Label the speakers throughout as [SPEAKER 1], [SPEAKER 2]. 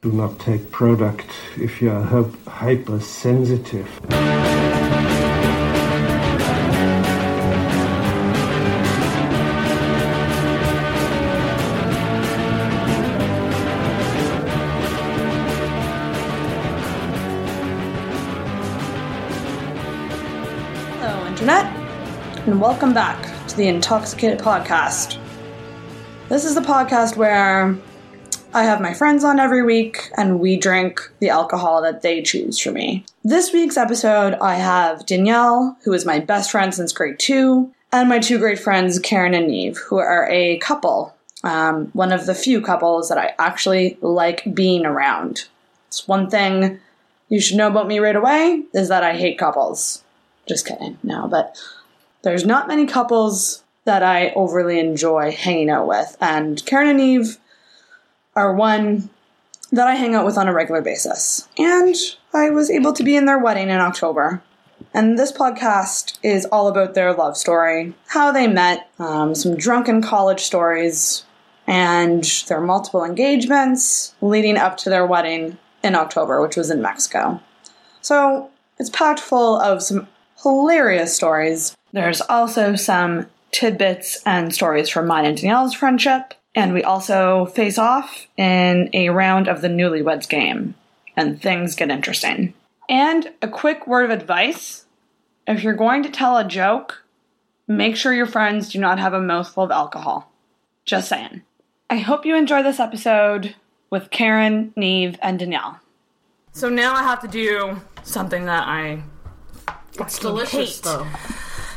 [SPEAKER 1] Do not take product if you are hy- hypersensitive.
[SPEAKER 2] Hello, Internet, and welcome back to the Intoxicated Podcast. This is the podcast where I have my friends on every week and we drink the alcohol that they choose for me. This week's episode, I have Danielle, who is my best friend since grade two, and my two great friends, Karen and Neve, who are a couple, um, one of the few couples that I actually like being around. It's one thing you should know about me right away is that I hate couples just kidding no but there's not many couples that i overly enjoy hanging out with and karen and eve are one that i hang out with on a regular basis and i was able to be in their wedding in october and this podcast is all about their love story how they met um, some drunken college stories and their multiple engagements leading up to their wedding in october which was in mexico so it's packed full of some hilarious stories. There's also some tidbits and stories from mine and Danielle's friendship. And we also face off in a round of the newlyweds game. And things get interesting. And a quick word of advice if you're going to tell a joke, make sure your friends do not have a mouthful of alcohol. Just saying. I hope you enjoy this episode with Karen, Neve, and Danielle. So now I have to do something that I
[SPEAKER 3] It's delicious
[SPEAKER 2] hate.
[SPEAKER 3] though.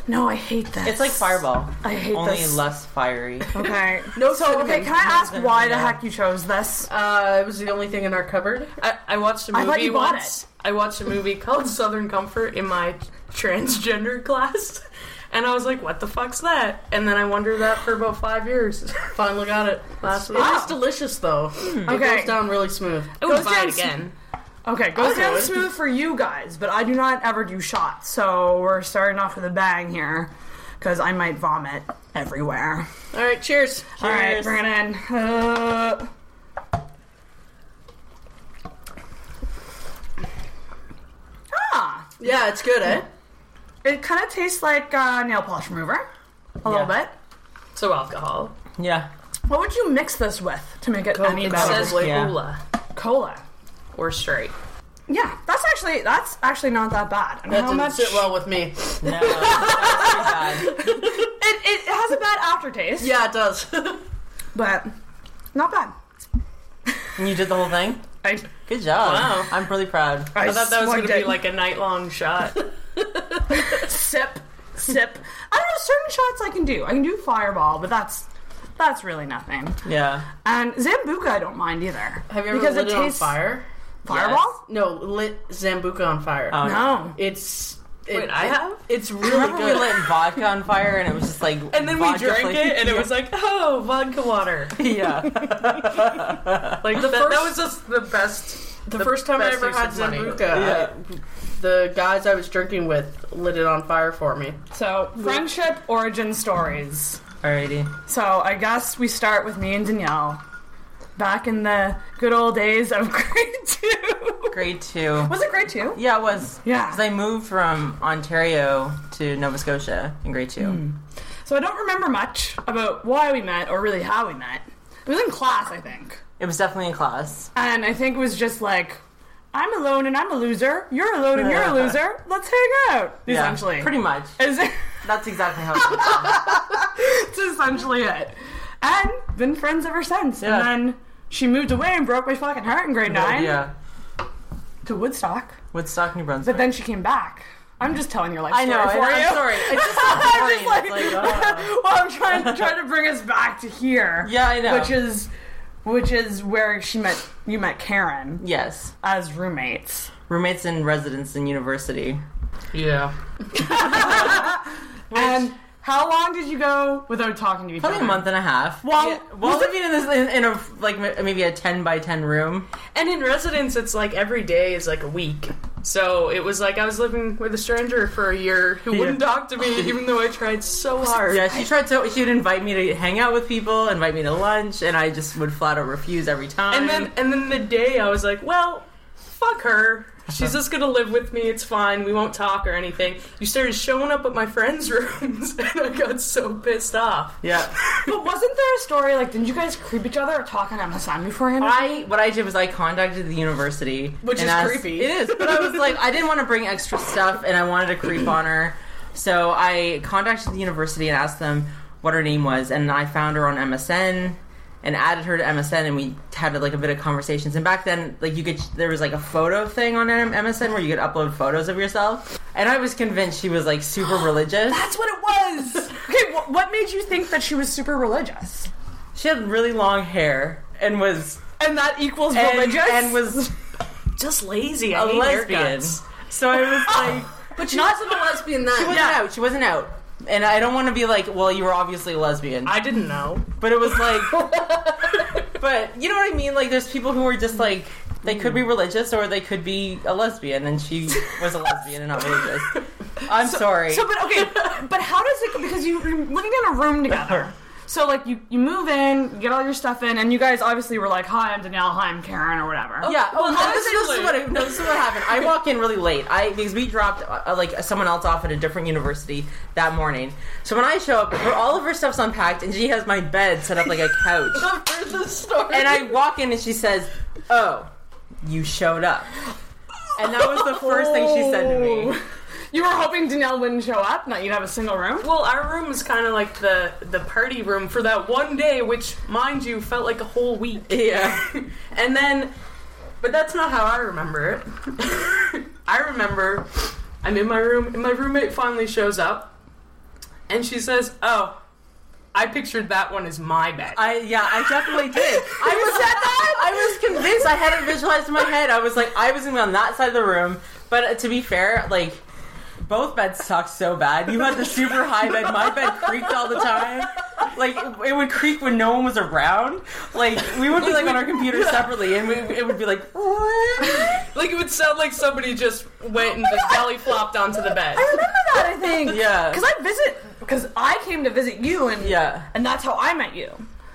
[SPEAKER 2] No, I hate that.
[SPEAKER 3] It's like Fireball.
[SPEAKER 2] I hate
[SPEAKER 3] Only
[SPEAKER 2] this.
[SPEAKER 3] less fiery.
[SPEAKER 2] Okay. No. So okay, can I ask
[SPEAKER 3] cinnamon,
[SPEAKER 2] why the
[SPEAKER 3] yeah.
[SPEAKER 2] heck you chose this?
[SPEAKER 3] Uh,
[SPEAKER 4] It was the only thing in our cupboard.
[SPEAKER 3] I, I watched a
[SPEAKER 4] I
[SPEAKER 3] movie
[SPEAKER 4] thought you bought
[SPEAKER 3] once.
[SPEAKER 4] it. I watched a movie called Southern Comfort in my transgender class, and I was like, "What the fuck's that?" And then I wondered that for about five years. Finally got it last week.
[SPEAKER 3] Wow.
[SPEAKER 4] It's delicious though.
[SPEAKER 2] Hmm. Okay.
[SPEAKER 4] It goes down really smooth.
[SPEAKER 3] I would
[SPEAKER 2] Goes
[SPEAKER 3] buy
[SPEAKER 2] down
[SPEAKER 3] it again.
[SPEAKER 2] Okay, goes down
[SPEAKER 4] would.
[SPEAKER 2] smooth for you guys, but I do not ever do shots, so we're starting off with a bang here, because I might vomit everywhere.
[SPEAKER 4] All right, cheers.
[SPEAKER 2] All right, bring it in. Uh, ah,
[SPEAKER 4] Yeah, it's good, eh?
[SPEAKER 2] it kind of tastes like uh, nail polish remover, a little
[SPEAKER 3] Yeah.
[SPEAKER 2] bit.
[SPEAKER 4] So alcohol.
[SPEAKER 3] Yeah.
[SPEAKER 2] What would you mix this with to make it any
[SPEAKER 4] it
[SPEAKER 2] better?
[SPEAKER 4] says like
[SPEAKER 3] Yeah.
[SPEAKER 4] hula
[SPEAKER 2] Cola.
[SPEAKER 4] or straight.
[SPEAKER 2] Yeah, that's actually that's actually not that bad. And
[SPEAKER 4] That
[SPEAKER 2] how
[SPEAKER 4] didn't
[SPEAKER 2] much?
[SPEAKER 4] sit well with me.
[SPEAKER 3] No. that's pretty bad.
[SPEAKER 2] It, it has a bad aftertaste,
[SPEAKER 4] Yeah, it does.
[SPEAKER 2] but not bad.
[SPEAKER 3] And you did the whole thing?
[SPEAKER 2] I,
[SPEAKER 3] Good job.
[SPEAKER 4] Wow.
[SPEAKER 3] I'm really proud.
[SPEAKER 4] I thought that was
[SPEAKER 2] going to
[SPEAKER 4] be like a night long shot.
[SPEAKER 2] sip, sip. I don't know certain shots I can do. I can do Fireball, but that's that's really nothing.
[SPEAKER 3] Yeah.
[SPEAKER 2] And Zambuca, I don't mind either.
[SPEAKER 4] Have you ever
[SPEAKER 2] because
[SPEAKER 4] lit
[SPEAKER 2] it
[SPEAKER 4] it,
[SPEAKER 2] tastes
[SPEAKER 4] on fire?
[SPEAKER 2] Fireball?
[SPEAKER 4] No, lit Zambuca on fire.
[SPEAKER 3] Oh,
[SPEAKER 2] No.
[SPEAKER 4] It's it,
[SPEAKER 3] Wait, I have?
[SPEAKER 4] It's really
[SPEAKER 3] Remember
[SPEAKER 4] good.
[SPEAKER 3] we lit vodka on fire and it was just like
[SPEAKER 4] and then we
[SPEAKER 3] vodka
[SPEAKER 4] drank
[SPEAKER 3] flake-
[SPEAKER 4] it, and it was like, oh, vodka water.
[SPEAKER 3] yeah.
[SPEAKER 4] Like the that,
[SPEAKER 3] first-
[SPEAKER 4] that was just the best. The, first time I
[SPEAKER 5] best
[SPEAKER 4] ever
[SPEAKER 5] use
[SPEAKER 4] had
[SPEAKER 5] of money.
[SPEAKER 4] Zambuca,
[SPEAKER 3] Yeah.
[SPEAKER 4] I- the guys I was drinking with lit it on fire for me.
[SPEAKER 2] So friendship origin stories.
[SPEAKER 3] Alrighty.
[SPEAKER 2] So I guess we start with me and Danielle. Back in the good old days of grade two.
[SPEAKER 3] Grade two.
[SPEAKER 2] Was it grade two?
[SPEAKER 3] Yeah, it was.
[SPEAKER 2] Yeah.
[SPEAKER 3] Because I moved from Ontario to Nova Scotia in grade two.
[SPEAKER 2] Hmm. So I don't remember much about why we met or really how we met. It was in class, I think.
[SPEAKER 3] It was definitely in class.
[SPEAKER 2] And I think it was just like, I'm alone and I'm a loser. You're alone and you're a loser. Let's hang out.
[SPEAKER 3] Yeah,
[SPEAKER 2] Essentially.
[SPEAKER 3] Pretty much.
[SPEAKER 2] Is
[SPEAKER 3] That's exactly how it was.
[SPEAKER 2] That's essentially it. And been friends ever since.
[SPEAKER 3] Yeah.
[SPEAKER 2] And then she moved away and broke my fucking heart in grade nine
[SPEAKER 3] yeah.
[SPEAKER 2] to Woodstock.
[SPEAKER 3] Woodstock, New Brunswick.
[SPEAKER 2] But then she came back. I'm just telling your life
[SPEAKER 3] I
[SPEAKER 2] story
[SPEAKER 3] know.
[SPEAKER 2] for
[SPEAKER 3] I,
[SPEAKER 2] you.
[SPEAKER 3] I'm sorry. It's just
[SPEAKER 2] I'm just
[SPEAKER 3] so
[SPEAKER 2] like,
[SPEAKER 3] boring. It's like, uh,
[SPEAKER 2] well, I'm trying to try to bring us back to here.
[SPEAKER 3] Yeah, I know.
[SPEAKER 2] Which is, which is where she met you met Karen
[SPEAKER 3] yes.
[SPEAKER 2] as roommates.
[SPEAKER 3] Roommates in residence in university.
[SPEAKER 4] Yeah.
[SPEAKER 2] and how long did you go without talking to each
[SPEAKER 3] Probably
[SPEAKER 2] other?
[SPEAKER 3] a month and a half.
[SPEAKER 2] Well,
[SPEAKER 3] yeah, well living in this in, in a like m- maybe a ten by ten room.
[SPEAKER 4] And in residence, it's like every day is like a week. So it was like I was living with a stranger for a year who
[SPEAKER 3] Yeah.
[SPEAKER 4] wouldn't talk to me, even though I tried so hard.
[SPEAKER 3] Yeah, she tried to. She would invite me to hang out with people, invite me to lunch, and I just would flat out refuse every time.
[SPEAKER 4] And then and then the day I was like, well, fuck her. She's just gonna live with me. It's fine. We won't talk or anything. You started showing up at my friends' rooms, and I got so pissed off.
[SPEAKER 3] yeah,
[SPEAKER 2] But wasn't there a story like didn't you guys creep each other or talk on an assignment beforehand?
[SPEAKER 3] I what I did was I contacted the university,
[SPEAKER 4] Which
[SPEAKER 3] and
[SPEAKER 4] is
[SPEAKER 3] asked-
[SPEAKER 4] creepy.
[SPEAKER 3] It is, but I was like, I didn't want to bring extra stuff, and I wanted to creep on her, so I contacted the university and asked them what her name was, and I found her on MSN and added her to MSN, and we had like a bit of conversations. And back then, like you could, there was like a photo thing on M- MSN where you could upload photos of yourself, and I was convinced she was like super religious.
[SPEAKER 2] That's what it was. okay, wh- what made you think that she was super religious?
[SPEAKER 3] She had really long hair and was
[SPEAKER 2] And that equals
[SPEAKER 3] and-
[SPEAKER 2] religious.
[SPEAKER 3] and was
[SPEAKER 4] Just lazy. I
[SPEAKER 3] a
[SPEAKER 4] hate
[SPEAKER 3] lesbian.
[SPEAKER 4] haircuts.
[SPEAKER 3] So I was like.
[SPEAKER 4] But she not wasn't a lesbian
[SPEAKER 3] She
[SPEAKER 4] then.
[SPEAKER 3] wasn't out. She wasn't out. And I don't want to be like, well, you were obviously a lesbian.
[SPEAKER 4] I didn't know.
[SPEAKER 3] but it was like, but you know what I mean? Like, there's people who are just like, they could be religious or they could be a lesbian, and she was a lesbian and not religious. I'm sorry.
[SPEAKER 2] So, but okay, but how does it? Because you, you're living in a room together. So, like, you, you move in, you get all your stuff in, and you guys obviously were like, "Hi, I'm Danielle. Hi, I'm Karen," or whatever.
[SPEAKER 3] yeah. Oh,
[SPEAKER 4] Well,
[SPEAKER 3] no, this, this
[SPEAKER 4] obviously-
[SPEAKER 3] is what I- no, this is what happened. I walk in really late. I because we dropped uh, like someone else off at a different university that morning. So when I show up, her, all of her stuff's unpacked, and she has my bed set up like a couch.
[SPEAKER 4] Where's the story?
[SPEAKER 3] And I walk in and she says, Oh, you showed up. And that was the first thing she said to me.
[SPEAKER 2] You were hoping Danielle wouldn't show up, not you'd have a single room.
[SPEAKER 4] Well, our room was kind of like the the party room for that one day, which, mind you, felt like a whole week.
[SPEAKER 3] Yeah.
[SPEAKER 4] And then, but that's not how I remember it. I remember I'm in my room, and my roommate finally shows up, and she says, "Oh, I pictured that one as my bed."
[SPEAKER 3] I yeah, I definitely did. I was I was convinced I had it visualized in my head. I was like, I was gonna be on that side of the room. But uh, to be fair, like both beds sucked so bad. You had the super high bed. My bed creaked all the time. Like it would creak when no one was around. Like we would be like on our computers separately, and we, it would be like.
[SPEAKER 4] like it would sound like somebody just went and just belly flopped onto the bed.
[SPEAKER 2] I remember that, I think.
[SPEAKER 3] Yeah.
[SPEAKER 2] Because I visit, because I came to visit you, and
[SPEAKER 3] Yeah.
[SPEAKER 2] and that's how I met you.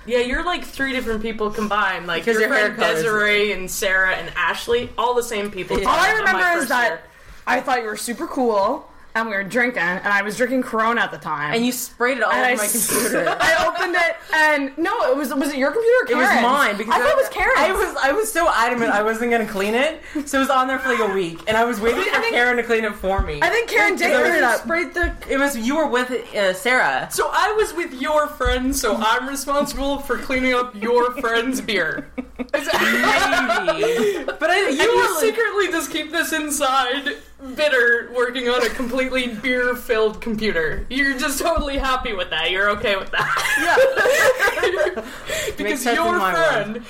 [SPEAKER 4] Yeah, you're like three different people combined. Like
[SPEAKER 3] Because
[SPEAKER 4] your,
[SPEAKER 3] your hair
[SPEAKER 4] friend
[SPEAKER 3] color's-
[SPEAKER 4] Desiree and Sarah and Ashley, all the same people.
[SPEAKER 3] Yeah.
[SPEAKER 2] All I
[SPEAKER 4] On my
[SPEAKER 2] remember is
[SPEAKER 4] first
[SPEAKER 2] that
[SPEAKER 4] year.
[SPEAKER 2] I thought you were super cool, and we were drinking, and I was drinking Corona at the time,
[SPEAKER 3] And you sprayed it all
[SPEAKER 2] And
[SPEAKER 3] over
[SPEAKER 2] I
[SPEAKER 3] my
[SPEAKER 2] s-
[SPEAKER 3] computer.
[SPEAKER 2] I opened it, and no, it was was it your computer? Or
[SPEAKER 3] It was
[SPEAKER 2] Karen's?
[SPEAKER 3] mine because
[SPEAKER 2] I thought it was Karen's.
[SPEAKER 3] I was I was so adamant I wasn't gonna clean it, so it was on there for like a week, and I was waiting for
[SPEAKER 2] think-
[SPEAKER 3] Karen to clean it for me.
[SPEAKER 2] I think Karen did
[SPEAKER 3] Because I was
[SPEAKER 2] clean it
[SPEAKER 3] like,
[SPEAKER 2] up.
[SPEAKER 3] Sprayed the. It was you were with uh, Sarah.
[SPEAKER 4] So I was with your friend, so I'm responsible for cleaning up your friend's beer. Is that-
[SPEAKER 3] Maybe. but I, you
[SPEAKER 4] and
[SPEAKER 3] were
[SPEAKER 4] you
[SPEAKER 3] like-
[SPEAKER 4] secretly just keep this inside, bitter, working on a completely beer-filled computer. You're just totally happy with that. You're okay with that. Yeah.
[SPEAKER 3] Makes
[SPEAKER 4] because
[SPEAKER 3] sense in
[SPEAKER 4] your
[SPEAKER 3] my
[SPEAKER 4] friend,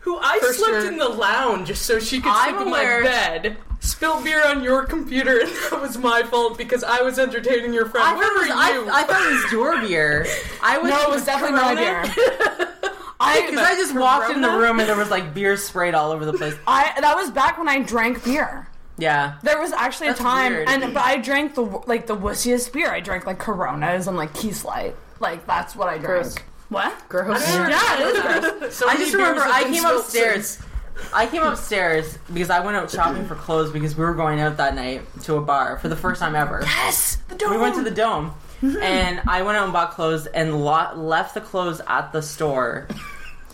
[SPEAKER 4] who I
[SPEAKER 3] For
[SPEAKER 4] slept
[SPEAKER 3] sure.
[SPEAKER 4] in the lounge so she could
[SPEAKER 3] I'm
[SPEAKER 4] sleep in
[SPEAKER 3] aware-
[SPEAKER 4] my bed, spilled beer on your computer, and that was my fault because I was entertaining your friend.
[SPEAKER 3] I
[SPEAKER 4] Where
[SPEAKER 3] thought, it
[SPEAKER 4] were
[SPEAKER 3] was,
[SPEAKER 4] you?
[SPEAKER 3] I, I thought it was your beer. I was
[SPEAKER 2] no, it was definitely my beer.
[SPEAKER 3] because I
[SPEAKER 2] I,
[SPEAKER 3] just walked in the
[SPEAKER 4] Corona?
[SPEAKER 3] room and there was like beer sprayed all over the place.
[SPEAKER 2] I that was back when I drank beer.
[SPEAKER 3] Yeah,
[SPEAKER 2] There was actually a time,
[SPEAKER 3] weird.
[SPEAKER 2] and but I drank the like the wussiest beer. I drank like Coronas and like Keys Light. Like that's what I drank. What? Gross. Yeah, it is gross.
[SPEAKER 4] So
[SPEAKER 3] I
[SPEAKER 4] many
[SPEAKER 3] just remember
[SPEAKER 4] beers have
[SPEAKER 3] I
[SPEAKER 4] been
[SPEAKER 3] came
[SPEAKER 4] spilled
[SPEAKER 3] upstairs. I came upstairs because I went out shopping for clothes because we were going out that night to a bar for the first time ever.
[SPEAKER 2] Yes, the dome.
[SPEAKER 3] We went to the dome, and I went out and bought clothes and lo- left the clothes at the store,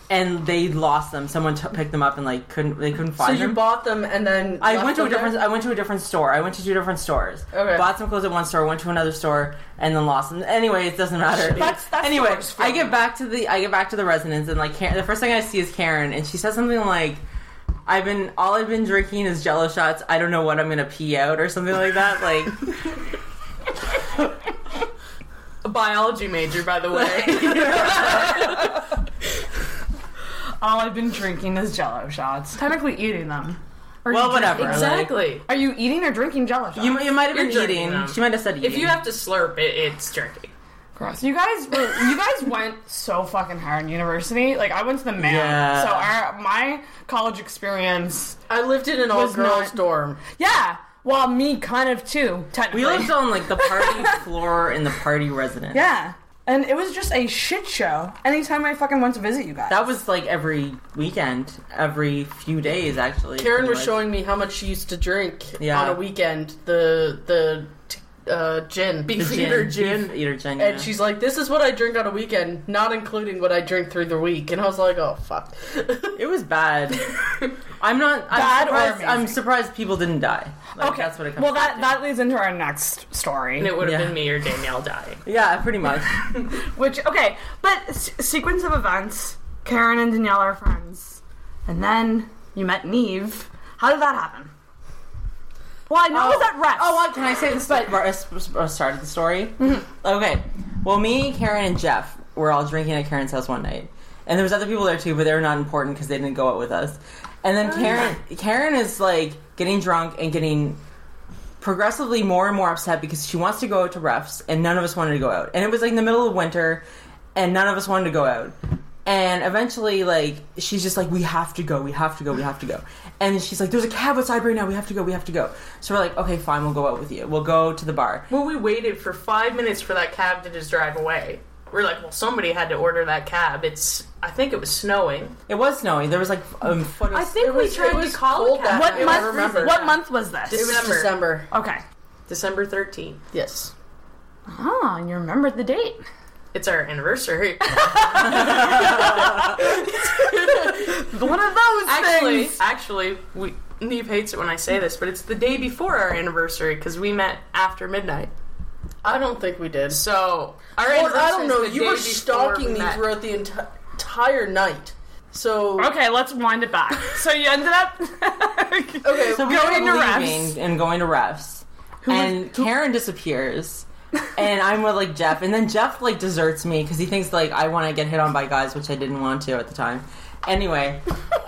[SPEAKER 3] and they lost them. Someone t- picked them up and like couldn't they couldn't
[SPEAKER 6] So
[SPEAKER 3] find
[SPEAKER 6] you
[SPEAKER 3] them.
[SPEAKER 6] bought them and then
[SPEAKER 3] I
[SPEAKER 6] left
[SPEAKER 3] went to a
[SPEAKER 6] them there?
[SPEAKER 3] different. I went to a different store. I went to two different stores.
[SPEAKER 6] Okay.
[SPEAKER 3] Bought some clothes at one store. Went to another store and then lost them. Anyway, it doesn't matter.
[SPEAKER 2] That's- that's the
[SPEAKER 3] anyway.
[SPEAKER 2] worst
[SPEAKER 3] I
[SPEAKER 2] feeling.
[SPEAKER 3] get back to the. I get back to the residence and like Karen, the first thing I see is Karen and she says something like. I've been all I've been drinking is Jello shots. I don't know what I'm gonna pee out or something like that. Like,
[SPEAKER 4] A biology major, by the way.
[SPEAKER 2] All I've been drinking is Jello shots. Technically eating them. Are
[SPEAKER 3] well,
[SPEAKER 2] you drinking-
[SPEAKER 3] whatever.
[SPEAKER 4] exactly.
[SPEAKER 2] Are you eating or drinking Jello shots?
[SPEAKER 3] You, you might have
[SPEAKER 4] You're
[SPEAKER 3] been
[SPEAKER 4] drinking
[SPEAKER 3] eating.
[SPEAKER 4] them.
[SPEAKER 3] She might have said eating.
[SPEAKER 4] If you have to slurp, it, it's jerky.
[SPEAKER 2] Gross. You guys were you guys went so fucking hard in university. Like I went to the man.
[SPEAKER 3] Yeah.
[SPEAKER 2] So our my college experience
[SPEAKER 6] I lived in an
[SPEAKER 2] Was
[SPEAKER 6] all-girls
[SPEAKER 2] not-
[SPEAKER 6] dorm.
[SPEAKER 2] Yeah.
[SPEAKER 5] Well, me kind of too, technically.
[SPEAKER 3] We lived on like the party floor in the party residence.
[SPEAKER 5] yeah. And it was just a shit show anytime I fucking went to visit you guys.
[SPEAKER 3] That was like every weekend, every few days actually.
[SPEAKER 4] Karen
[SPEAKER 3] It
[SPEAKER 4] was showing me how much she used to drink
[SPEAKER 3] Yeah.
[SPEAKER 4] on a weekend. The the t- uh, gin,
[SPEAKER 3] the
[SPEAKER 4] beef
[SPEAKER 3] gin,
[SPEAKER 4] eater gin.
[SPEAKER 3] beef eater gin. yeah.
[SPEAKER 4] And she's like, "This is what I drink on a weekend, not including what I drink through the week." And I was like, "Oh fuck."
[SPEAKER 3] It was bad. I'm not I'm
[SPEAKER 5] Bad or
[SPEAKER 3] surprised, I'm
[SPEAKER 5] amazing?
[SPEAKER 3] surprised people didn't die. Like,
[SPEAKER 5] okay.
[SPEAKER 3] that's what it comes
[SPEAKER 5] well,
[SPEAKER 3] down to.
[SPEAKER 5] that, that leads into our next story.
[SPEAKER 4] and it would have
[SPEAKER 3] Yeah.
[SPEAKER 4] been me or Danielle dying.
[SPEAKER 3] Yeah, pretty much.
[SPEAKER 5] Which okay, but s- sequence of events. Karen and Danielle are friends, and then you met Neve. How did that happen? Well, I know it was at rest.
[SPEAKER 3] Oh, what can I say? This but started uh, the story. Okay. Well, me, Karen, and Jeff were all drinking at Karen's house one night, and there was other people there too, but they were not important because they didn't go out with us. And then Karen, Karen is like getting drunk and getting progressively more and more upset because she wants to go out to refs, and none of us wanted to go out. And it was like in the middle of winter, and none of us wanted to go out. And eventually, like, she's just like, we have to go, we have to go, we have to go. And she's like, there's a cab outside right now, we have to go, we have to go. So we're like, okay, fine, we'll go out with you. We'll go to the bar.
[SPEAKER 4] Well, we waited for five minutes for that cab to just drive away. We're like, "Well, somebody had to order that cab." It's I think it was snowing.
[SPEAKER 3] It was snowing. There was like um, foot of
[SPEAKER 5] I think
[SPEAKER 4] It
[SPEAKER 5] we
[SPEAKER 4] was- it
[SPEAKER 5] tried
[SPEAKER 4] was
[SPEAKER 5] to call
[SPEAKER 4] cold
[SPEAKER 5] it that.
[SPEAKER 4] that
[SPEAKER 5] What
[SPEAKER 4] night, I
[SPEAKER 5] month?
[SPEAKER 4] remember
[SPEAKER 5] What
[SPEAKER 4] that.
[SPEAKER 5] month was this?
[SPEAKER 4] It was December.
[SPEAKER 7] December.
[SPEAKER 5] okay.
[SPEAKER 4] December thirteenth.
[SPEAKER 7] Yes.
[SPEAKER 5] Oh, and you remembered the date.
[SPEAKER 4] It's our anniversary.
[SPEAKER 5] One of those
[SPEAKER 4] actually,
[SPEAKER 5] things.
[SPEAKER 4] actually, we Neve hates it when I say this, but it's the day before our anniversary because we met after midnight.
[SPEAKER 7] I don't think we did.
[SPEAKER 4] So our
[SPEAKER 7] Well,
[SPEAKER 4] anniversary
[SPEAKER 7] I don't
[SPEAKER 4] is
[SPEAKER 7] know.
[SPEAKER 4] the
[SPEAKER 7] You
[SPEAKER 4] day
[SPEAKER 7] were
[SPEAKER 4] before
[SPEAKER 7] stalking
[SPEAKER 4] we
[SPEAKER 7] me
[SPEAKER 4] met.
[SPEAKER 7] throughout the enti- entire night. So
[SPEAKER 5] Okay, let's wind it back. So you ended up.
[SPEAKER 7] okay,
[SPEAKER 3] So we
[SPEAKER 5] Going
[SPEAKER 3] were
[SPEAKER 5] to refs.
[SPEAKER 3] leaving and going to refs, and Karen disappears, and I'm with like Jeff, and then Jeff like deserts me because he thinks like I want to get hit on by guys, which I didn't want to at the time. Anyway,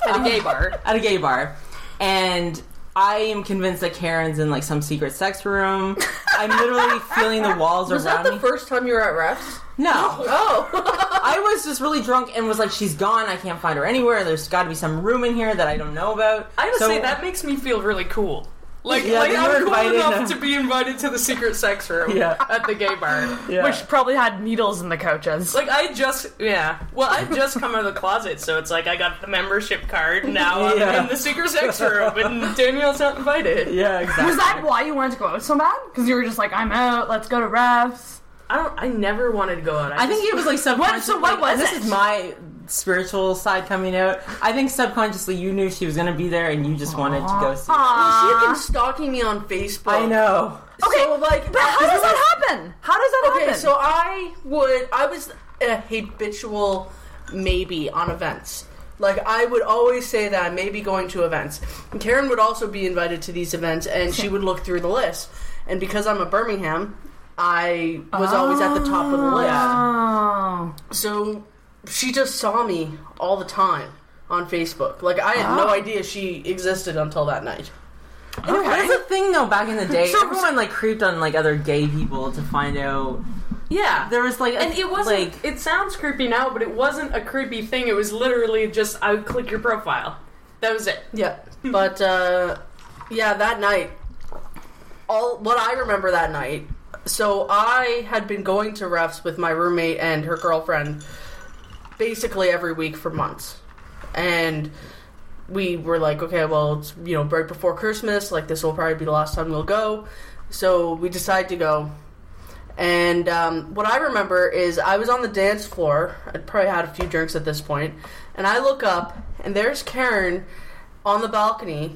[SPEAKER 4] at a gay bar.
[SPEAKER 3] at a gay bar, and I am convinced that Karen's in like some secret sex room. I'm literally feeling the walls
[SPEAKER 7] was
[SPEAKER 3] around
[SPEAKER 7] that the
[SPEAKER 3] me.
[SPEAKER 7] first time you were at refs?
[SPEAKER 3] no,
[SPEAKER 7] Oh,
[SPEAKER 3] I was just really drunk and was like, "She's gone. I can't find her anywhere. There's got to be some room in here that I don't know about."
[SPEAKER 4] I gotta
[SPEAKER 3] So-
[SPEAKER 4] say that makes me feel really cool. Like,
[SPEAKER 3] Yeah,
[SPEAKER 4] like
[SPEAKER 3] they were
[SPEAKER 4] I'm cool
[SPEAKER 3] invited
[SPEAKER 4] enough
[SPEAKER 3] to-
[SPEAKER 4] to be invited to the secret sex room
[SPEAKER 3] Yeah.
[SPEAKER 4] at the gay bar.
[SPEAKER 3] Yeah.
[SPEAKER 5] Which probably had needles in the coaches.
[SPEAKER 4] Like I just yeah. Well, I just come out of the closet, so it's like I got the membership card. Now I'm
[SPEAKER 3] Yeah.
[SPEAKER 4] in the secret sex room, and Danielle's not invited.
[SPEAKER 3] yeah, exactly.
[SPEAKER 5] was that why you wanted to go out so bad? Because you were just like, I'm out. Let's go to refs.
[SPEAKER 4] I don't. I never wanted to go out.
[SPEAKER 3] I
[SPEAKER 4] just-
[SPEAKER 3] think it was like subconscious.
[SPEAKER 5] so
[SPEAKER 3] like,
[SPEAKER 5] what was
[SPEAKER 3] this
[SPEAKER 5] it?
[SPEAKER 3] is my spiritual side coming out. I think subconsciously you knew she was going to be there, and you just wanted to go see. her.
[SPEAKER 5] Aw.
[SPEAKER 7] she had been stalking me on Facebook.
[SPEAKER 3] I know.
[SPEAKER 5] Okay,
[SPEAKER 7] So, like,
[SPEAKER 5] but how does that happen? How does that
[SPEAKER 7] Okay,
[SPEAKER 5] happen?
[SPEAKER 7] so I would I was a habitual maybe on events. Like I would always say that I may be going to events. And Karen would also be invited to these events and she would look through the list. And because I'm a Birmingham, I was always at the top of the list.
[SPEAKER 5] Oh.
[SPEAKER 7] So she just saw me all the time on Facebook. Like I had
[SPEAKER 5] Oh.
[SPEAKER 7] no idea she existed until that night.
[SPEAKER 3] That That was a thing though back in the day. Everyone like creeped on like other gay people to find out.
[SPEAKER 4] yeah.
[SPEAKER 3] There was like a,
[SPEAKER 4] and it wasn't.
[SPEAKER 3] like
[SPEAKER 4] it sounds creepy now, but it wasn't a creepy thing. It was literally just I would click your profile. That was it.
[SPEAKER 7] Yeah, but uh, yeah, that night, all what I remember that night. So I had been going to refs with my roommate and her girlfriend basically every week for months, and we were like, okay, well, it's you know right before Christmas, like this will probably be the last time we'll go. So we decided to go. And um, what I remember is I was on the dance floor. I'd probably had a few drinks at this point, and I look up, and there's Karen on the balcony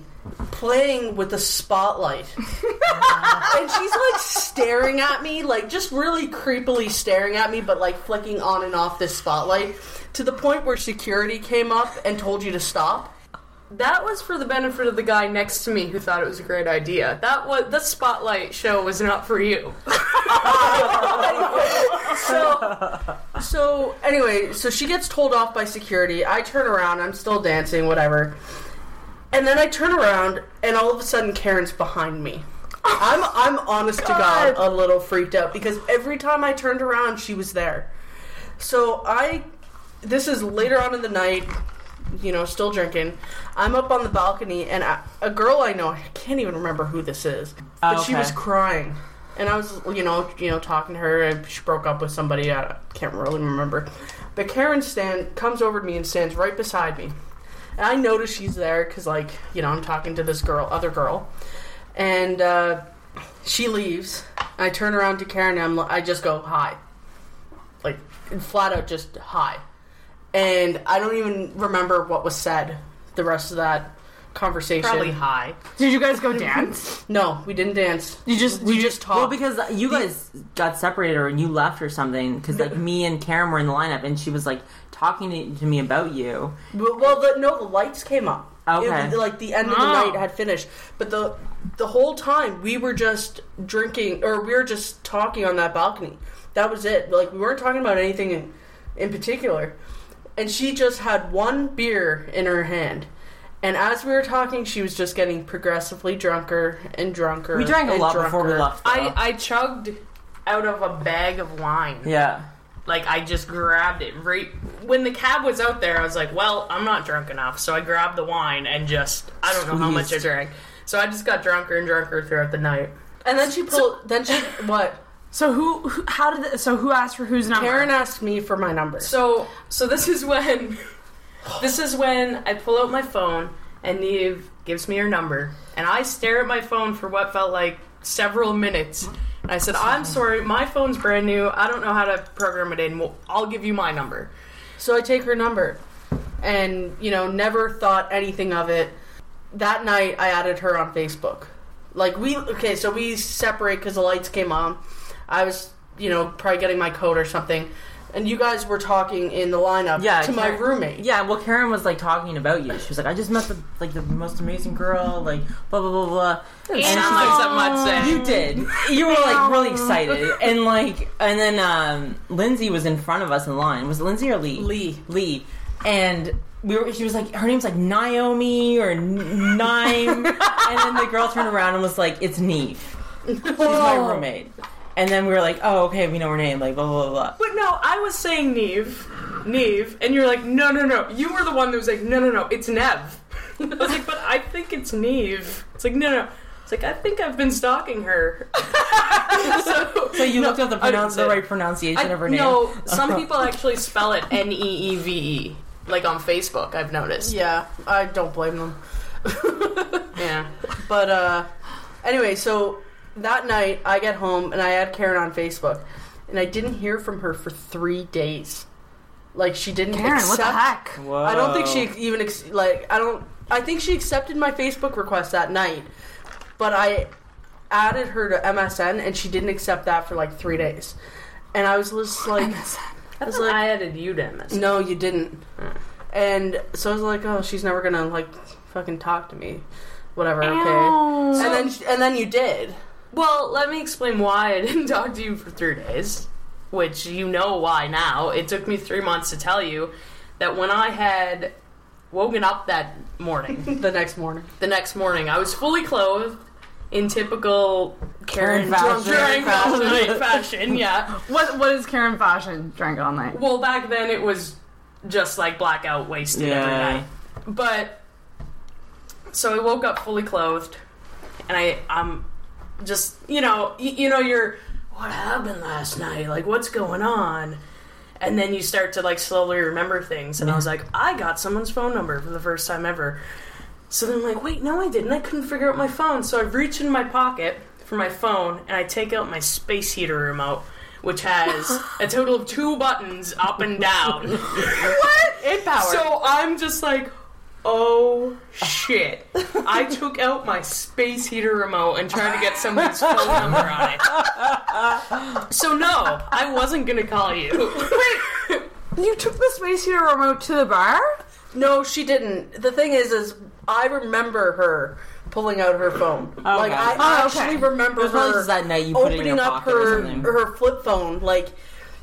[SPEAKER 7] playing with the spotlight. and she's like staring at me, like just really creepily staring at me, but like flicking on and off this spotlight to the point where security came up and told you to stop.
[SPEAKER 4] That was for the benefit of the guy next to me who thought it was a great idea. That was the spotlight show was not for you.
[SPEAKER 7] so, so anyway, so she gets told off by security. I turn around, I'm still dancing, whatever. And then I turn around, and all of a sudden, Karen's behind me. I'm, I'm honest to God, a little freaked out because every time I turned around, she was there. So I, this is later on in the night. you know, still drinking. I'm up on the balcony, and I, a girl I know, I can't even remember who this is, but
[SPEAKER 3] Oh,
[SPEAKER 7] she
[SPEAKER 3] okay.
[SPEAKER 7] was crying. And I was, you know, you know, talking to her, and she broke up with somebody. I can't really remember. But Karen stand comes over to me and stands right beside me, and I notice she's there because, like, you know, I'm talking to this girl, other girl, and uh, she leaves. I turn around to Karen, and I'm, li- I just go hi, like flat out just hi and I don't even remember what was said the rest of that conversation.
[SPEAKER 4] Probably high.
[SPEAKER 5] Did you guys go dance?
[SPEAKER 7] No, we didn't dance.
[SPEAKER 5] You just
[SPEAKER 7] We
[SPEAKER 5] you
[SPEAKER 7] just
[SPEAKER 3] Well,
[SPEAKER 7] talked.
[SPEAKER 3] because you guys got separated or you left or something, because like me and Karen were in the lineup and she was like talking to, to me about you.
[SPEAKER 7] Well, well, the, no, the lights came up. It
[SPEAKER 3] Okay. Ah.
[SPEAKER 7] was, like the end of the
[SPEAKER 5] Oh.
[SPEAKER 7] night had finished, but the the whole time we were just drinking or we were just talking on that balcony. That was it. Like we weren't talking about anything in, in particular. And she just had one beer in her hand. And as we were talking, she was just getting progressively drunker and drunker.
[SPEAKER 3] We drank a
[SPEAKER 7] and
[SPEAKER 3] lot before we
[SPEAKER 7] drunker.
[SPEAKER 3] left. though.
[SPEAKER 4] I, I chugged out of a bag of wine.
[SPEAKER 3] yeah.
[SPEAKER 4] Like I just grabbed it right when the cab was out there. I was like, "Well, I'm not drunk enough," so I grabbed the wine and just I don't know how much I
[SPEAKER 3] Squeezed.
[SPEAKER 4] drank. So I just got drunker and drunker throughout the night.
[SPEAKER 7] And then she pulled. then she what?
[SPEAKER 3] Uh-huh.
[SPEAKER 5] So who, who how did the, so who asked for whose number?
[SPEAKER 7] Karen asked me for my number.
[SPEAKER 4] So so this is when this is when I pull out my phone and Neve gives me her number and I stare at my phone for what felt like several minutes. And I said, "I'm sorry, my phone's brand new. I don't know how to program it in. Well, I'll give you my number."
[SPEAKER 7] So I take her number, and you know, never thought anything of it. That night, I added her on Facebook. Like we okay, so we separate because the lights came on. I was you know probably getting my coat or something, and you guys were talking in the lineup
[SPEAKER 3] Yeah,
[SPEAKER 7] to my
[SPEAKER 3] Karen-
[SPEAKER 7] roommate.
[SPEAKER 3] Yeah, well, Karen was like talking about you. She was like, "I just met the like the most amazing girl, like blah blah blah blah." And
[SPEAKER 4] Sounds like something I'd say.
[SPEAKER 3] you did. You were like really excited, and like, and then um, Lindsay was in front of us in line. Was it Lindsay or Lee?
[SPEAKER 7] Lee.
[SPEAKER 3] Lee. And we were. She was like, her name's like Naomi or N- Nime, and then the girl turned around and was like, "It's Neve. She's my roommate." And then we were like, "Oh, okay, we know her name." Like blah blah blah.
[SPEAKER 4] But no, I was saying Neve, Neve, and you're like, no, no, no. You were the one that was like, no, no, no, it's Nev. I was like, but I think it's Neve. It's like, no, no. It's like I think I've been stalking her. so,
[SPEAKER 3] So you looked up the
[SPEAKER 4] I didn't
[SPEAKER 3] pronounce
[SPEAKER 4] say
[SPEAKER 3] the
[SPEAKER 4] it.
[SPEAKER 3] right pronunciation
[SPEAKER 4] I-
[SPEAKER 3] of her name.
[SPEAKER 4] No, some people actually spell it N E E V E, like on Facebook. I've noticed.
[SPEAKER 7] Yeah, I don't blame them.
[SPEAKER 4] Yeah.
[SPEAKER 7] But uh, anyway, so that night I get home and I add Karen on Facebook, and I didn't hear from her for three days. Like she didn't.
[SPEAKER 5] Karen, what the
[SPEAKER 7] accept-
[SPEAKER 5] heck?
[SPEAKER 3] Whoa.
[SPEAKER 7] I don't think she even ex- like I don't I think she accepted my Facebook request that night, but I added her to MSN and she didn't accept that for like 3 days. And I was just like
[SPEAKER 4] I,
[SPEAKER 7] was like-
[SPEAKER 4] added you to MS.
[SPEAKER 7] no, you didn't. And so I was like, oh, she's never going to like fucking talk to me. Whatever, okay. And then and then you did.
[SPEAKER 4] Um, Well, let me explain why I didn't talk to you for three days, which you know why now. It took me three months to tell you that when I had woken up that morning,
[SPEAKER 7] The next morning.
[SPEAKER 4] the next morning, I was fully clothed in typical Karen,
[SPEAKER 3] Karen fashion.
[SPEAKER 4] Karen fashion, fashion, yeah.
[SPEAKER 5] What what is Karen fashion? Drank all night.
[SPEAKER 4] Well, back then it was just like blackout wasted every
[SPEAKER 3] Yeah.
[SPEAKER 4] night. But so I woke up fully clothed, and I I'm just you know y- you know you're what happened last night like what's going on, and then you start to like slowly remember things, and I was like I got someone's phone number for the first time ever. So then I'm like, wait, no, I didn't. I couldn't figure out my phone. So I reach in my pocket for my phone and I take out my space heater remote, which has a total of two buttons up and down. what?
[SPEAKER 7] In power.
[SPEAKER 4] So I'm just like, oh shit. I took out my space heater remote and tried to get somebody's phone number on it. So no, I wasn't gonna call you.
[SPEAKER 5] You took the space heater remote to the bar?
[SPEAKER 7] no, she didn't. The thing is is I remember her pulling out her phone. Like I
[SPEAKER 5] Oh, okay.
[SPEAKER 7] actually remember
[SPEAKER 3] It was probably
[SPEAKER 7] her
[SPEAKER 3] just that night you put it in
[SPEAKER 7] opening
[SPEAKER 3] your
[SPEAKER 7] up
[SPEAKER 3] pocket or
[SPEAKER 7] her
[SPEAKER 3] something.
[SPEAKER 7] her flip phone, like,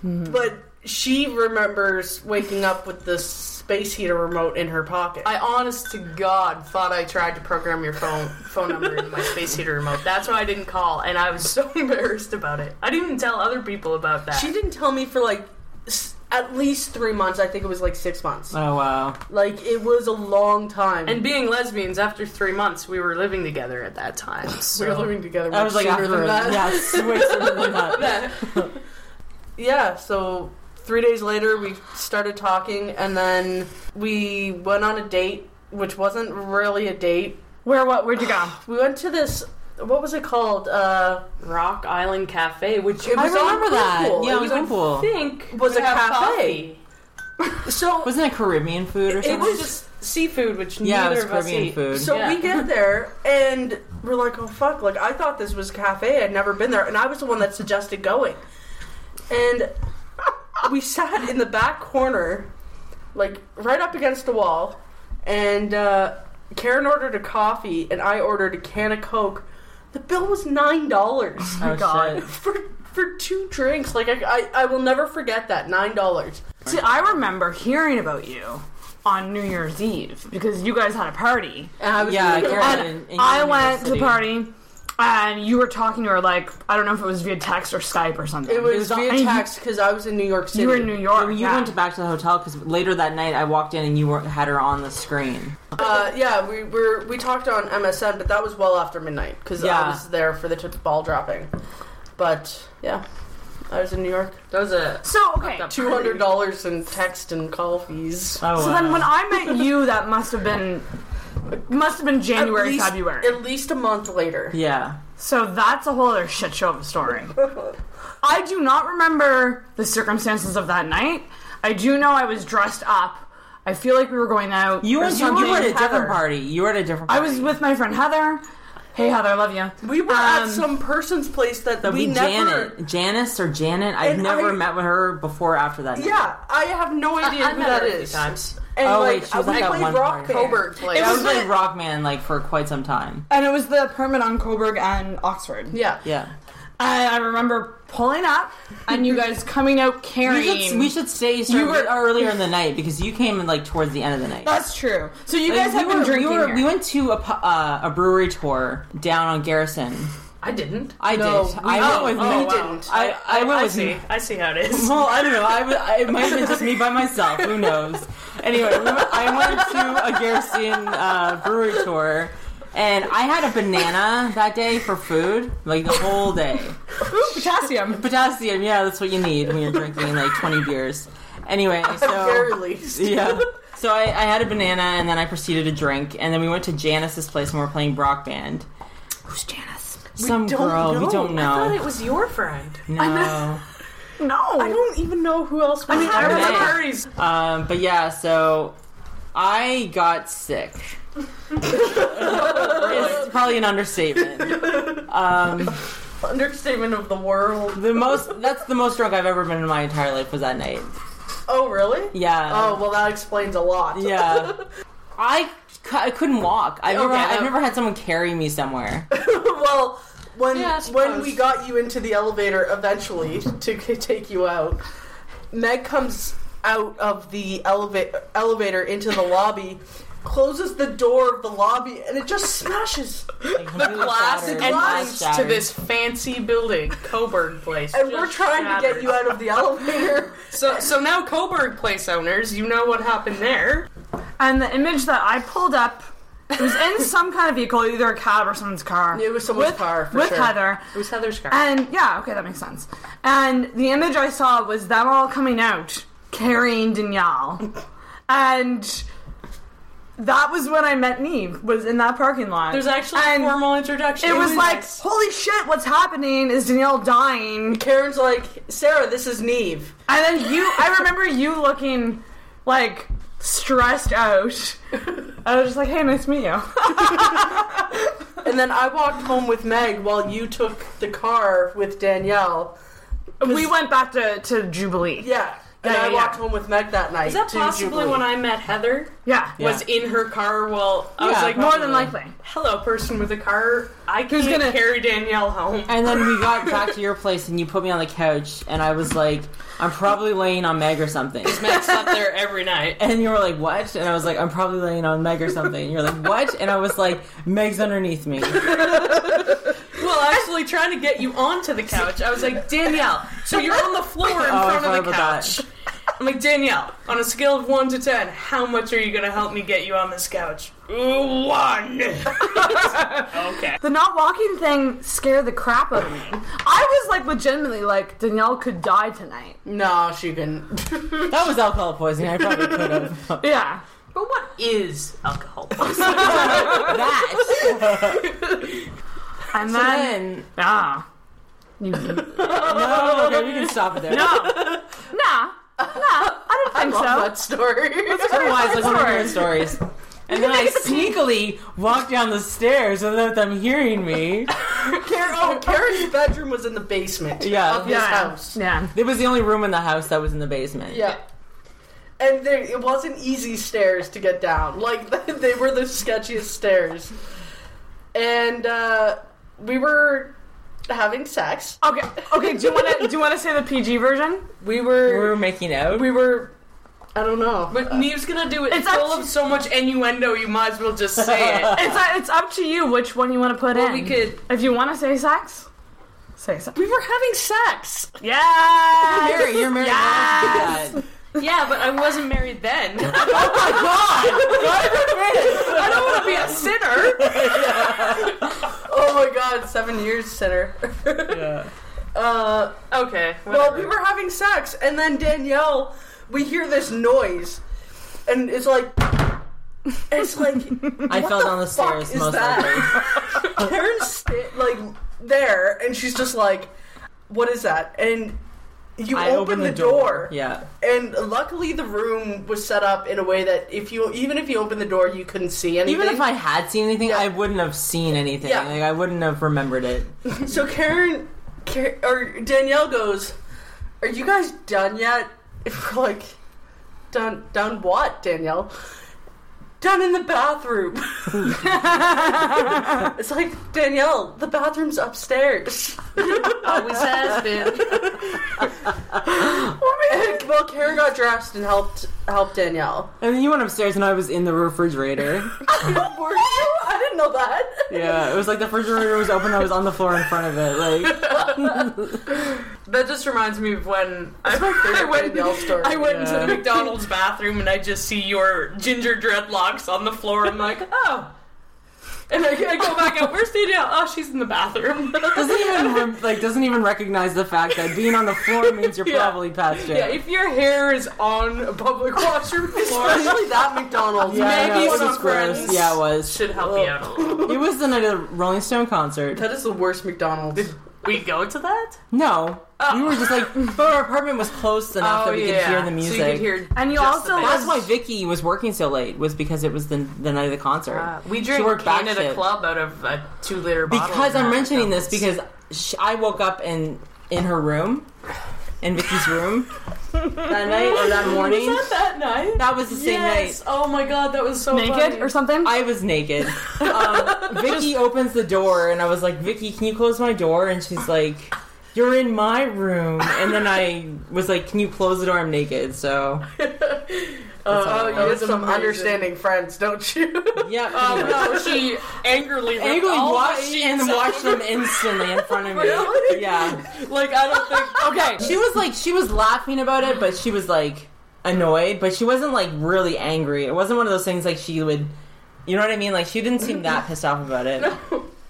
[SPEAKER 4] Mm-hmm.
[SPEAKER 7] but she remembers waking up with the space heater remote in her pocket.
[SPEAKER 4] I honest to God thought I tried to program your phone phone number into my space heater remote. That's why I didn't call, and I was so embarrassed about it. I didn't even tell other people about that.
[SPEAKER 7] she didn't tell me for like s- at least three months. I think it was like six months.
[SPEAKER 3] Oh wow.
[SPEAKER 7] Like it was a long time.
[SPEAKER 4] And being lesbians, after three months, we were living together at that time.
[SPEAKER 7] we
[SPEAKER 4] So.
[SPEAKER 7] were living together.
[SPEAKER 3] I
[SPEAKER 7] much
[SPEAKER 3] was like
[SPEAKER 7] sooner
[SPEAKER 3] after
[SPEAKER 7] than that.
[SPEAKER 3] yeah, it's way sooner than that.
[SPEAKER 7] yeah. so three days later, we started talking, and then we went on a date, which wasn't really a date.
[SPEAKER 5] Where? What? Where'd you go?
[SPEAKER 7] We went to this. What was it called? Uh,
[SPEAKER 4] Rock Island Cafe, which it
[SPEAKER 3] I
[SPEAKER 4] was on
[SPEAKER 3] remember that.
[SPEAKER 4] Google.
[SPEAKER 3] Yeah, it was
[SPEAKER 4] I
[SPEAKER 3] Google.
[SPEAKER 4] think
[SPEAKER 7] Was
[SPEAKER 4] to
[SPEAKER 7] a
[SPEAKER 4] have
[SPEAKER 7] cafe. so
[SPEAKER 3] Wasn't it Caribbean food or
[SPEAKER 7] it
[SPEAKER 3] something?
[SPEAKER 7] was just seafood, which
[SPEAKER 3] yeah, it
[SPEAKER 7] neither
[SPEAKER 3] was
[SPEAKER 7] of us
[SPEAKER 3] Caribbean
[SPEAKER 7] eat.
[SPEAKER 3] food.
[SPEAKER 7] So
[SPEAKER 4] Yeah.
[SPEAKER 7] we get there and we're like, oh fuck! Like I thought this was a cafe. I'd never been there, and I was the one that suggested going. And we sat in the back corner, like right up against the wall, and uh, Karen ordered a coffee, and I ordered a can of Coke. The bill was nine dollars
[SPEAKER 3] oh,
[SPEAKER 5] God.
[SPEAKER 3] shit.
[SPEAKER 7] for for two drinks. Like I, I, I will never forget that nine dollars.
[SPEAKER 5] See, I remember hearing about you on New Year's Eve because you guys had a party.
[SPEAKER 7] And I was
[SPEAKER 3] Yeah,
[SPEAKER 7] like,
[SPEAKER 3] Karen-
[SPEAKER 5] And
[SPEAKER 3] in- in
[SPEAKER 5] I went to
[SPEAKER 3] university.
[SPEAKER 5] the party, and you were talking to her like I don't know if it was via text or Skype or something.
[SPEAKER 7] It was
[SPEAKER 5] on-
[SPEAKER 7] via
[SPEAKER 5] and you-
[SPEAKER 7] text because I was in New York City.
[SPEAKER 5] You were in New York.
[SPEAKER 3] So you
[SPEAKER 5] yeah.
[SPEAKER 3] went back to the hotel because later that night I walked in and you were, had her on the screen.
[SPEAKER 7] Uh, yeah, we were we talked on MSN, but that was well after midnight because I
[SPEAKER 3] Yeah.
[SPEAKER 7] was there for the t- ball dropping. But yeah, I was in New York.
[SPEAKER 4] That was a
[SPEAKER 5] So okay.
[SPEAKER 7] Two hundred dollars in text and call fees.
[SPEAKER 3] Oh,
[SPEAKER 5] So then when I met you, that must have been must have been
[SPEAKER 7] At
[SPEAKER 5] January,
[SPEAKER 7] least-
[SPEAKER 5] February.
[SPEAKER 7] At least a month later.
[SPEAKER 3] yeah,
[SPEAKER 5] So that's a whole other shit show of a story. I do not remember the circumstances of that night. I do know I was dressed up. I feel like we were going out.
[SPEAKER 3] you
[SPEAKER 5] or
[SPEAKER 3] were you
[SPEAKER 5] something.
[SPEAKER 3] were at a different
[SPEAKER 5] Heather.
[SPEAKER 3] party. You were at a different.
[SPEAKER 5] I
[SPEAKER 3] Party.
[SPEAKER 5] was with my friend Heather. Hey Heather, I love you.
[SPEAKER 7] We were at
[SPEAKER 5] Um,
[SPEAKER 7] some person's place that,
[SPEAKER 3] That
[SPEAKER 7] we
[SPEAKER 3] we
[SPEAKER 7] never.
[SPEAKER 3] Janet, Janice or Janet. I've
[SPEAKER 7] And
[SPEAKER 3] never
[SPEAKER 7] I-
[SPEAKER 3] met with her before after that. night.
[SPEAKER 7] Yeah, I have no idea
[SPEAKER 4] I- I
[SPEAKER 7] who
[SPEAKER 4] met
[SPEAKER 7] that
[SPEAKER 4] her a few
[SPEAKER 7] is.
[SPEAKER 4] times.
[SPEAKER 7] And
[SPEAKER 3] Oh,
[SPEAKER 7] like
[SPEAKER 3] wait, she was
[SPEAKER 7] we
[SPEAKER 3] at that
[SPEAKER 7] played
[SPEAKER 3] one
[SPEAKER 7] Rock
[SPEAKER 3] party.
[SPEAKER 7] Coburg place.
[SPEAKER 3] I was like Rockman like for quite some time.
[SPEAKER 5] And it was the permit on Coburg and Oxford.
[SPEAKER 7] yeah.
[SPEAKER 3] Yeah,
[SPEAKER 5] I, I remember pulling up and you guys coming out
[SPEAKER 3] we
[SPEAKER 5] carrying.
[SPEAKER 3] should, we should stay. Start
[SPEAKER 5] You were-
[SPEAKER 3] earlier in the night because you came in like towards the end of the night.
[SPEAKER 5] That's true. So you guys
[SPEAKER 3] we
[SPEAKER 5] have been
[SPEAKER 3] were-
[SPEAKER 5] drinking.
[SPEAKER 3] We, were-
[SPEAKER 5] here.
[SPEAKER 3] we went to a, pu- uh, a brewery tour down on Garrison.
[SPEAKER 4] I didn't.
[SPEAKER 3] I
[SPEAKER 7] No,
[SPEAKER 3] did.
[SPEAKER 7] we-
[SPEAKER 3] I
[SPEAKER 7] oh,
[SPEAKER 3] went with
[SPEAKER 7] oh,
[SPEAKER 3] you.
[SPEAKER 7] wow. didn't.
[SPEAKER 3] I, I went
[SPEAKER 4] I
[SPEAKER 3] with
[SPEAKER 4] see. I see how it is.
[SPEAKER 3] Well, I don't know. I, was- I- it might have been just me by myself. Who knows? Anyway, we went- I went to a Garrison uh, brewery tour, and I had a banana that day for food, like the whole day.
[SPEAKER 5] Ooh, potassium.
[SPEAKER 3] Potassium, yeah, that's what you need when you're drinking like 20 beers. Anyway,
[SPEAKER 7] At the very
[SPEAKER 3] so
[SPEAKER 7] least.
[SPEAKER 3] yeah. So I, I had a banana, and then I proceeded to drink, and then we went to Janice's place, and we were playing Brock Band.
[SPEAKER 5] Who's Janice?
[SPEAKER 3] Some girl, we don't
[SPEAKER 4] I
[SPEAKER 3] know.
[SPEAKER 4] thought it was your friend.
[SPEAKER 3] no.
[SPEAKER 5] No.
[SPEAKER 7] I don't even know who else. Was I mean,
[SPEAKER 4] I
[SPEAKER 3] remember-
[SPEAKER 4] remember Harry's.
[SPEAKER 3] Um, but yeah, so I got sick. it's probably an understatement.
[SPEAKER 7] understatement of the world.
[SPEAKER 3] The most that's the most drunk I've ever been in my entire life was that night.
[SPEAKER 7] Oh, really?
[SPEAKER 3] Yeah.
[SPEAKER 7] Oh, well, that explains a lot.
[SPEAKER 3] yeah. I, cou- I couldn't walk. I've, never,
[SPEAKER 7] Okay,
[SPEAKER 3] I've
[SPEAKER 7] um,
[SPEAKER 3] never had someone carry me somewhere.
[SPEAKER 7] well, when
[SPEAKER 4] Yeah, I
[SPEAKER 7] when
[SPEAKER 4] suppose.
[SPEAKER 7] we got you into the elevator eventually to c- take you out, Meg comes out of the eleva- elevator into the lobby, closes the door of the lobby, and it just smashes.
[SPEAKER 3] The
[SPEAKER 4] glass and glass to this fancy building, Coburg Place.
[SPEAKER 7] And we're
[SPEAKER 4] Just
[SPEAKER 7] trying to
[SPEAKER 4] shattered.
[SPEAKER 7] get you out of the elevator.
[SPEAKER 4] So, so now Coburg Place owners, you know what happened there.
[SPEAKER 5] And the image that I pulled up, it was in some kind of vehicle, either a cab or someone's car.
[SPEAKER 7] It was someone's car for
[SPEAKER 5] with
[SPEAKER 7] sure.
[SPEAKER 5] Heather.
[SPEAKER 4] It was Heather's car.
[SPEAKER 5] And yeah, okay, that makes sense. And the image I saw was them all coming out carrying Danielle, and that was when I met Neve. Was in that parking lot.
[SPEAKER 4] There's actually
[SPEAKER 5] and
[SPEAKER 4] a formal introduction.
[SPEAKER 5] It was like, holy shit, what's happening? Is Danielle dying?
[SPEAKER 7] Karen's like, Sarah, this is Neve.
[SPEAKER 5] And then you, I remember you looking like stressed out. I was just like, hey, nice to meet you.
[SPEAKER 7] And then I walked home with Meg while you took the car with Danielle.
[SPEAKER 5] we went back to, to Jubilee.
[SPEAKER 7] Yeah. And
[SPEAKER 5] Yeah,
[SPEAKER 7] I
[SPEAKER 5] yeah,
[SPEAKER 7] walked
[SPEAKER 5] yeah.
[SPEAKER 7] home with Meg that night.
[SPEAKER 4] Is that
[SPEAKER 7] to
[SPEAKER 4] possibly
[SPEAKER 7] Jubilee.
[SPEAKER 4] when I met Heather?
[SPEAKER 5] Yeah.
[SPEAKER 4] Was in her car while I was
[SPEAKER 3] Yeah,
[SPEAKER 4] like, "Oh."
[SPEAKER 5] More than
[SPEAKER 3] Probably.
[SPEAKER 5] likely.
[SPEAKER 4] "Hello, person with a car. I can't
[SPEAKER 5] Who's gonna-
[SPEAKER 4] carry Danielle home."
[SPEAKER 3] And then we got back to your place, and you put me on the couch, and I was like, "I'm probably laying on Meg or something."
[SPEAKER 4] Meg slept there every night.
[SPEAKER 3] And you were like, "What?" And I was like, "I'm probably laying on Meg or something." And you're like, "What?" And I was like, "Meg's underneath me."
[SPEAKER 4] Well, actually, trying to get you onto the couch, I was like, Danielle, so you're on the floor in
[SPEAKER 3] Oh, I
[SPEAKER 4] front
[SPEAKER 3] forgot
[SPEAKER 4] of the
[SPEAKER 3] about
[SPEAKER 4] couch. I'm like, Danielle, on a scale of one to ten, how much are you gonna help me get you on this couch? "Ooh, One. okay.
[SPEAKER 5] The not walking thing scared the crap out of me. I was like legitimately like Danielle could die tonight.
[SPEAKER 7] No, she can.
[SPEAKER 3] That was alcohol poisoning. I probably could have.
[SPEAKER 5] Yeah.
[SPEAKER 4] But what is alcohol?
[SPEAKER 3] that.
[SPEAKER 5] And
[SPEAKER 3] So
[SPEAKER 5] then
[SPEAKER 3] then,
[SPEAKER 5] ah
[SPEAKER 3] no, okay, we can stop it there.
[SPEAKER 5] no nah nah I don't think so.
[SPEAKER 7] that story.
[SPEAKER 3] Otherwise, like one of my
[SPEAKER 5] Sorry.
[SPEAKER 3] favorite stories. And then I sneakily walked down the stairs without them hearing me.
[SPEAKER 7] Karen, oh, Karen's bedroom was in the basement
[SPEAKER 3] Yeah.
[SPEAKER 7] of his
[SPEAKER 5] Yeah.
[SPEAKER 7] house.
[SPEAKER 5] Yeah.
[SPEAKER 3] It was the only room in the house that was in the basement.
[SPEAKER 7] Yeah. And there, it wasn't easy stairs to get down. Like, they were the sketchiest stairs. And uh, we were having sex.
[SPEAKER 5] Okay. Okay. Do you want to do you want to say the PG version?
[SPEAKER 7] We
[SPEAKER 3] We
[SPEAKER 7] were.
[SPEAKER 3] were making out.
[SPEAKER 7] We were. I don't know.
[SPEAKER 4] But Neve's gonna do it.
[SPEAKER 5] It's
[SPEAKER 4] It's full
[SPEAKER 5] actu-
[SPEAKER 4] of so much innuendo. You might as well just say it.
[SPEAKER 5] It's uh, it's up to you which one you want to put
[SPEAKER 4] Well,
[SPEAKER 5] in.
[SPEAKER 4] we could-
[SPEAKER 5] If you want to say sex, say sex.
[SPEAKER 7] we were having sex.
[SPEAKER 5] Yeah.
[SPEAKER 3] Mary, you're married. Yes. God.
[SPEAKER 4] yeah, but I wasn't married then. I don't want to be a sinner.
[SPEAKER 7] Oh my god, seven years sinner.
[SPEAKER 3] Yeah.
[SPEAKER 7] uh,
[SPEAKER 4] Okay.
[SPEAKER 7] well, we were having sex, and then Danielle, we hear this noise, and it's like, it's like
[SPEAKER 3] I fell down the
[SPEAKER 7] fuck
[SPEAKER 3] stairs
[SPEAKER 7] is
[SPEAKER 3] most likely.
[SPEAKER 7] that? Karen's sta- like there, and she's just like, "What is that?" And you
[SPEAKER 3] I
[SPEAKER 7] open,
[SPEAKER 3] opened
[SPEAKER 7] the, door,
[SPEAKER 3] Yeah.
[SPEAKER 7] and luckily the room was set up in a way that if you even if you opened the door, you couldn't see anything.
[SPEAKER 3] Even if I had seen anything,
[SPEAKER 7] Yeah.
[SPEAKER 3] I wouldn't have seen anything.
[SPEAKER 7] Yeah.
[SPEAKER 3] Like I wouldn't have remembered it.
[SPEAKER 7] So Karen, Karen or Danielle goes, "Are you guys done yet?" If we're like, "Done, done what, Danielle?" Done in the bathroom. it's like Danielle, the bathroom's upstairs.
[SPEAKER 4] always has been.
[SPEAKER 7] well, Karen got dressed and helped help Danielle.
[SPEAKER 3] And then you went upstairs, and I was in the refrigerator.
[SPEAKER 7] Were you? I didn't know that.
[SPEAKER 3] yeah, it was like the refrigerator was open. I was on the floor in front of it. Like
[SPEAKER 4] That just reminds me of when I,
[SPEAKER 7] my favorite
[SPEAKER 4] I went,
[SPEAKER 7] Danielle story.
[SPEAKER 4] I went into
[SPEAKER 3] Yeah.
[SPEAKER 4] the McDonald's bathroom and I just see your ginger dreadlocks on the floor. I'm like, oh. And I, I go back out. Where's Danielle? Oh, she's in the bathroom.
[SPEAKER 3] doesn't even rem- like doesn't even recognize the fact that being on the floor means you're
[SPEAKER 4] Yeah.
[SPEAKER 3] probably past it.
[SPEAKER 4] yeah, if your hair is on a public washroom floor,
[SPEAKER 7] Especially that McDonald's.
[SPEAKER 3] Yeah, I
[SPEAKER 4] Maybe
[SPEAKER 3] know, it
[SPEAKER 4] some
[SPEAKER 3] was gross.
[SPEAKER 4] friends
[SPEAKER 3] Yeah, it was.
[SPEAKER 4] should help you out a little.
[SPEAKER 3] It was the night of the Rolling Stone concert.
[SPEAKER 7] That is the worst McDonald's.
[SPEAKER 4] We go to that?
[SPEAKER 3] No, we were just like, but our apartment was close enough that Oh, we could hear the music.
[SPEAKER 4] Oh. So you could hear
[SPEAKER 5] And you
[SPEAKER 4] just the
[SPEAKER 5] also-
[SPEAKER 4] bass.
[SPEAKER 3] That's why Vicky was working so late was because it was the the night of the concert.
[SPEAKER 4] Uh, we
[SPEAKER 3] She
[SPEAKER 4] drink
[SPEAKER 3] worked back
[SPEAKER 4] Canada
[SPEAKER 3] shift.
[SPEAKER 4] Club out of a two liter bottle.
[SPEAKER 3] Because
[SPEAKER 4] of
[SPEAKER 3] I'm
[SPEAKER 4] that.
[SPEAKER 3] mentioning this because sh I woke up in in her room, in Vicky's room that night or that morning.
[SPEAKER 4] Was that that night?
[SPEAKER 3] That was the same
[SPEAKER 4] yes. Oh my god, that was so
[SPEAKER 5] Naked
[SPEAKER 4] funny.
[SPEAKER 5] or something?
[SPEAKER 3] night. I was naked. Um, Vicky opens the door and I was like, Vicky, can you close my door? And she's like, You're in my room. And then I was like, Can you close the door? I'm naked. So
[SPEAKER 7] Oh, you have
[SPEAKER 4] was
[SPEAKER 7] some
[SPEAKER 4] amazing.
[SPEAKER 7] understanding friends, don't you?
[SPEAKER 3] yeah.
[SPEAKER 4] Oh no, she angrily ripped
[SPEAKER 3] Angrily
[SPEAKER 4] all
[SPEAKER 3] washed
[SPEAKER 4] the sheets
[SPEAKER 3] and
[SPEAKER 4] out.
[SPEAKER 3] washed them instantly in front of me.
[SPEAKER 7] Really?
[SPEAKER 3] Yeah.
[SPEAKER 4] Like I don't think. Okay,
[SPEAKER 3] She was like, she was laughing about it, but she was like annoyed, but she wasn't like really angry. It wasn't one of those things like she would, you know what I mean? Like she didn't seem that pissed off about it.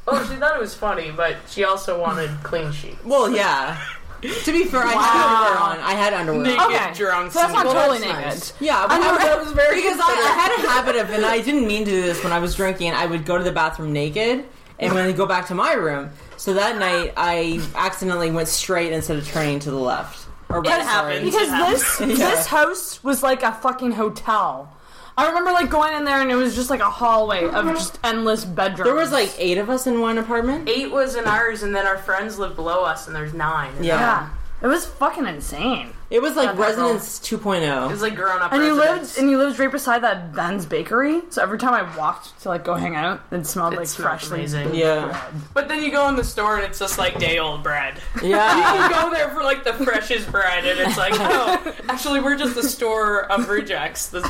[SPEAKER 4] oh, she thought it was funny, but she also wanted clean sheets.
[SPEAKER 3] Well, yeah. To be fair, I had underwear on. I had underwear. on.
[SPEAKER 5] Okay.
[SPEAKER 4] drunk.
[SPEAKER 5] so that's not
[SPEAKER 4] single.
[SPEAKER 5] totally
[SPEAKER 7] that's
[SPEAKER 5] naked.
[SPEAKER 7] nice.
[SPEAKER 3] Yeah, but
[SPEAKER 5] know, that
[SPEAKER 7] was very
[SPEAKER 3] because I, I had a habit of, and I didn't mean to do this when I was drinking. I would go to the bathroom naked, and when I go back to my room. So that night, I accidentally went straight instead of turning to the left. Or right, sorry.
[SPEAKER 4] happens.
[SPEAKER 5] Because this this house was like a fucking hotel. I remember like going in there and it was just like a hallway of just endless bedrooms.
[SPEAKER 3] There was like eight of us in one apartment.
[SPEAKER 4] Eight was in ours, and then our friends lived below us, and there's nine. And
[SPEAKER 3] Yeah.
[SPEAKER 5] yeah, it was fucking insane.
[SPEAKER 3] It was like
[SPEAKER 4] that girl.
[SPEAKER 3] Resonance
[SPEAKER 4] It
[SPEAKER 3] 2.0.
[SPEAKER 4] was like grown up.
[SPEAKER 5] And you lived and you lived right beside that Ben's bakery, so every time I walked to like go hang out, it smelled
[SPEAKER 4] It
[SPEAKER 5] like
[SPEAKER 4] smelled
[SPEAKER 5] freshly.
[SPEAKER 4] amazing.
[SPEAKER 5] baked
[SPEAKER 3] Yeah.
[SPEAKER 5] bread.
[SPEAKER 4] But then you go in the store, and it's just like day old bread.
[SPEAKER 3] Yeah.
[SPEAKER 4] You go there for like the freshest bread, and it's like, oh, actually, we're just a store of rejects. The,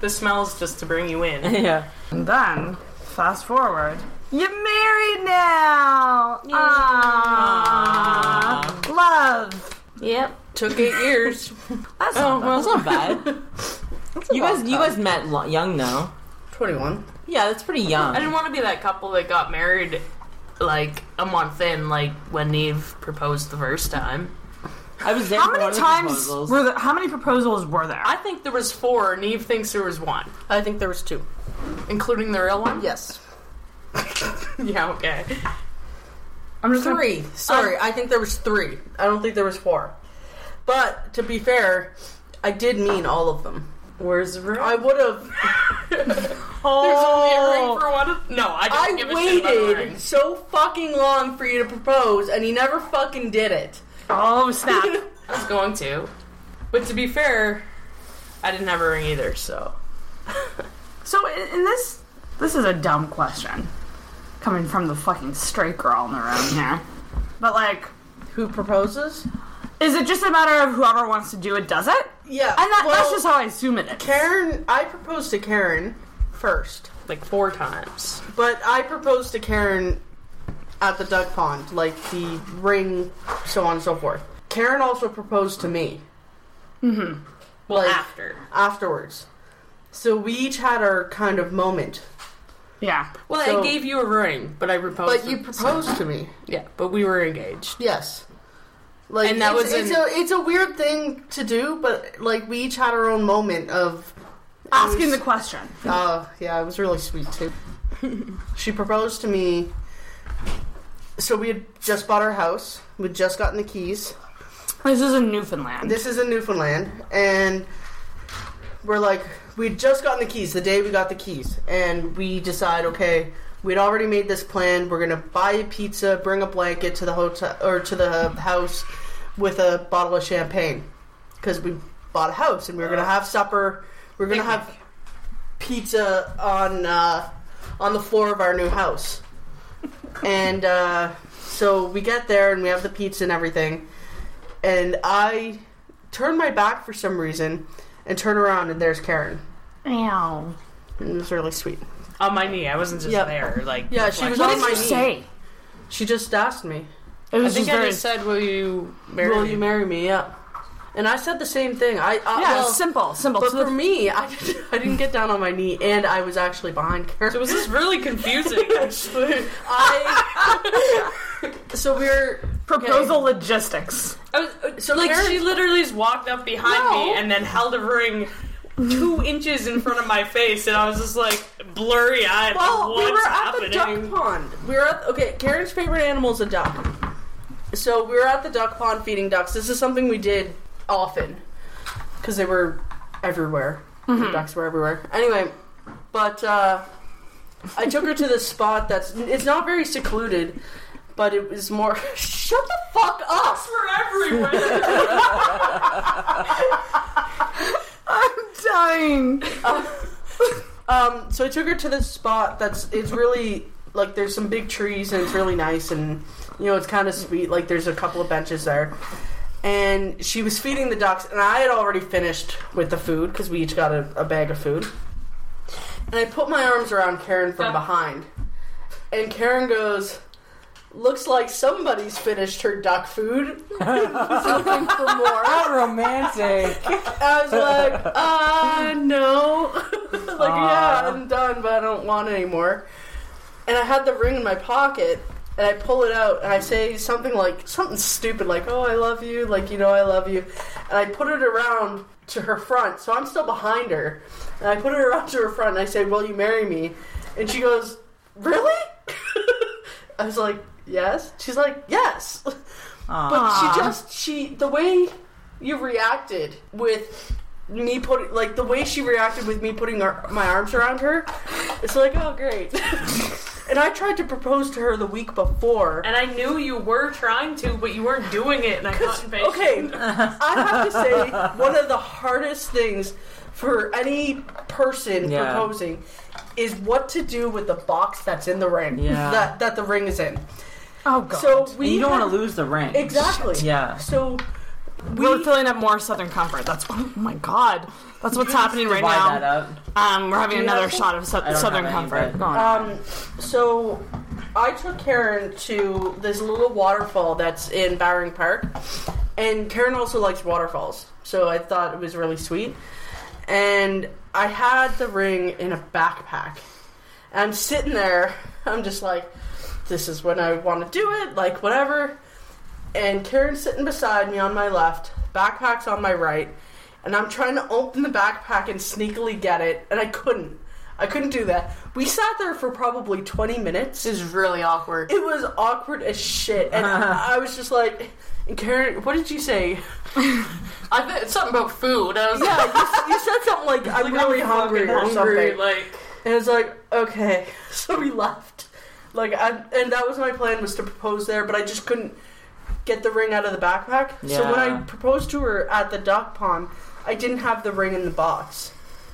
[SPEAKER 4] the smells just to bring you in.
[SPEAKER 3] yeah.
[SPEAKER 5] And then fast forward, you're married now. Ah, love.
[SPEAKER 4] Yep.
[SPEAKER 7] Took eight years.
[SPEAKER 5] That's
[SPEAKER 3] Oh,
[SPEAKER 5] not
[SPEAKER 3] well, that's not bad. you guys, you guys met lo- young though.
[SPEAKER 7] 21.
[SPEAKER 3] Yeah, that's pretty young.
[SPEAKER 4] I didn't want to be that couple that got married like a month in, like when Neve proposed the first time.
[SPEAKER 3] I was there.
[SPEAKER 5] How
[SPEAKER 3] for one
[SPEAKER 5] many
[SPEAKER 3] of the
[SPEAKER 5] times
[SPEAKER 3] proposals.
[SPEAKER 5] were there, how many proposals were there?
[SPEAKER 4] I think there was four. Neve thinks there was one,
[SPEAKER 7] I think there was two.
[SPEAKER 4] including the real one.
[SPEAKER 7] Yes.
[SPEAKER 4] Yeah. Okay.
[SPEAKER 5] I'm just gonna-
[SPEAKER 7] Three. Sorry, I think there was three. I don't think there was four. But to be fair, I did mean all of them.
[SPEAKER 4] Where's the ring?
[SPEAKER 7] I would have.
[SPEAKER 4] There's only a ring for one. Of- no, I don't
[SPEAKER 7] I
[SPEAKER 4] Oh. give a shit about the
[SPEAKER 7] waited
[SPEAKER 4] rings.
[SPEAKER 7] so fucking long for you to propose, and he never fucking did it.
[SPEAKER 5] Oh snap!
[SPEAKER 4] I was going to, but to be fair, I didn't have a ring either. So
[SPEAKER 5] so in, in this, this is a dumb question, coming from the fucking straight girl in the room here. But like,
[SPEAKER 7] Who proposes?
[SPEAKER 5] is it just a matter of whoever wants to do it does it?
[SPEAKER 7] Yeah.
[SPEAKER 5] And that,
[SPEAKER 7] well,
[SPEAKER 5] that's just how I assume it is.
[SPEAKER 7] Karen. I proposed to Karen first,
[SPEAKER 4] like four times.
[SPEAKER 7] but I proposed to Karen at the duck pond, like the ring, so on and so forth. Karen also proposed to me
[SPEAKER 4] Well,
[SPEAKER 7] Like-
[SPEAKER 4] after.
[SPEAKER 7] afterwards. So we each had our kind of moment.
[SPEAKER 5] yeah.
[SPEAKER 4] Well,
[SPEAKER 7] So-
[SPEAKER 4] I gave you a ring, but I proposed.
[SPEAKER 7] But you
[SPEAKER 4] to-
[SPEAKER 7] proposed to me.
[SPEAKER 4] yeah, but we were engaged.
[SPEAKER 7] Yes. Like
[SPEAKER 4] And that
[SPEAKER 7] it's,
[SPEAKER 4] was
[SPEAKER 7] it's
[SPEAKER 4] in-
[SPEAKER 7] a it's a weird thing to do, but like we each had our own moment of
[SPEAKER 5] Asking
[SPEAKER 7] was-
[SPEAKER 5] the question.
[SPEAKER 7] Oh yeah, it was really sweet too. she proposed to me. So we had just bought our house. We'd just gotten the keys.
[SPEAKER 5] This is in Newfoundland.
[SPEAKER 7] This is in Newfoundland, and we're like, we'd just gotten the keys the day we got the keys, and we decide, okay, we'd already made this plan. We're gonna buy a pizza, bring a blanket to the hotel or to the house with a bottle of champagne, because we bought a house and we were gonna have supper. We are gonna have pizza on uh, on the floor of our new house, and uh, so we get there and we have the pizza and everything, and I turn my back for some reason and turn around and there's Karen.
[SPEAKER 5] Ow.
[SPEAKER 7] And it was really sweet.
[SPEAKER 4] On my knee. I wasn't just
[SPEAKER 7] Yeah.
[SPEAKER 4] there. Like
[SPEAKER 7] Yeah, she was
[SPEAKER 5] What
[SPEAKER 7] on
[SPEAKER 5] did
[SPEAKER 7] my
[SPEAKER 5] you
[SPEAKER 7] knee.
[SPEAKER 5] say?
[SPEAKER 7] She just asked me,
[SPEAKER 5] It
[SPEAKER 4] I
[SPEAKER 5] was
[SPEAKER 4] think
[SPEAKER 5] just
[SPEAKER 4] I
[SPEAKER 5] very
[SPEAKER 4] just said, "Will you marry
[SPEAKER 7] "Will
[SPEAKER 4] me?"
[SPEAKER 7] you marry me?" Yeah. And I said the same thing. I, I
[SPEAKER 5] yeah,
[SPEAKER 7] well,
[SPEAKER 5] simple, simple.
[SPEAKER 7] but
[SPEAKER 5] To the-
[SPEAKER 7] for me, I didn't, I didn't get down on my knee, and I was actually behind Karen.
[SPEAKER 4] So was this really confusing? Actually,
[SPEAKER 7] I. so we were
[SPEAKER 5] proposal logistics.
[SPEAKER 4] I was, so
[SPEAKER 7] Like,
[SPEAKER 4] Karen,
[SPEAKER 7] she
[SPEAKER 4] she literally just walked up behind
[SPEAKER 7] No.
[SPEAKER 4] me and then held a ring two inches in front of my face, and I was just like blurry eyed.
[SPEAKER 7] Well,
[SPEAKER 4] what's
[SPEAKER 7] we were
[SPEAKER 4] happening?
[SPEAKER 7] at the duck pond. We were at okay. Karen's favorite animal is a duck, so we were at the duck pond feeding ducks. This is something we did often because they were everywhere.
[SPEAKER 4] Mm-hmm.
[SPEAKER 7] The ducks were everywhere. Anyway, but uh, I took her to this spot that's it's not very secluded, but it was more. Shut the fuck up!
[SPEAKER 4] We're everywhere.
[SPEAKER 5] Dying.
[SPEAKER 7] Um, so I took her to this spot that's it's really like there's some big trees and it's really nice and you know it's kind of sweet. Like there's a couple of benches there, and she was feeding the ducks, and I had already finished with the food because we each got a, a bag of food. And I put my arms around Karen from behind, and Karen goes. Looks like somebody's finished her duck food. Looking for more.
[SPEAKER 3] romantic.
[SPEAKER 7] I was like, uh, no. like, yeah, I'm done, but I don't want it anymore. And I had the ring in my pocket, and I pull it out, and I say something like, something stupid, like, oh, I love you, like, you know, I love you. And I put it around to her front, so I'm still behind her. And I put it around to her front, and I say, will you marry me? And she goes, really? I was like, yes. She's like, yes. But she just, she, the way you reacted with me putting like the way she reacted with me putting our, my arms around her it's like oh great and i tried to propose to her the week before
[SPEAKER 4] and I knew you were trying to, but you weren't doing it, and I got impatient.
[SPEAKER 7] okay i have to say one of the hardest things for any person
[SPEAKER 3] Yeah.
[SPEAKER 7] proposing is what to do with the box that's in the ring
[SPEAKER 3] Yeah.
[SPEAKER 7] that, that the ring is in
[SPEAKER 5] Oh god.
[SPEAKER 7] so we
[SPEAKER 3] You don't want
[SPEAKER 7] had-
[SPEAKER 3] to lose the ring.
[SPEAKER 7] exactly
[SPEAKER 3] Yeah.
[SPEAKER 7] so
[SPEAKER 5] we, are filling up more Southern Comfort. That's oh my god. That's what's happening right
[SPEAKER 3] Divide that
[SPEAKER 5] now.
[SPEAKER 3] up.
[SPEAKER 5] Um, we're having another
[SPEAKER 7] have some?
[SPEAKER 5] shot of sou-
[SPEAKER 3] I don't
[SPEAKER 5] Southern
[SPEAKER 3] have any, but-
[SPEAKER 5] Comfort. Go on.
[SPEAKER 7] Um, so I took Karen to this little waterfall that's in Bowring Park, And Karen also likes waterfalls, so I thought it was really sweet. And I had the ring in a backpack. And I'm sitting there, I'm just like, this is when I want to do it, like, whatever. And Karen's sitting beside me on my left, backpack's on my right. And I'm trying to open the backpack and sneakily get it, and I couldn't. I couldn't do that. We sat there for probably 20 minutes.
[SPEAKER 4] This is really awkward.
[SPEAKER 7] It was awkward as shit, and I was just like, and Karen, what did you say?
[SPEAKER 4] I think it's something about food. I was
[SPEAKER 7] Yeah, you, you said something like, "I'm really hungry" or something.
[SPEAKER 4] Like,
[SPEAKER 7] and it's like, okay, so we left. Like, I, and that was my plan was to propose there, but I just couldn't get the ring out of the backpack. So when
[SPEAKER 3] Yeah.
[SPEAKER 7] I proposed to her at the duck pond, I didn't have the ring in the box.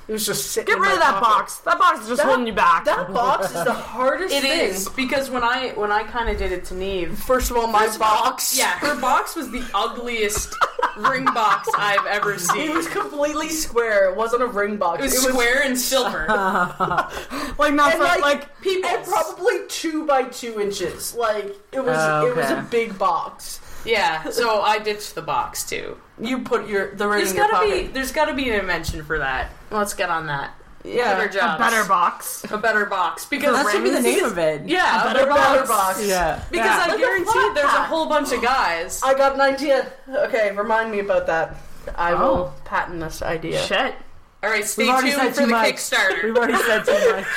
[SPEAKER 7] It was just sitting.
[SPEAKER 5] Get
[SPEAKER 7] in
[SPEAKER 5] rid
[SPEAKER 7] my
[SPEAKER 5] of that
[SPEAKER 7] pocket.
[SPEAKER 5] box. That box is just
[SPEAKER 7] That-
[SPEAKER 5] holding you back.
[SPEAKER 7] That box is the hardest
[SPEAKER 4] it
[SPEAKER 7] thing.
[SPEAKER 4] is because when I when I kind of did it to Neve.
[SPEAKER 7] First of all, my box.
[SPEAKER 4] Yeah, her box was the ugliest ring box I've ever
[SPEAKER 7] It
[SPEAKER 4] seen.
[SPEAKER 7] was completely square. It wasn't a ring box.
[SPEAKER 4] It was square and silver.
[SPEAKER 5] like
[SPEAKER 7] and,
[SPEAKER 5] not for like,
[SPEAKER 7] like,
[SPEAKER 4] People,
[SPEAKER 7] and probably two by two inches. Like it was,
[SPEAKER 3] Oh,
[SPEAKER 7] it was
[SPEAKER 3] okay.
[SPEAKER 7] a big box.
[SPEAKER 4] yeah. So I ditched the box too.
[SPEAKER 7] You put your the ring
[SPEAKER 4] There's
[SPEAKER 7] in your
[SPEAKER 4] gotta be
[SPEAKER 7] pocket.
[SPEAKER 4] there's gotta be an invention for that. Let's get on that.
[SPEAKER 7] yeah,
[SPEAKER 4] Better
[SPEAKER 5] a
[SPEAKER 4] jobs.
[SPEAKER 5] better box.
[SPEAKER 4] A better box because
[SPEAKER 3] That should be the name of it.
[SPEAKER 4] Yeah,
[SPEAKER 7] better box.
[SPEAKER 3] Yeah.
[SPEAKER 4] Because
[SPEAKER 5] Yeah.
[SPEAKER 4] I
[SPEAKER 7] Like a
[SPEAKER 4] guarantee
[SPEAKER 7] flat
[SPEAKER 4] there's a
[SPEAKER 7] pack.
[SPEAKER 4] whole bunch of guys.
[SPEAKER 7] I got an idea. Okay, remind me about that. I will patent this idea.
[SPEAKER 5] Oh. Shit.
[SPEAKER 4] All right, stay
[SPEAKER 3] We've already
[SPEAKER 4] tuned
[SPEAKER 3] said
[SPEAKER 4] for
[SPEAKER 3] too
[SPEAKER 4] the
[SPEAKER 3] much. We've
[SPEAKER 4] Kickstarter.
[SPEAKER 3] already said too much.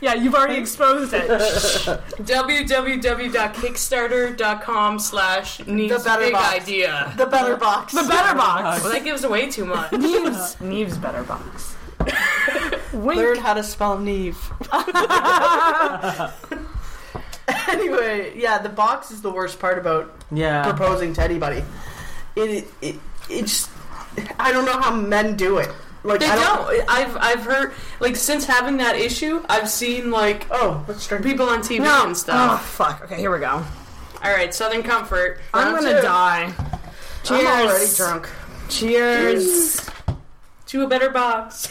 [SPEAKER 5] Yeah, you've already exposed it.
[SPEAKER 4] www.kickstarter.com slash Neve's
[SPEAKER 7] better
[SPEAKER 4] big
[SPEAKER 7] box.
[SPEAKER 4] idea.
[SPEAKER 7] The better box.
[SPEAKER 5] The better box.
[SPEAKER 4] Well, that gives away too much.
[SPEAKER 5] Neves. Neves better box. Wink.
[SPEAKER 7] Learn how to spell Neve. anyway, yeah, the box is the worst part about
[SPEAKER 3] Yeah.
[SPEAKER 7] proposing to anybody. It, it, it just, I don't know how men do it. Like
[SPEAKER 4] They
[SPEAKER 7] I don't.
[SPEAKER 4] don't. I've I've heard like since having that issue, I've seen like
[SPEAKER 7] Oh, let's drink.
[SPEAKER 4] people on TV and
[SPEAKER 5] Oh
[SPEAKER 4] stuff.
[SPEAKER 5] fuck. Okay, here we go.
[SPEAKER 4] All right, Southern Comfort.
[SPEAKER 5] I'm
[SPEAKER 7] Round
[SPEAKER 5] gonna
[SPEAKER 7] two.
[SPEAKER 5] die. Cheers.
[SPEAKER 7] I'm already drunk.
[SPEAKER 5] Cheers.
[SPEAKER 4] to a better box.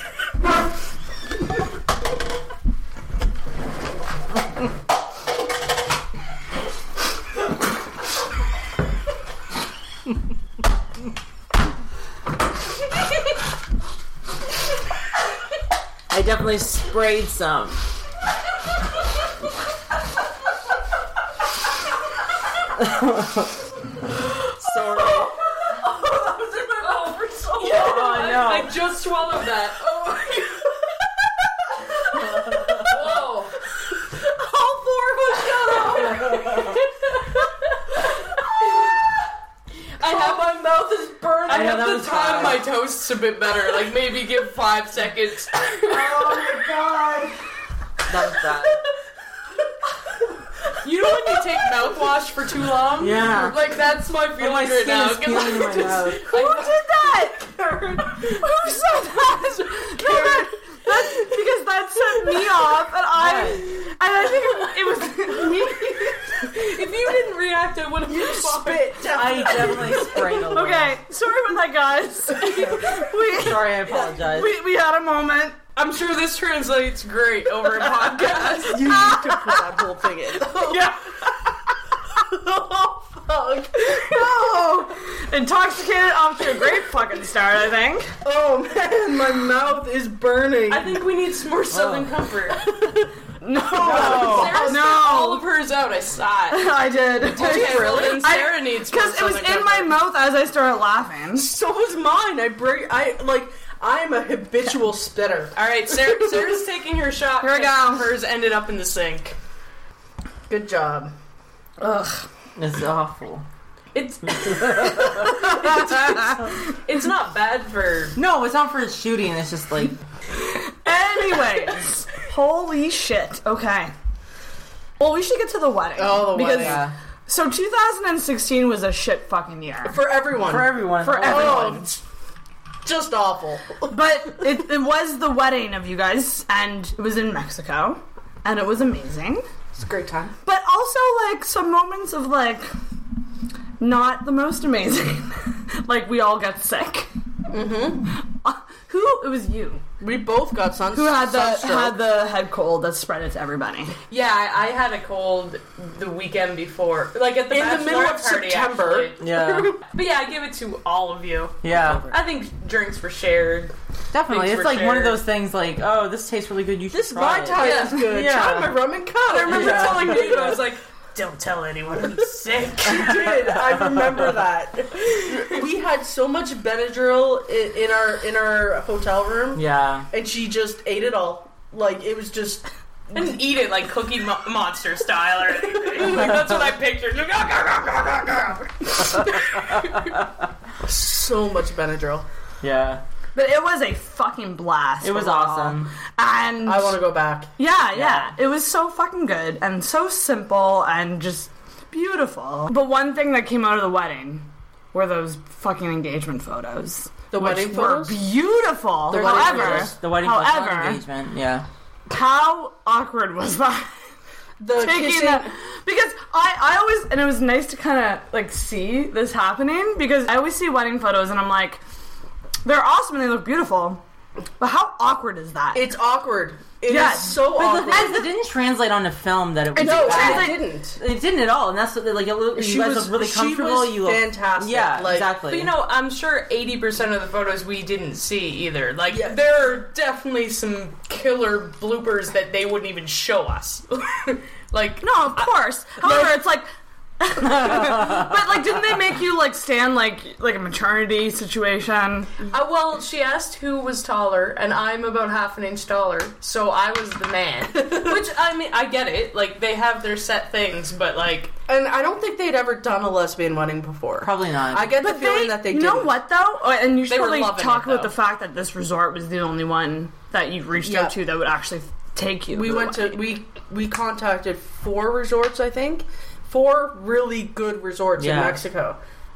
[SPEAKER 3] I definitely sprayed some. Sorry. Oh,
[SPEAKER 4] I
[SPEAKER 3] no.
[SPEAKER 4] just swallowed that. Oh my god. Whoa. All four of us got up. I have my mouth is burning. I
[SPEAKER 3] Yeah,
[SPEAKER 4] have
[SPEAKER 3] that
[SPEAKER 4] to
[SPEAKER 3] was
[SPEAKER 4] time
[SPEAKER 3] bad.
[SPEAKER 4] my toast's a bit better. Like maybe give five seconds.
[SPEAKER 3] That was bad.
[SPEAKER 4] You know when you take mouthwash for too long?
[SPEAKER 3] Yeah.
[SPEAKER 4] Like that's my feeling
[SPEAKER 3] My
[SPEAKER 4] right
[SPEAKER 3] skin
[SPEAKER 4] now.
[SPEAKER 3] is
[SPEAKER 4] 'cause
[SPEAKER 3] peeling in
[SPEAKER 4] I
[SPEAKER 3] my
[SPEAKER 4] just-
[SPEAKER 3] mouth.
[SPEAKER 5] Who did that? Who said that? No, that, that- because that set me off, and I and I think it was
[SPEAKER 4] If you didn't react, I would have been fine.
[SPEAKER 7] Spit down.
[SPEAKER 3] I definitely sprayed a little.
[SPEAKER 5] okay. Sorry about that, guys. we
[SPEAKER 3] Sorry, I apologize.
[SPEAKER 5] we we had a moment.
[SPEAKER 4] I'm sure this translates great over a podcast.
[SPEAKER 7] You need to put that whole thing in.
[SPEAKER 5] Yeah.
[SPEAKER 7] Oh, fuck.
[SPEAKER 5] Oh, intoxicated off to a great fucking start. I think.
[SPEAKER 7] Oh, man, my mouth is burning.
[SPEAKER 4] I think we need some more Southern comfort.
[SPEAKER 5] Oh. No.
[SPEAKER 4] Sarah spit all
[SPEAKER 5] No.
[SPEAKER 4] of hers out. I saw it.
[SPEAKER 5] I did.
[SPEAKER 4] Okay, really? Then
[SPEAKER 5] I-
[SPEAKER 4] Sarah needs more
[SPEAKER 5] Because it was
[SPEAKER 4] Southern
[SPEAKER 5] in
[SPEAKER 4] comfort.
[SPEAKER 5] my mouth as I started laughing.
[SPEAKER 7] so was mine. I break. I like. I'm a habitual spitter.
[SPEAKER 4] All right, Sarah, Sarah's taking her shot.
[SPEAKER 5] Here we go.
[SPEAKER 4] Hers ended up in the sink.
[SPEAKER 7] Good job.
[SPEAKER 3] It's awful.
[SPEAKER 4] It's it's not bad for
[SPEAKER 3] No, it's not for its shooting. It's just like
[SPEAKER 5] Anyways, holy shit. Okay. Well, we should get to the wedding.
[SPEAKER 7] Oh, the
[SPEAKER 5] because,
[SPEAKER 7] wedding.
[SPEAKER 3] yeah.
[SPEAKER 5] So 2016 was a shit fucking year.
[SPEAKER 7] For everyone.
[SPEAKER 3] for everyone.
[SPEAKER 5] For
[SPEAKER 7] Oh,
[SPEAKER 5] everyone.
[SPEAKER 7] it's just awful.
[SPEAKER 5] But it, it was the wedding of you guys, and it was in Mexico, and it was amazing.
[SPEAKER 7] It's a great time.
[SPEAKER 5] But also, like, some moments of, like, not the most amazing. like, we all got sick. Mm-hmm. who it was you
[SPEAKER 7] We both got sun-
[SPEAKER 5] who had the
[SPEAKER 7] sunstroke.
[SPEAKER 5] had the head cold that spread it to everybody.
[SPEAKER 4] Yeah, I, I had a cold the weekend before, like at the
[SPEAKER 7] In the middle
[SPEAKER 4] bachelorette
[SPEAKER 7] of
[SPEAKER 4] party,
[SPEAKER 7] September.
[SPEAKER 4] actually.
[SPEAKER 3] Yeah.
[SPEAKER 4] But yeah, I give it to all of you.
[SPEAKER 3] Yeah.
[SPEAKER 4] I think drinks were shared.
[SPEAKER 3] Definitely.
[SPEAKER 4] Thanks
[SPEAKER 3] It's
[SPEAKER 4] for
[SPEAKER 3] like one
[SPEAKER 4] sharing.
[SPEAKER 3] of those things like, oh, this tastes really good. You should
[SPEAKER 7] This
[SPEAKER 3] try
[SPEAKER 7] my
[SPEAKER 3] it.
[SPEAKER 7] tie is
[SPEAKER 4] Yeah.
[SPEAKER 7] good.
[SPEAKER 3] Yeah.
[SPEAKER 7] Try my rum and coke.
[SPEAKER 4] I remember
[SPEAKER 3] Yeah.
[SPEAKER 4] telling Dave, I was like, "Don't tell anyone I'm sick."
[SPEAKER 7] did. I remember that. We had so much Benadryl in, in our in our hotel room,
[SPEAKER 3] Yeah.
[SPEAKER 7] and she just ate it all. Like it was just
[SPEAKER 4] I didn't eat it like Cookie Mo- Monster style or anything. Like that's what I pictured.
[SPEAKER 7] so much Benadryl.
[SPEAKER 3] Yeah.
[SPEAKER 5] But it was a fucking blast.
[SPEAKER 3] It was
[SPEAKER 5] overall.
[SPEAKER 3] awesome.
[SPEAKER 5] And
[SPEAKER 7] I want to go back.
[SPEAKER 5] Yeah, yeah. It was so fucking good and so simple and just beautiful. But one thing that came out of the wedding were those fucking engagement photos.
[SPEAKER 7] The
[SPEAKER 5] which
[SPEAKER 7] wedding
[SPEAKER 5] were
[SPEAKER 7] photos?
[SPEAKER 5] beautiful.
[SPEAKER 7] The wedding
[SPEAKER 5] however,
[SPEAKER 7] photos.
[SPEAKER 3] The wedding plus one
[SPEAKER 5] however,
[SPEAKER 3] engagement. Yeah.
[SPEAKER 5] how awkward was that?
[SPEAKER 7] The
[SPEAKER 5] Taking
[SPEAKER 7] kissing.
[SPEAKER 5] that because I, I always and it was nice to kind of like see this happening because I always see wedding photos and I'm like, they're awesome and they look beautiful, but how awkward is that?
[SPEAKER 7] It's awkward. It is
[SPEAKER 5] Yeah,
[SPEAKER 7] so
[SPEAKER 3] But
[SPEAKER 7] awkward.
[SPEAKER 3] the thing is, it didn't translate on a film that it was.
[SPEAKER 5] It
[SPEAKER 7] no,
[SPEAKER 5] didn't
[SPEAKER 7] I
[SPEAKER 5] translate-
[SPEAKER 7] didn't.
[SPEAKER 3] It didn't at all, and that's what, like you look-
[SPEAKER 7] She
[SPEAKER 3] you guys
[SPEAKER 7] was-
[SPEAKER 3] look really
[SPEAKER 7] she
[SPEAKER 3] comfortable.
[SPEAKER 7] was
[SPEAKER 3] you look
[SPEAKER 7] fantastic,
[SPEAKER 3] Yeah,
[SPEAKER 7] like-
[SPEAKER 3] exactly.
[SPEAKER 4] But you know, I'm sure 80% of the photos we didn't see either. Like,
[SPEAKER 7] Yeah.
[SPEAKER 4] there are definitely some killer bloopers that they wouldn't even show us. like,
[SPEAKER 5] No, of course. However, it's like. but like, didn't they make you like stand like like a maternity situation?
[SPEAKER 4] Uh, well, she asked who was taller, and I'm about half an inch taller, so I was the man. Which, I mean, I get it. Like, they have their set things, but, like,
[SPEAKER 7] And I don't think they'd ever done a lesbian weddning before.
[SPEAKER 3] probably not.
[SPEAKER 7] I get the
[SPEAKER 5] But
[SPEAKER 7] feeling that they
[SPEAKER 5] you
[SPEAKER 7] did.
[SPEAKER 5] know what though, Oh, and you should
[SPEAKER 4] They were
[SPEAKER 5] probably
[SPEAKER 4] loving
[SPEAKER 5] talk
[SPEAKER 4] it,
[SPEAKER 5] about
[SPEAKER 4] though.
[SPEAKER 5] the fact that this resort was the only one that you reached
[SPEAKER 7] Yeah.
[SPEAKER 5] out to that would actually take you.
[SPEAKER 7] We
[SPEAKER 5] the
[SPEAKER 7] went to
[SPEAKER 5] way.
[SPEAKER 7] we we contacted four resorts, I think, four really good resorts in
[SPEAKER 3] Yeah.
[SPEAKER 7] Mexico,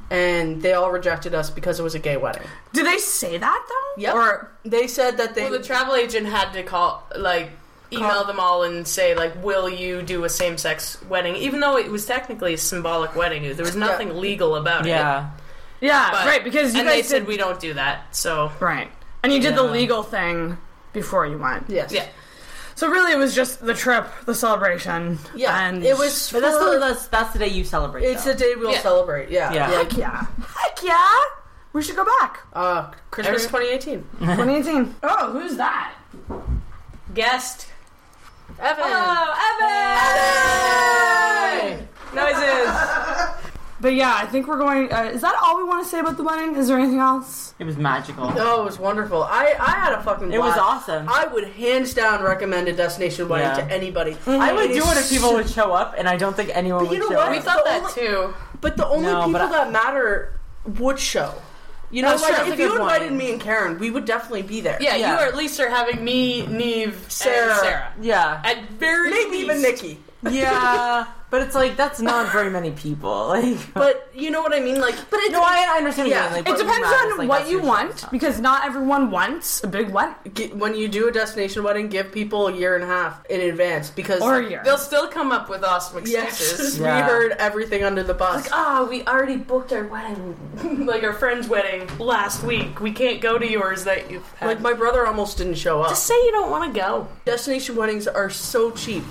[SPEAKER 7] and they all rejected us because it was a gay wedding.
[SPEAKER 5] Do they say that though?
[SPEAKER 7] Yep.
[SPEAKER 5] Or
[SPEAKER 7] They said that they
[SPEAKER 4] Well, the travel agent had to call, like, email
[SPEAKER 7] Call-
[SPEAKER 4] them all and say, like, will you do a same sex wedding? Even though it was technically a symbolic wedding, there was nothing legal about it.
[SPEAKER 3] yeah,
[SPEAKER 5] yeah,
[SPEAKER 4] But-
[SPEAKER 5] right. Because you
[SPEAKER 4] and
[SPEAKER 5] guys
[SPEAKER 4] they
[SPEAKER 5] did,
[SPEAKER 4] said we don't do that, so
[SPEAKER 5] right, and you did the
[SPEAKER 3] Yeah.
[SPEAKER 5] legal thing before you went.
[SPEAKER 7] yes,
[SPEAKER 4] yeah.
[SPEAKER 5] So really, it was just the trip, the celebration.
[SPEAKER 7] yeah.
[SPEAKER 5] and
[SPEAKER 7] it was.
[SPEAKER 3] but that's
[SPEAKER 7] for-
[SPEAKER 3] the that's, that's the day you celebrate.
[SPEAKER 7] It's
[SPEAKER 3] though.
[SPEAKER 7] the day we'll
[SPEAKER 4] Yeah.
[SPEAKER 7] celebrate. Yeah,
[SPEAKER 3] Yeah.
[SPEAKER 7] Like,
[SPEAKER 5] yeah, heck yeah. We should go back.
[SPEAKER 7] uh, Christmas 2018.
[SPEAKER 5] 2018. Oh, who's that?
[SPEAKER 4] Guest
[SPEAKER 7] Evan.
[SPEAKER 4] noises.
[SPEAKER 5] But yeah, I think we're going. Uh, is that all we want to say about the wedding? Is there anything else?
[SPEAKER 3] it was magical.
[SPEAKER 7] Oh, it was wonderful. I, I had a fucking.
[SPEAKER 3] It was
[SPEAKER 7] blast.
[SPEAKER 3] awesome.
[SPEAKER 7] I would hands down recommend a destination wedding
[SPEAKER 3] Yeah.
[SPEAKER 7] to anybody.
[SPEAKER 3] I would
[SPEAKER 7] It
[SPEAKER 3] do
[SPEAKER 7] is
[SPEAKER 3] it if people would show up, and I don't think anyone
[SPEAKER 7] But you
[SPEAKER 3] would
[SPEAKER 7] know
[SPEAKER 3] show
[SPEAKER 7] what?
[SPEAKER 4] We
[SPEAKER 3] up.
[SPEAKER 4] thought
[SPEAKER 7] The
[SPEAKER 4] that
[SPEAKER 7] only-
[SPEAKER 4] too.
[SPEAKER 7] But the only
[SPEAKER 3] No,
[SPEAKER 7] people
[SPEAKER 3] but I-
[SPEAKER 7] that matter would show. You know,
[SPEAKER 3] That's
[SPEAKER 7] like
[SPEAKER 3] true.
[SPEAKER 7] if
[SPEAKER 3] That's a
[SPEAKER 7] you
[SPEAKER 3] good
[SPEAKER 7] invited
[SPEAKER 3] point.
[SPEAKER 7] me and Karen, we would definitely be there.
[SPEAKER 4] Yeah,
[SPEAKER 3] Yeah.
[SPEAKER 4] you at least are having me, Neve,
[SPEAKER 7] Sarah.
[SPEAKER 4] and Sarah.
[SPEAKER 3] Yeah,
[SPEAKER 4] At very
[SPEAKER 7] maybe
[SPEAKER 4] least.
[SPEAKER 7] even Nikki.
[SPEAKER 3] yeah, but it's like that's not very many people. Like,
[SPEAKER 7] But you know what I mean? Like, but
[SPEAKER 3] no, I, I understand.
[SPEAKER 7] Yeah.
[SPEAKER 3] what you mean, like,
[SPEAKER 5] It
[SPEAKER 3] but
[SPEAKER 5] depends
[SPEAKER 3] matters,
[SPEAKER 5] on
[SPEAKER 3] like,
[SPEAKER 5] what
[SPEAKER 3] that's
[SPEAKER 5] you
[SPEAKER 3] your
[SPEAKER 5] want
[SPEAKER 3] choice.
[SPEAKER 5] because not everyone wants a big wedding
[SPEAKER 7] when you do a destination wedding, give people a year and a half in advance because
[SPEAKER 5] or a year.
[SPEAKER 4] They'll still come up with awesome
[SPEAKER 7] yes,
[SPEAKER 4] excuses.
[SPEAKER 7] we
[SPEAKER 3] Yeah.
[SPEAKER 7] heard everything under the bus.
[SPEAKER 4] Ah, we already booked our wedding, like our friend's wedding last week. We can't go to yours that you've had.
[SPEAKER 7] like my brother almost didn't show up.
[SPEAKER 4] Just say you don't want to go.
[SPEAKER 7] destination weddings are so cheap.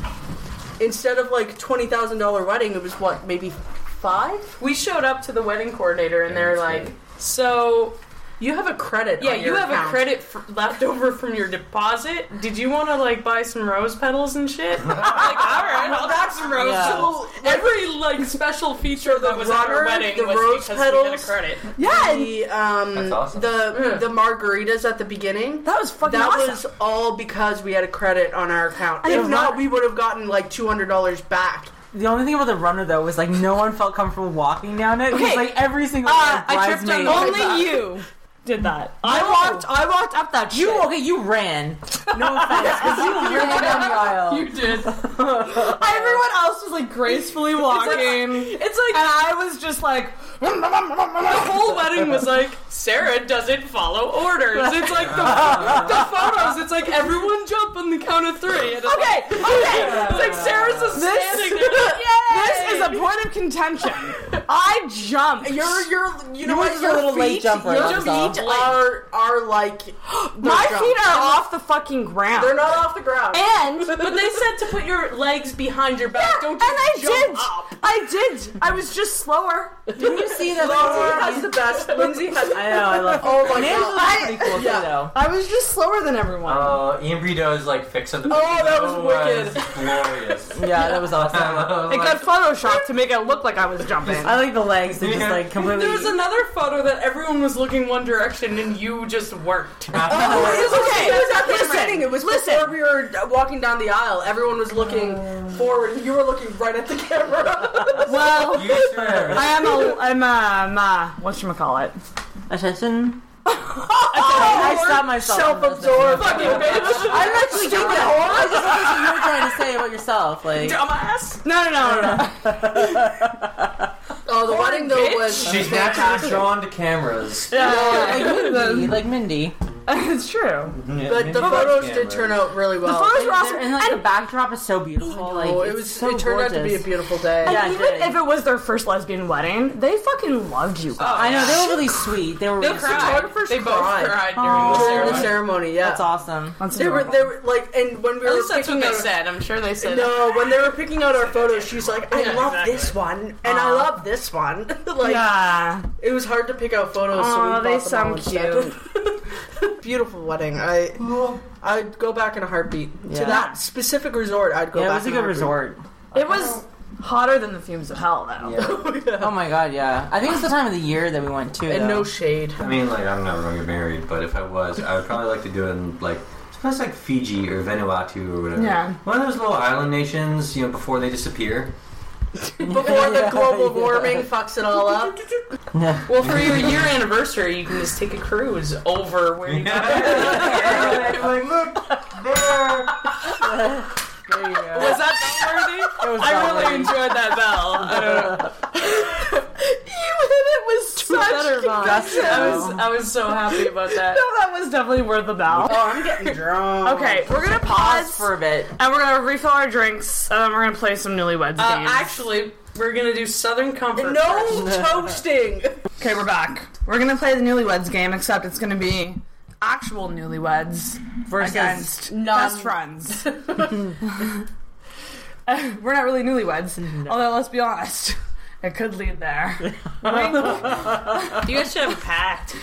[SPEAKER 7] Instead of like twenty thousand dollar wedding, it was what maybe five.
[SPEAKER 4] We showed up to the wedding coordinator and they're like, so
[SPEAKER 7] You have a credit.
[SPEAKER 4] Yeah,
[SPEAKER 7] on
[SPEAKER 4] you
[SPEAKER 7] your
[SPEAKER 4] have
[SPEAKER 7] account.
[SPEAKER 4] a credit f- left over from your deposit. Did you want to like buy some rose petals and shit? like, all right, I'll buy some rose
[SPEAKER 3] Yeah.
[SPEAKER 4] petals. Every like special feature that was at our
[SPEAKER 7] runner,
[SPEAKER 4] wedding
[SPEAKER 7] the
[SPEAKER 4] was
[SPEAKER 7] rose
[SPEAKER 4] because we had a
[SPEAKER 7] petals.
[SPEAKER 4] credit.
[SPEAKER 5] yeah, and
[SPEAKER 7] the um
[SPEAKER 8] That's awesome.
[SPEAKER 7] the the margaritas at the beginning.
[SPEAKER 5] that was fucking
[SPEAKER 7] That
[SPEAKER 5] awesome.
[SPEAKER 7] was all because we had a credit on our account.
[SPEAKER 5] I
[SPEAKER 7] If
[SPEAKER 5] have
[SPEAKER 7] not,
[SPEAKER 5] not-
[SPEAKER 7] we would have gotten like two hundred dollars back.
[SPEAKER 3] The only thing about the runner though was like no one felt comfortable walking down it. It was
[SPEAKER 5] Okay.
[SPEAKER 3] like every single
[SPEAKER 5] Uh,
[SPEAKER 3] like,
[SPEAKER 5] I tripped on
[SPEAKER 3] bridesmaid-
[SPEAKER 7] the-
[SPEAKER 5] only you did that. I walked. I walked up that.
[SPEAKER 3] You
[SPEAKER 5] shit.
[SPEAKER 3] okay? You ran. No offense, 'cause you ran down the aisle.
[SPEAKER 4] You did.
[SPEAKER 5] Everyone else was like gracefully walking,
[SPEAKER 4] It's like
[SPEAKER 5] and I was just like.
[SPEAKER 4] the whole wedding was like Sarah doesn't follow orders. It's like the, the photos. It's like everyone jump on the count of three. And it's
[SPEAKER 5] Okay, okay.
[SPEAKER 4] like, it's like Sarah's just
[SPEAKER 5] This-
[SPEAKER 4] standing there. Like,
[SPEAKER 5] This is a point of contention. I jumped.
[SPEAKER 7] You're you're you know
[SPEAKER 5] were
[SPEAKER 7] what?
[SPEAKER 5] just a
[SPEAKER 7] your
[SPEAKER 5] little
[SPEAKER 7] feet,
[SPEAKER 5] late jumper,
[SPEAKER 7] Your
[SPEAKER 5] that's
[SPEAKER 7] feet
[SPEAKER 5] all.
[SPEAKER 7] are are like
[SPEAKER 5] My feet are off the fucking ground.
[SPEAKER 7] They're not off the ground.
[SPEAKER 5] And
[SPEAKER 4] But they said to put your legs behind your back. Don't
[SPEAKER 5] and
[SPEAKER 4] just
[SPEAKER 5] I
[SPEAKER 4] jump
[SPEAKER 5] did.
[SPEAKER 4] up.
[SPEAKER 5] I did. I was just slower.
[SPEAKER 3] Didn't you see that?
[SPEAKER 7] Laura
[SPEAKER 3] Lindsay
[SPEAKER 7] has the best. Lindsay has.
[SPEAKER 3] I know. I love.
[SPEAKER 7] Oh my god.
[SPEAKER 3] Angela's pretty cool
[SPEAKER 7] Yeah.
[SPEAKER 3] too, though.
[SPEAKER 5] I was just slower than everyone.
[SPEAKER 8] Uh, Ian Brito is like fixing the.
[SPEAKER 7] Oh, that was
[SPEAKER 8] glorious.
[SPEAKER 3] Yeah, that was awesome.
[SPEAKER 5] it
[SPEAKER 8] it
[SPEAKER 5] got photoshopped to make it look like I was jumping.
[SPEAKER 3] I like the legs. They're just like completely.
[SPEAKER 4] There was another photo that everyone was looking one direction and you just worked.
[SPEAKER 7] Oh,
[SPEAKER 5] okay,
[SPEAKER 7] It was at the
[SPEAKER 5] listen,
[SPEAKER 7] beginning. It was
[SPEAKER 5] listen.
[SPEAKER 7] before we were uh, walking down the aisle. Everyone was looking forward, and you were looking right at the camera.
[SPEAKER 5] Well,
[SPEAKER 8] You sure?
[SPEAKER 5] I am a. I'm a. I'm a what you call it?
[SPEAKER 3] Attention.
[SPEAKER 7] Oh,
[SPEAKER 3] I stopped myself. on this.
[SPEAKER 5] Oh, Self-absorbed.
[SPEAKER 4] Fucking bitch.
[SPEAKER 3] I'm actually giving it I just what you were trying to say about yourself. Like,
[SPEAKER 4] Dumbass.
[SPEAKER 5] No, no, no, no, no.
[SPEAKER 7] oh, the wedding though was.
[SPEAKER 8] She's naturally drawn to cameras.
[SPEAKER 3] like Mindy. Like Mindy.
[SPEAKER 5] it's true.
[SPEAKER 7] But the photos did turn out really
[SPEAKER 5] The
[SPEAKER 7] well.
[SPEAKER 5] photos were awesome,
[SPEAKER 3] And like the
[SPEAKER 5] and,
[SPEAKER 3] backdrop is so beautiful. Like,
[SPEAKER 7] Oh,
[SPEAKER 3] it's
[SPEAKER 7] it was.
[SPEAKER 3] So
[SPEAKER 7] it turned out to be a
[SPEAKER 3] gorgeous.
[SPEAKER 7] beautiful day.
[SPEAKER 3] Yeah, it
[SPEAKER 5] even
[SPEAKER 3] did.
[SPEAKER 5] if it was their first lesbian wedding, they fucking loved you. guys.
[SPEAKER 3] I know they were really sweet. They were.
[SPEAKER 4] Oh. They
[SPEAKER 3] Really
[SPEAKER 4] cried.
[SPEAKER 3] sweet.
[SPEAKER 4] They both cried during
[SPEAKER 5] Oh.
[SPEAKER 4] the
[SPEAKER 7] During
[SPEAKER 4] ceremony.
[SPEAKER 7] the ceremony, yeah.
[SPEAKER 3] That's awesome.
[SPEAKER 5] That's
[SPEAKER 7] They were,
[SPEAKER 5] adorable.
[SPEAKER 7] they were like, and when we
[SPEAKER 4] At
[SPEAKER 7] were
[SPEAKER 4] least that's
[SPEAKER 7] picking
[SPEAKER 4] what they
[SPEAKER 7] out-
[SPEAKER 4] said. I'm sure they said.
[SPEAKER 7] No, when they were picking out our photos, she's like, I
[SPEAKER 4] Yeah,
[SPEAKER 7] love
[SPEAKER 4] exactly.
[SPEAKER 7] this one, and I love this one. like,
[SPEAKER 5] yeah.
[SPEAKER 7] it was hard to pick out photos, so we
[SPEAKER 5] Aw,
[SPEAKER 7] bought
[SPEAKER 5] they
[SPEAKER 7] them all
[SPEAKER 5] sound
[SPEAKER 7] instead. Beautiful wedding. I, I'd go back in a heartbeat
[SPEAKER 3] Yeah.
[SPEAKER 7] to that specific resort. I'd go.
[SPEAKER 3] Yeah, it
[SPEAKER 7] back
[SPEAKER 3] was a
[SPEAKER 7] in
[SPEAKER 3] good
[SPEAKER 7] heartbeat.
[SPEAKER 3] resort.
[SPEAKER 5] It was hotter than the fumes of hell, though.
[SPEAKER 3] Oh my god, yeah. I think it's the time of the year that we went to.
[SPEAKER 7] And
[SPEAKER 3] though.
[SPEAKER 7] no shade.
[SPEAKER 8] I mean, like, I'm never gonna get married, but if I was, I would probably like to do it in like. Suppose like Fiji or Vanuatu or whatever.
[SPEAKER 5] Yeah.
[SPEAKER 8] One of those little island nations, you know, before they disappear.
[SPEAKER 7] Before the global warming fucks it all up.
[SPEAKER 4] Well, for your year anniversary, you can just take a cruise over where you got
[SPEAKER 8] like, look, there.
[SPEAKER 3] there you go.
[SPEAKER 4] Was that
[SPEAKER 3] It
[SPEAKER 4] noteworthy?
[SPEAKER 3] was
[SPEAKER 4] I really
[SPEAKER 3] lovely.
[SPEAKER 4] enjoyed that bell. I don't know.
[SPEAKER 5] it was such.
[SPEAKER 3] That's-
[SPEAKER 4] I was, I was so happy about that.
[SPEAKER 5] No, that was definitely worth the bell.
[SPEAKER 7] Oh, I'm getting drunk.
[SPEAKER 5] Okay, we're gonna pause
[SPEAKER 3] Pause for a bit.
[SPEAKER 5] and we're gonna refill our drinks, and then we're gonna play some Newlyweds
[SPEAKER 4] Uh,
[SPEAKER 5] games.
[SPEAKER 4] actually, we're gonna do Southern Comfort.
[SPEAKER 7] No toasting.
[SPEAKER 5] okay, we're back. We're gonna play the Newlyweds game, except it's gonna be actual Newlyweds
[SPEAKER 3] Versus
[SPEAKER 5] against best friends. Uh, we're not really Newlyweds, although let's be honest, it could lead there.
[SPEAKER 4] You guys should have a pact.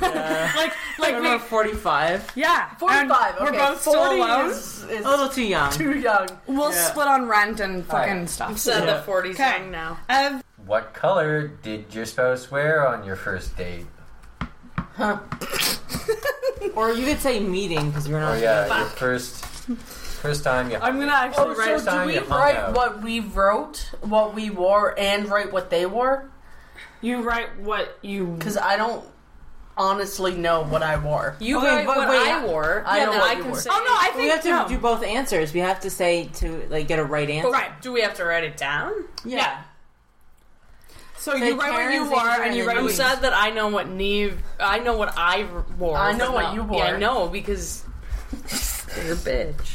[SPEAKER 5] like, like
[SPEAKER 3] Remember
[SPEAKER 5] we,
[SPEAKER 3] 45?
[SPEAKER 5] yeah, and
[SPEAKER 7] Forty-five. Okay.
[SPEAKER 5] We're both still
[SPEAKER 7] 40
[SPEAKER 5] alone.
[SPEAKER 7] Is, is
[SPEAKER 3] A little too young.
[SPEAKER 7] too young.
[SPEAKER 5] We'll split on rent and fucking stuff.
[SPEAKER 4] Said the 40s
[SPEAKER 5] Okay.
[SPEAKER 4] young now.
[SPEAKER 5] Ev,
[SPEAKER 8] What color did your spouse wear on your first date?
[SPEAKER 3] Or you could say meeting because we're
[SPEAKER 8] Oh
[SPEAKER 3] not.
[SPEAKER 8] yeah, your first first time you.
[SPEAKER 5] I'm gonna actually
[SPEAKER 7] Oh,
[SPEAKER 5] write.
[SPEAKER 8] First
[SPEAKER 7] so do
[SPEAKER 8] time
[SPEAKER 7] we
[SPEAKER 8] you hung
[SPEAKER 7] write
[SPEAKER 8] out.
[SPEAKER 7] what we wrote, what we wore, and write what they wore?
[SPEAKER 4] You write what you.
[SPEAKER 7] Because I don't honestly know what I wore.
[SPEAKER 4] You
[SPEAKER 3] Okay,
[SPEAKER 4] write
[SPEAKER 3] but
[SPEAKER 4] what
[SPEAKER 3] wait,
[SPEAKER 4] I wore.
[SPEAKER 7] I
[SPEAKER 4] yeah,
[SPEAKER 7] know
[SPEAKER 4] then
[SPEAKER 7] what
[SPEAKER 4] I
[SPEAKER 7] you
[SPEAKER 4] can
[SPEAKER 7] wore.
[SPEAKER 4] say.
[SPEAKER 5] Oh no, I think
[SPEAKER 3] We have to
[SPEAKER 5] no.
[SPEAKER 3] do both answers. We have to say to like get a right answer.
[SPEAKER 4] Right. Do we have to write it down?
[SPEAKER 3] Yeah.
[SPEAKER 5] So
[SPEAKER 3] Say
[SPEAKER 5] you write what
[SPEAKER 3] Karen's
[SPEAKER 5] you are,
[SPEAKER 3] answer
[SPEAKER 5] and you
[SPEAKER 3] and
[SPEAKER 5] write.
[SPEAKER 3] then
[SPEAKER 4] I'm
[SPEAKER 3] Please.
[SPEAKER 4] sad that I know what Neve. I know what I wore.
[SPEAKER 7] I know
[SPEAKER 4] but
[SPEAKER 7] what
[SPEAKER 4] no.
[SPEAKER 7] you wore.
[SPEAKER 4] Yeah, I know because you're a bitch.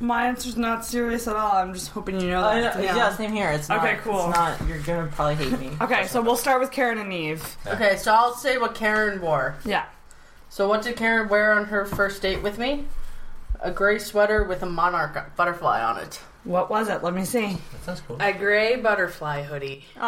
[SPEAKER 5] My answer's not serious at all. I'm just hoping you know
[SPEAKER 3] Oh,
[SPEAKER 5] that.
[SPEAKER 3] yeah, yeah, same here. It's not,
[SPEAKER 5] Okay, cool.
[SPEAKER 3] It's not. You're gonna probably hate me.
[SPEAKER 5] Okay, so we'll start with Karen and Eve.
[SPEAKER 7] Okay, so I'll say what Karen wore.
[SPEAKER 5] Yeah.
[SPEAKER 7] So what did Karen wear on her first date with me? A gray sweater with a monarch butterfly on it.
[SPEAKER 5] What was it? Let me see.
[SPEAKER 8] That sounds cool.
[SPEAKER 4] A gray butterfly hoodie. Because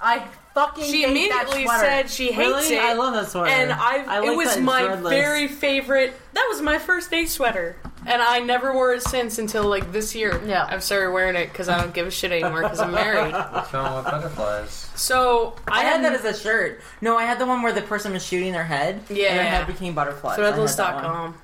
[SPEAKER 7] I fucking
[SPEAKER 4] she
[SPEAKER 7] hate
[SPEAKER 4] immediately
[SPEAKER 7] that sweater.
[SPEAKER 4] said she hates
[SPEAKER 3] Really?
[SPEAKER 4] it.
[SPEAKER 3] I love that sweater.
[SPEAKER 4] and I've,
[SPEAKER 3] I like
[SPEAKER 4] it was
[SPEAKER 3] that
[SPEAKER 4] my
[SPEAKER 3] dreadless.
[SPEAKER 4] very favorite. That was my first day sweater, and I never wore it since until like this year.
[SPEAKER 7] Yeah.
[SPEAKER 4] I've started wearing it because I don't give a shit anymore because I'm married.
[SPEAKER 8] What's wrong with butterflies?
[SPEAKER 4] So I,
[SPEAKER 3] I had that
[SPEAKER 4] am-
[SPEAKER 3] as a shirt. No, I had the one where the person was shooting their head.
[SPEAKER 4] Yeah.
[SPEAKER 3] And their head became butterflies. I had that one.
[SPEAKER 4] threadless.com.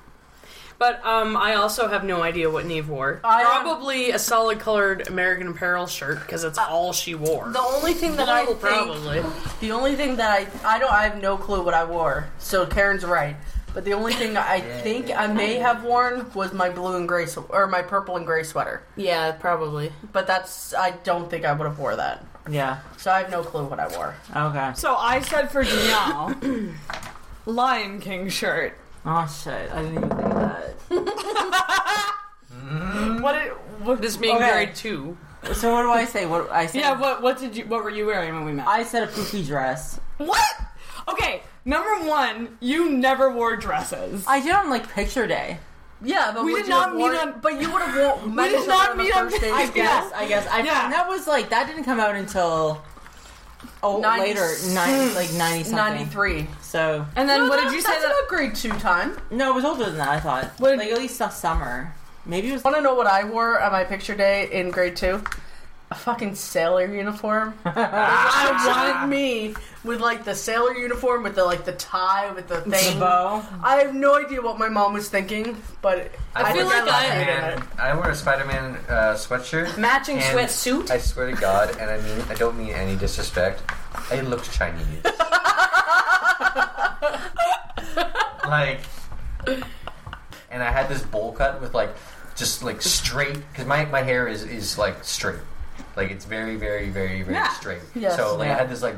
[SPEAKER 4] But um, I also have no idea what Neve wore.
[SPEAKER 7] I, um,
[SPEAKER 4] probably a solid colored American Apparel shirt because that's all she wore.
[SPEAKER 7] The only thing that I think,
[SPEAKER 4] probably.
[SPEAKER 7] the only thing that I, I don't, I have no clue what I wore. So Karen's right. But the only thing I think I may have worn was my blue and gray, sw- or my purple and gray sweater.
[SPEAKER 4] Yeah, probably.
[SPEAKER 7] But that's I don't think I would have wore that.
[SPEAKER 3] Yeah.
[SPEAKER 7] So I have no clue what I wore.
[SPEAKER 3] Okay.
[SPEAKER 5] So I said for Danielle, Lion King shirt.
[SPEAKER 3] Oh shit! I didn't even think of that.
[SPEAKER 4] what is being
[SPEAKER 3] Okay.
[SPEAKER 4] married to?
[SPEAKER 3] So what do I say? What I said?
[SPEAKER 5] Yeah, what what did you what were you wearing when we met?
[SPEAKER 3] I said a poofy dress.
[SPEAKER 5] what? Okay, number one, you never wore dresses.
[SPEAKER 3] I did on like picture day.
[SPEAKER 7] Yeah, but
[SPEAKER 5] We
[SPEAKER 7] would
[SPEAKER 5] did
[SPEAKER 7] you have
[SPEAKER 5] not meet
[SPEAKER 7] worn-
[SPEAKER 5] on-
[SPEAKER 7] But you would have worn. met
[SPEAKER 5] did
[SPEAKER 7] each
[SPEAKER 5] not
[SPEAKER 7] other on the
[SPEAKER 5] meet on-
[SPEAKER 7] first date.
[SPEAKER 5] I
[SPEAKER 7] Yeah.
[SPEAKER 5] guess.
[SPEAKER 3] Yes, I guess. I,
[SPEAKER 5] Yeah.
[SPEAKER 3] and that was like that didn't come out until oh
[SPEAKER 7] 90
[SPEAKER 3] later, nine, like ninety something.
[SPEAKER 7] 93.
[SPEAKER 3] So
[SPEAKER 5] and then
[SPEAKER 7] No,
[SPEAKER 5] what
[SPEAKER 7] that-
[SPEAKER 5] did you say
[SPEAKER 7] that's
[SPEAKER 5] that?
[SPEAKER 7] about grade two time?
[SPEAKER 3] no, it was older than that. I thought
[SPEAKER 5] What-
[SPEAKER 3] like at least a summer. Maybe it was.
[SPEAKER 7] Want to know what I wore on my picture day in grade two? A fucking sailor uniform. I wanted me with like the sailor uniform with the like the tie with the thing.
[SPEAKER 3] The bow.
[SPEAKER 7] I have no idea what my mom was thinking, but I,
[SPEAKER 4] feel
[SPEAKER 7] think
[SPEAKER 4] like
[SPEAKER 7] I,
[SPEAKER 4] I-
[SPEAKER 7] laughed at
[SPEAKER 8] Man, I wear a Spider-Man uh, sweatshirt.
[SPEAKER 4] Matching
[SPEAKER 8] And-
[SPEAKER 4] sweatsuit.
[SPEAKER 8] I swear to God, and I mean, I don't mean any disrespect. It looks Chinese. like, and I had this bowl cut with like, just like straight, because my, my hair is is like straight, like it's very very very very
[SPEAKER 5] Yeah.
[SPEAKER 8] straight.
[SPEAKER 7] Yes.
[SPEAKER 8] so like
[SPEAKER 3] Yeah.
[SPEAKER 8] I had this like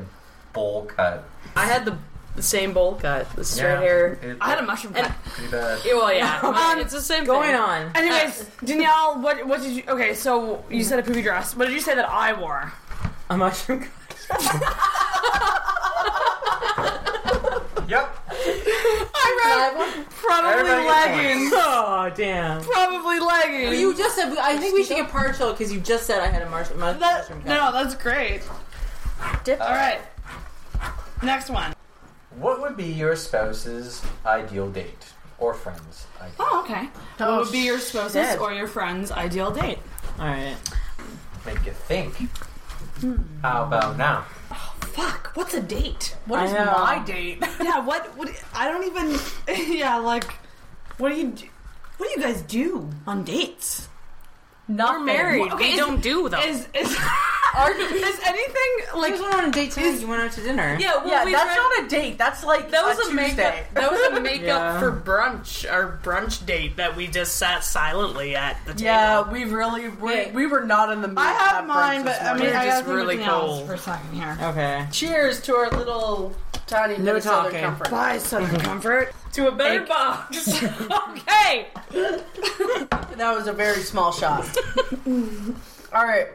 [SPEAKER 8] bowl cut.
[SPEAKER 4] I had the, the same bowl cut, the straight
[SPEAKER 8] Yeah,
[SPEAKER 4] hair. Um,
[SPEAKER 8] It
[SPEAKER 5] I had a
[SPEAKER 8] looked
[SPEAKER 5] mushroom cut.
[SPEAKER 8] pretty bad.
[SPEAKER 4] Yeah, well, yeah, I mean, it's the same
[SPEAKER 3] going
[SPEAKER 4] thing.
[SPEAKER 3] on.
[SPEAKER 5] Anyways, Danielle, what what did you? Okay, so you said a poopy dress. What did you say that I wore?
[SPEAKER 3] A mushroom.
[SPEAKER 8] Yep.
[SPEAKER 5] Probably
[SPEAKER 8] Everybody gets
[SPEAKER 5] leggings.
[SPEAKER 3] oh damn.
[SPEAKER 5] Probably leggings.
[SPEAKER 3] You just said. I think we should get partial because you just said I had a mushroom.
[SPEAKER 5] That-
[SPEAKER 3] mushroom cut.
[SPEAKER 5] no, that's great. All right, next one.
[SPEAKER 8] What would be your spouse's ideal date or friend's? Ideal?
[SPEAKER 5] Oh, okay. what would be your spouse's
[SPEAKER 3] shit.
[SPEAKER 5] or your friend's ideal date?
[SPEAKER 3] All right.
[SPEAKER 8] Make you think.
[SPEAKER 7] Hmm.
[SPEAKER 8] How about now?
[SPEAKER 5] Fuck. What's a date?
[SPEAKER 7] What is
[SPEAKER 3] I know.
[SPEAKER 7] my date?
[SPEAKER 5] Yeah. What? What? I don't even. Yeah. Like, what do you? do- What do you guys do on dates?
[SPEAKER 4] We're married.
[SPEAKER 5] Okay,
[SPEAKER 4] we
[SPEAKER 5] is-
[SPEAKER 4] don't do them.
[SPEAKER 5] Is is is anything
[SPEAKER 3] You
[SPEAKER 5] like?
[SPEAKER 3] guys went on a date tonight. You went out to dinner.
[SPEAKER 4] yeah, well,
[SPEAKER 7] yeah,
[SPEAKER 4] we
[SPEAKER 7] that's
[SPEAKER 4] read-
[SPEAKER 7] not a date. That's like
[SPEAKER 4] that was
[SPEAKER 7] a
[SPEAKER 4] a,
[SPEAKER 7] Tuesday.
[SPEAKER 4] makeup. That was a makeup
[SPEAKER 3] Yeah.
[SPEAKER 4] for brunch. Our brunch date that we just sat silently at the table.
[SPEAKER 7] Yeah, we really were,
[SPEAKER 3] Hey.
[SPEAKER 7] we were not in the mood.
[SPEAKER 5] I
[SPEAKER 7] to
[SPEAKER 5] have
[SPEAKER 7] brunch
[SPEAKER 5] mine,
[SPEAKER 7] this
[SPEAKER 5] but I
[SPEAKER 7] morning.
[SPEAKER 5] mean, I
[SPEAKER 4] just
[SPEAKER 5] got
[SPEAKER 4] really
[SPEAKER 5] really
[SPEAKER 4] cold.
[SPEAKER 5] else for a second here.
[SPEAKER 3] Okay.
[SPEAKER 7] cheers to our little tiny no
[SPEAKER 3] talking.
[SPEAKER 7] comfort.
[SPEAKER 5] Bye, Southern Comfort.
[SPEAKER 4] to a better box.
[SPEAKER 5] Hey,
[SPEAKER 7] That was a very small shot. All right.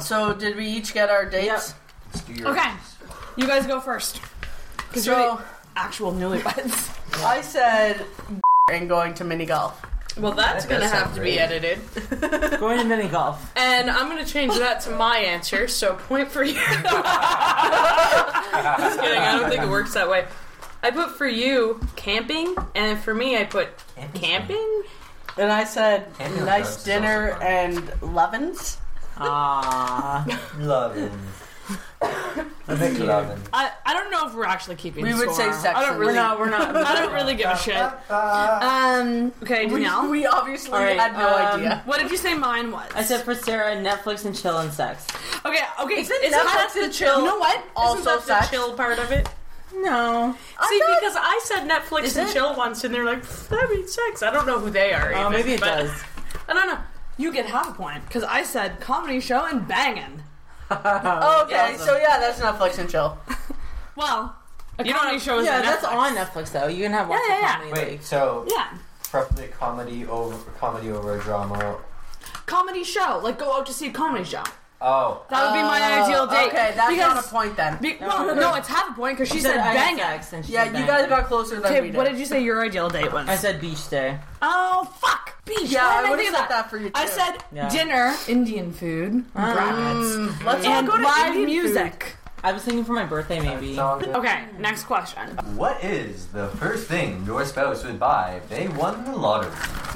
[SPEAKER 7] so did we each get our dates?
[SPEAKER 8] Let's do your-
[SPEAKER 5] okay, you guys go first. Because you're
[SPEAKER 7] So
[SPEAKER 5] the actual newlyweds.
[SPEAKER 7] I said and going to mini golf.
[SPEAKER 4] well, that's
[SPEAKER 8] That
[SPEAKER 4] gonna
[SPEAKER 8] does sound
[SPEAKER 4] have to be
[SPEAKER 8] great.
[SPEAKER 4] edited,
[SPEAKER 3] Going to mini golf.
[SPEAKER 4] and I'm gonna change that to my answer. So point for you. just kidding. I don't think it works that way. I put for you camping, and for me, I put camping.
[SPEAKER 7] And I said
[SPEAKER 8] And your drugs
[SPEAKER 7] nice
[SPEAKER 8] is
[SPEAKER 7] dinner
[SPEAKER 8] also fun.
[SPEAKER 7] and lovin's.
[SPEAKER 3] Ah.
[SPEAKER 8] Loving. I think loving.
[SPEAKER 5] I, I don't know if we're actually keeping.
[SPEAKER 7] We would say
[SPEAKER 5] score.
[SPEAKER 7] sex
[SPEAKER 5] I don't
[SPEAKER 7] and-
[SPEAKER 5] really.
[SPEAKER 7] We're
[SPEAKER 3] no, we're not.
[SPEAKER 5] I don't really give a shit.
[SPEAKER 8] Uh,
[SPEAKER 5] Um. Okay,
[SPEAKER 7] We,
[SPEAKER 5] Danielle.
[SPEAKER 7] we obviously
[SPEAKER 3] right,
[SPEAKER 7] had no
[SPEAKER 3] um,
[SPEAKER 7] idea.
[SPEAKER 5] what did you say mine was?
[SPEAKER 3] I said for Sarah, Netflix and chill and sex.
[SPEAKER 5] Okay. Okay. Is it
[SPEAKER 7] Netflix and chill
[SPEAKER 5] You know what?
[SPEAKER 7] Also
[SPEAKER 4] Isn't that
[SPEAKER 7] sex.
[SPEAKER 4] the chill part of it?
[SPEAKER 3] No.
[SPEAKER 4] See, because I said Netflix and
[SPEAKER 7] it?
[SPEAKER 4] chill once, and they're like, that means sex. I don't know who they are.
[SPEAKER 3] Oh,
[SPEAKER 4] even,
[SPEAKER 3] maybe it
[SPEAKER 4] but-
[SPEAKER 3] does.
[SPEAKER 4] I don't know.
[SPEAKER 5] You get half a point because I said comedy show and banging.
[SPEAKER 7] okay, so yeah, that's Netflix and chill.
[SPEAKER 5] Well, a
[SPEAKER 4] You don't
[SPEAKER 5] comedy
[SPEAKER 4] have-
[SPEAKER 5] show is
[SPEAKER 3] Yeah,
[SPEAKER 5] on
[SPEAKER 3] that's
[SPEAKER 5] Netflix.
[SPEAKER 3] on Netflix though. You can have watch
[SPEAKER 5] Yeah, yeah, yeah.
[SPEAKER 3] the comedy.
[SPEAKER 8] Wait, so
[SPEAKER 5] Yeah.
[SPEAKER 8] preferably comedy over comedy over drama.
[SPEAKER 5] Comedy show. Like go out to see a comedy show.
[SPEAKER 8] Oh,
[SPEAKER 5] That would be my ideal date.
[SPEAKER 7] Okay, that's
[SPEAKER 5] because,
[SPEAKER 7] not a point then.
[SPEAKER 5] Be, well, no, it's half a point because she
[SPEAKER 3] She
[SPEAKER 5] said
[SPEAKER 3] I had
[SPEAKER 5] banging.
[SPEAKER 3] sex and she
[SPEAKER 7] yeah,
[SPEAKER 3] said
[SPEAKER 7] you
[SPEAKER 3] bang.
[SPEAKER 7] guys got closer than we
[SPEAKER 5] Okay,
[SPEAKER 7] did.
[SPEAKER 5] what did you say your ideal date was?
[SPEAKER 3] I said beach day.
[SPEAKER 5] oh fuck, beach.
[SPEAKER 7] Yeah, I
[SPEAKER 5] Why didn't I
[SPEAKER 7] would've
[SPEAKER 5] think of
[SPEAKER 7] said that for you,
[SPEAKER 5] I
[SPEAKER 7] too.
[SPEAKER 5] said
[SPEAKER 3] Yeah.
[SPEAKER 5] dinner, Indian food, brats,
[SPEAKER 7] Let's all
[SPEAKER 5] and
[SPEAKER 7] go to
[SPEAKER 5] live
[SPEAKER 7] Indian
[SPEAKER 5] music.
[SPEAKER 3] I was thinking for my birthday maybe.
[SPEAKER 5] Okay, next question.
[SPEAKER 8] What is the first thing your spouse would buy if they won the lottery?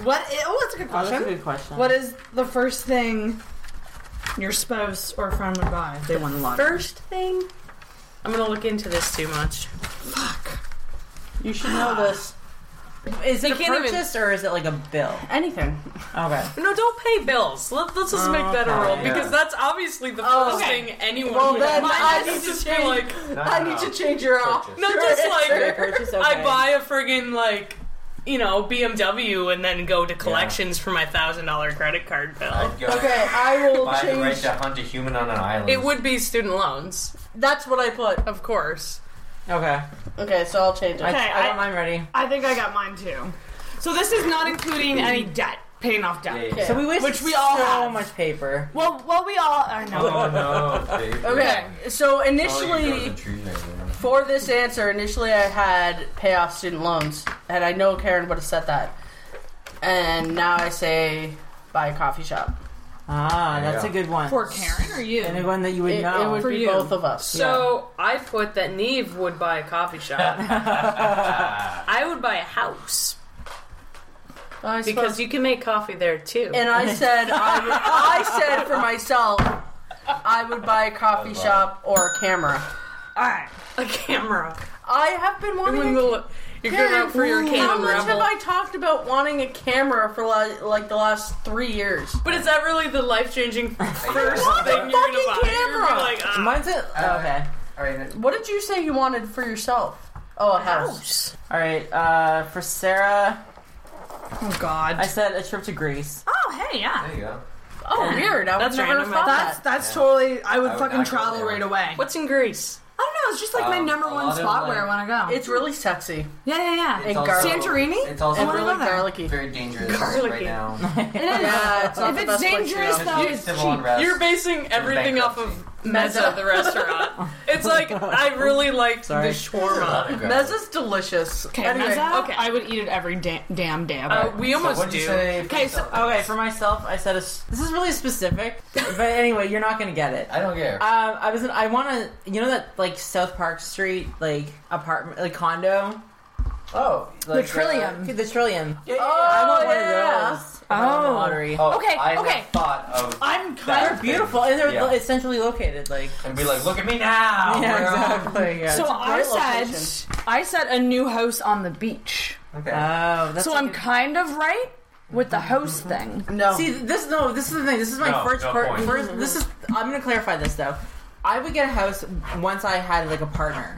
[SPEAKER 5] What? i- Oh, that's a good
[SPEAKER 3] Oh, that's a
[SPEAKER 5] question.
[SPEAKER 3] good question.
[SPEAKER 5] What is the first thing your spouse or friend would buy if they won the lottery?
[SPEAKER 4] First thing, I'm gonna look into this too much.
[SPEAKER 3] you should
[SPEAKER 7] food.
[SPEAKER 3] know
[SPEAKER 7] All this.
[SPEAKER 3] Is it a
[SPEAKER 4] can't even-
[SPEAKER 3] purchase or is it like a bill?
[SPEAKER 7] Anything.
[SPEAKER 3] Okay.
[SPEAKER 4] No, don't pay bills. Let, let's just make that a
[SPEAKER 3] Okay.
[SPEAKER 4] rule because that's obviously the
[SPEAKER 7] Oh.
[SPEAKER 4] first
[SPEAKER 7] Okay.
[SPEAKER 4] thing anyone.
[SPEAKER 7] Well,
[SPEAKER 4] would
[SPEAKER 7] then
[SPEAKER 4] buy.
[SPEAKER 7] I
[SPEAKER 4] Mine
[SPEAKER 7] need
[SPEAKER 4] is
[SPEAKER 7] to
[SPEAKER 4] just be
[SPEAKER 7] change-
[SPEAKER 4] like,
[SPEAKER 7] I need to change your off.
[SPEAKER 8] Purchase.
[SPEAKER 4] no, just
[SPEAKER 3] Did I
[SPEAKER 4] like
[SPEAKER 3] purchase?
[SPEAKER 4] I
[SPEAKER 3] Okay.
[SPEAKER 4] buy a friggin' like, you know, BMW and then go to collections for my thousand dollar credit card bill.
[SPEAKER 8] I'd go
[SPEAKER 7] Okay, I will
[SPEAKER 8] Buy the right
[SPEAKER 7] change.
[SPEAKER 8] to hunt a human on an island.
[SPEAKER 4] It would be student loans,
[SPEAKER 7] That's what I put.
[SPEAKER 4] of course.
[SPEAKER 3] Okay.
[SPEAKER 7] Okay, so I'll change it.
[SPEAKER 3] I,
[SPEAKER 5] Okay,
[SPEAKER 3] I got
[SPEAKER 5] I-
[SPEAKER 3] mine ready.
[SPEAKER 5] I think I got mine too. So this is not including any debt. paying off debt.
[SPEAKER 8] Yeah, yeah,
[SPEAKER 5] So
[SPEAKER 8] yeah.
[SPEAKER 5] we wasted
[SPEAKER 3] Which we all
[SPEAKER 5] all
[SPEAKER 3] so
[SPEAKER 5] have.
[SPEAKER 3] much paper.
[SPEAKER 5] Well, well, we all I know.
[SPEAKER 8] Oh no. Dave.
[SPEAKER 7] Okay, so
[SPEAKER 8] Oh, you drove
[SPEAKER 7] initially
[SPEAKER 8] the tree there, man.
[SPEAKER 7] for this answer, initially I had pay off student loans, and I know Karen would have said that. And now I say buy a coffee shop.
[SPEAKER 3] Ah, that's
[SPEAKER 8] Yeah.
[SPEAKER 3] a good one.
[SPEAKER 5] For Karen or you?
[SPEAKER 3] And a one that you would
[SPEAKER 7] It,
[SPEAKER 3] know.
[SPEAKER 7] it would
[SPEAKER 5] For
[SPEAKER 7] be
[SPEAKER 5] you.
[SPEAKER 7] both of us.
[SPEAKER 4] So I put that Neve would buy a coffee shop. I would buy a house
[SPEAKER 7] I
[SPEAKER 4] because
[SPEAKER 7] suppose-
[SPEAKER 4] you can make coffee there too.
[SPEAKER 7] and I said I, would, I said for myself I would buy a coffee shop or a camera.
[SPEAKER 5] All right.
[SPEAKER 4] a camera.
[SPEAKER 7] I have been wanting. a
[SPEAKER 4] You're going out for your
[SPEAKER 7] Karen, How much have
[SPEAKER 4] camera.
[SPEAKER 7] I talked about wanting a camera for like, like the last three years?
[SPEAKER 4] But is that really the life changing first
[SPEAKER 8] want a
[SPEAKER 4] thing you're gonna buy?
[SPEAKER 7] fucking
[SPEAKER 4] You're gonna be
[SPEAKER 7] camera.
[SPEAKER 4] like, ah.
[SPEAKER 3] Mine's a, Oh, okay.
[SPEAKER 8] All right.
[SPEAKER 7] What did you say you wanted for yourself? Oh, a house.
[SPEAKER 3] All right. Uh, for Sarah,
[SPEAKER 5] Oh God.
[SPEAKER 3] I said a trip to Greece.
[SPEAKER 5] oh hey, yeah.
[SPEAKER 8] There you go.
[SPEAKER 7] Oh, weird. I've
[SPEAKER 4] That's
[SPEAKER 7] never
[SPEAKER 4] random.
[SPEAKER 7] thought
[SPEAKER 5] That's
[SPEAKER 7] that.
[SPEAKER 5] that's totally. I would
[SPEAKER 8] I would
[SPEAKER 5] fucking
[SPEAKER 8] not go
[SPEAKER 5] travel
[SPEAKER 8] there.
[SPEAKER 5] right away.
[SPEAKER 4] What's in Greece?
[SPEAKER 5] I don't know. It's just like my
[SPEAKER 8] Um,
[SPEAKER 5] number
[SPEAKER 8] a
[SPEAKER 5] one
[SPEAKER 8] lot of,
[SPEAKER 5] spot where I want
[SPEAKER 8] like-
[SPEAKER 5] to go.
[SPEAKER 7] It's really sexy
[SPEAKER 5] yeah, yeah, yeah.
[SPEAKER 8] It's
[SPEAKER 7] and
[SPEAKER 8] also-
[SPEAKER 7] garlic.
[SPEAKER 5] Santorini?
[SPEAKER 8] It's also
[SPEAKER 5] And
[SPEAKER 7] and
[SPEAKER 5] we're
[SPEAKER 8] really
[SPEAKER 7] really
[SPEAKER 5] Whatever.
[SPEAKER 7] garlicky.
[SPEAKER 8] very dangerous right
[SPEAKER 4] Garlicky.
[SPEAKER 8] now.
[SPEAKER 5] It is.
[SPEAKER 7] Yeah, it's not
[SPEAKER 5] if
[SPEAKER 7] the
[SPEAKER 5] it's
[SPEAKER 7] best place to
[SPEAKER 5] dangerous
[SPEAKER 7] go.
[SPEAKER 5] though,
[SPEAKER 8] It's
[SPEAKER 5] it's
[SPEAKER 8] civil
[SPEAKER 5] cheap.
[SPEAKER 8] unrest.
[SPEAKER 4] You're basing everything off of Mezza,
[SPEAKER 7] Mezza.
[SPEAKER 4] the restaurant. It's like I really liked
[SPEAKER 3] Sorry.
[SPEAKER 4] the shawarma.
[SPEAKER 8] Okay.
[SPEAKER 7] Mezza's delicious.
[SPEAKER 5] Okay,
[SPEAKER 7] Anyway,
[SPEAKER 5] Mezza,
[SPEAKER 4] okay.
[SPEAKER 5] I would eat it every da- damn day. of
[SPEAKER 4] Uh,
[SPEAKER 5] it.
[SPEAKER 4] we
[SPEAKER 8] So
[SPEAKER 4] almost
[SPEAKER 8] what'd
[SPEAKER 4] do.
[SPEAKER 8] you say? for
[SPEAKER 5] Okay, so-
[SPEAKER 8] yourself?
[SPEAKER 3] Okay, for myself, I said a s this is really specific, but anyway, you're not gonna get it.
[SPEAKER 8] I don't care.
[SPEAKER 3] Um, I was in, I want to you know that like South Park Street like apartment like condo
[SPEAKER 8] oh.
[SPEAKER 3] like, uh,
[SPEAKER 5] Trillium.
[SPEAKER 3] the Trillium.
[SPEAKER 8] Yeah, yeah, yeah.
[SPEAKER 3] I want one
[SPEAKER 7] yeah.
[SPEAKER 3] of those. if I won the
[SPEAKER 5] Oh.
[SPEAKER 3] lottery.
[SPEAKER 8] Oh,
[SPEAKER 5] Okay,
[SPEAKER 8] I
[SPEAKER 5] okay.
[SPEAKER 8] Have thought of
[SPEAKER 5] I'm
[SPEAKER 8] that
[SPEAKER 5] kind
[SPEAKER 3] They're
[SPEAKER 8] thing.
[SPEAKER 3] beautiful and they're
[SPEAKER 8] Yeah.
[SPEAKER 3] lo- essentially located like.
[SPEAKER 8] and be like, look at me now.
[SPEAKER 3] Yeah,
[SPEAKER 8] girl."
[SPEAKER 3] exactly. Yeah.
[SPEAKER 5] So I
[SPEAKER 7] great
[SPEAKER 5] said,
[SPEAKER 7] location.
[SPEAKER 5] I said a new house on the beach.
[SPEAKER 8] Okay.
[SPEAKER 3] oh, that's
[SPEAKER 5] so
[SPEAKER 3] a
[SPEAKER 5] I'm
[SPEAKER 3] good-
[SPEAKER 5] kind of right with the house thing.
[SPEAKER 7] no.
[SPEAKER 3] See this? No, this is the thing. This is my
[SPEAKER 8] No,
[SPEAKER 3] first.
[SPEAKER 8] no
[SPEAKER 3] per-
[SPEAKER 8] point.
[SPEAKER 3] first. This is. I'm gonna clarify this though. I would get a house once I had like a partner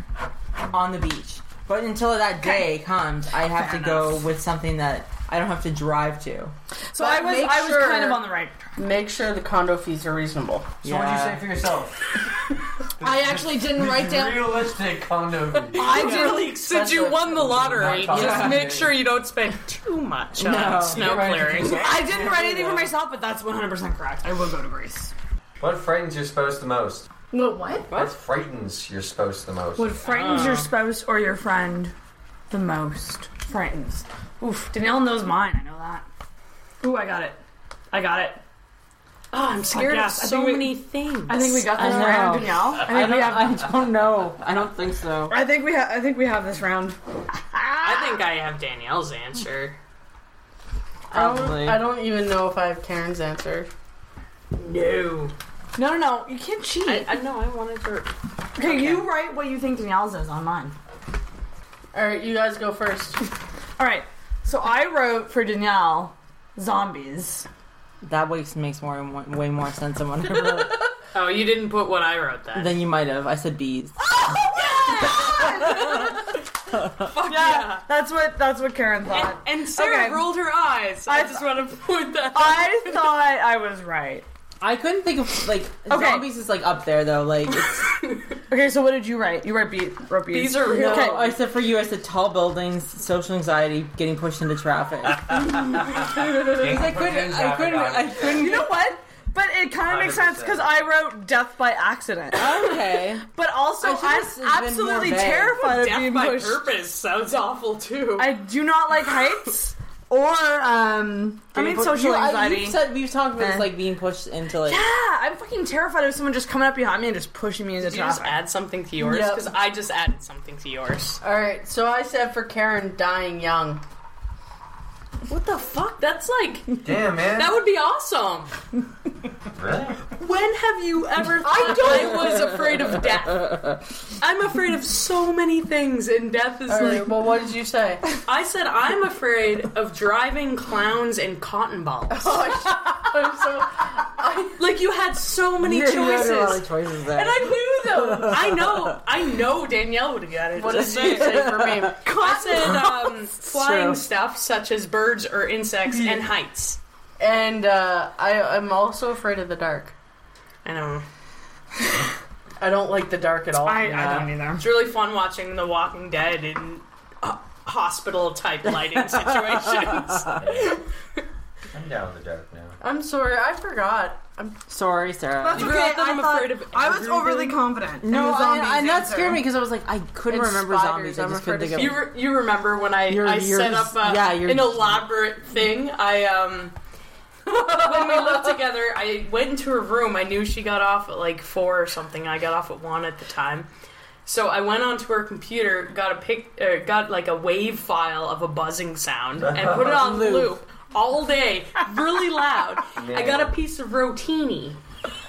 [SPEAKER 3] on the beach, but until that day comes, I have to go with something that I don't have to drive to.
[SPEAKER 5] So
[SPEAKER 7] But
[SPEAKER 5] I was,
[SPEAKER 7] make
[SPEAKER 5] I was
[SPEAKER 7] sure-
[SPEAKER 5] kind of on the right track.
[SPEAKER 7] Make sure the condo fees are reasonable.
[SPEAKER 8] So what'd you say for yourself?
[SPEAKER 5] I actually didn't write down.
[SPEAKER 8] Realistic condo. view.
[SPEAKER 5] I didn't.
[SPEAKER 4] Since you won the lottery,
[SPEAKER 8] Not
[SPEAKER 4] just
[SPEAKER 8] talking.
[SPEAKER 4] make sure you don't spend too much on
[SPEAKER 3] No.
[SPEAKER 4] snow
[SPEAKER 8] Right.
[SPEAKER 4] clearing.
[SPEAKER 5] I didn't write anything for myself, but that's 100% correct. I will go to Greece.
[SPEAKER 8] What frightens your spouse the most?
[SPEAKER 5] What? What,
[SPEAKER 8] What frightens your spouse the most?
[SPEAKER 5] frightens your spouse or your friend the most? Frightens. Oof, Danielle knows mine. I know that. Ooh, I got it. I got it. Ah,
[SPEAKER 4] Oh, I'm scared
[SPEAKER 5] Yeah, I
[SPEAKER 4] of
[SPEAKER 5] think
[SPEAKER 4] so
[SPEAKER 5] we-
[SPEAKER 4] many things.
[SPEAKER 5] I think we got this
[SPEAKER 3] I know.
[SPEAKER 5] round, Danielle. I think we have.
[SPEAKER 3] I don't know. Oh, I don't think so.
[SPEAKER 5] I think we have. I think we have this round.
[SPEAKER 4] I think I have Danielle's answer.
[SPEAKER 3] Probably.
[SPEAKER 7] I don't even know if I have Karen's answer.
[SPEAKER 4] No.
[SPEAKER 5] No, no, no. You can't cheat.
[SPEAKER 4] I, I know I wanted her.
[SPEAKER 5] okay, you write what you think Danielle's is on mine.
[SPEAKER 7] All right, you guys go first.
[SPEAKER 5] All right. So I wrote for Danielle zombies.
[SPEAKER 3] That way makes more way more sense than what I wrote.
[SPEAKER 4] Oh, you didn't put what I wrote then.
[SPEAKER 3] than you might have. I said bees.
[SPEAKER 4] Fuck yeah.
[SPEAKER 5] That's what. That's what Karen thought.
[SPEAKER 4] And Sarah
[SPEAKER 5] Okay.
[SPEAKER 4] rolled her eyes. I, just want to point that out.
[SPEAKER 5] I thought I was right.
[SPEAKER 3] I couldn't think of like
[SPEAKER 5] Okay.
[SPEAKER 3] zombies is like up there though. Like it's,
[SPEAKER 5] Okay, so what did you write? You wrote beat. Wrote beat.
[SPEAKER 4] These are real.
[SPEAKER 3] okay. I said for you, I said tall buildings, social anxiety, getting pushed into traffic. I couldn't. I couldn't. I couldn't.
[SPEAKER 5] You know what? But it kind of makes sense because I wrote death by accident.
[SPEAKER 3] okay.
[SPEAKER 5] But also,
[SPEAKER 3] I should've
[SPEAKER 5] I'm
[SPEAKER 3] s- been more
[SPEAKER 5] absolutely
[SPEAKER 3] vague.
[SPEAKER 5] terrified of
[SPEAKER 4] Death
[SPEAKER 5] being
[SPEAKER 4] by
[SPEAKER 5] pushed.
[SPEAKER 4] purpose sounds awful too.
[SPEAKER 5] I do not like heights or um. I mean, social
[SPEAKER 3] You- I-
[SPEAKER 5] anxiety.
[SPEAKER 3] You've, said, we've talked about
[SPEAKER 5] Eh.
[SPEAKER 3] this, like being pushed into like.
[SPEAKER 5] Yeah, Ah, I'm fucking terrified of someone just coming up behind me and just pushing me into
[SPEAKER 4] Did you just
[SPEAKER 5] traffic.
[SPEAKER 4] add something to yours?
[SPEAKER 7] Yep.
[SPEAKER 4] Because I just added something to yours.
[SPEAKER 7] All right, so I said for Karen dying young.
[SPEAKER 4] What the fuck? That's like
[SPEAKER 8] Damn, man.
[SPEAKER 4] that would be awesome.
[SPEAKER 8] really?
[SPEAKER 4] When have you ever? I don't. I was afraid of death. I'm afraid of so many things, and death is
[SPEAKER 7] All
[SPEAKER 4] like.
[SPEAKER 7] right, well, what did you say?
[SPEAKER 4] I said I'm afraid of driving clowns and cotton balls.
[SPEAKER 7] I'm so-
[SPEAKER 4] Like you had so many choices.
[SPEAKER 3] choices there.
[SPEAKER 4] And I knew them. I know. I know Danielle would have got it.
[SPEAKER 7] what did you say for me?
[SPEAKER 4] I said um, flying
[SPEAKER 3] true.
[SPEAKER 4] stuff such as birds or insects and heights.
[SPEAKER 7] And uh, I, I'm also afraid of the dark.
[SPEAKER 4] I know.
[SPEAKER 7] I don't like the dark at all.
[SPEAKER 5] I, I don't either.
[SPEAKER 4] It's really fun watching The Walking Dead in uh, hospital type lighting situations.
[SPEAKER 8] I I'm down in the dark now.
[SPEAKER 7] I'm sorry, I forgot. I'm
[SPEAKER 3] Sorry, Sarah.
[SPEAKER 5] That's
[SPEAKER 4] You
[SPEAKER 5] okay.
[SPEAKER 4] realize that
[SPEAKER 5] I,
[SPEAKER 4] I'm
[SPEAKER 5] thought,
[SPEAKER 4] afraid of
[SPEAKER 5] I was
[SPEAKER 4] everything?
[SPEAKER 5] overly confident.
[SPEAKER 3] No,
[SPEAKER 5] in the zombies
[SPEAKER 3] and, and that
[SPEAKER 5] answer.
[SPEAKER 3] scared me because I was like, I couldn't
[SPEAKER 7] It's
[SPEAKER 3] remember
[SPEAKER 7] spiders,
[SPEAKER 3] zombies. I
[SPEAKER 7] I'm
[SPEAKER 3] just couldn't
[SPEAKER 7] afraid
[SPEAKER 3] think
[SPEAKER 7] of
[SPEAKER 4] You,
[SPEAKER 3] of
[SPEAKER 4] re- you remember when I,
[SPEAKER 3] Your-
[SPEAKER 4] I
[SPEAKER 3] yours-
[SPEAKER 4] set up a,
[SPEAKER 3] yeah, your-
[SPEAKER 4] an elaborate thing? I um when we lived together, I went into her room. I knew she got off at like four or something. I got off at one at the time, so I went onto her computer, got a pic, er, got like a wave file of a buzzing sound, and put it on loop, all day, really loud. I got a piece of rotini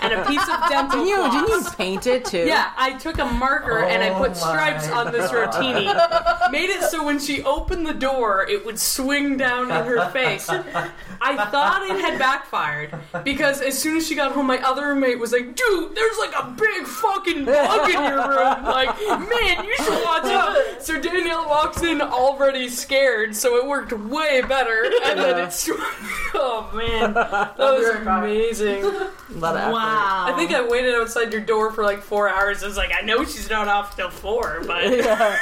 [SPEAKER 4] and a piece of dental.
[SPEAKER 3] you.
[SPEAKER 4] floss.
[SPEAKER 3] Didn't you paint it too?
[SPEAKER 4] Yeah, I took a marker and I
[SPEAKER 8] Oh
[SPEAKER 4] put stripes
[SPEAKER 8] my
[SPEAKER 4] on this
[SPEAKER 8] God.
[SPEAKER 4] rotini. Made it so when she opened the door, it would swing down in her face. I thought it had backfired because as soon as she got home, my other roommate was like, "Dude, there's like a big fucking bug in your room. Like, man, you should watch out." So Danielle walks in already scared, so it worked way better. And then it swung. Oh man, that was amazing.
[SPEAKER 5] Wow.
[SPEAKER 4] I think I waited outside your door for like four hours. I was like, I know she's not off till four, but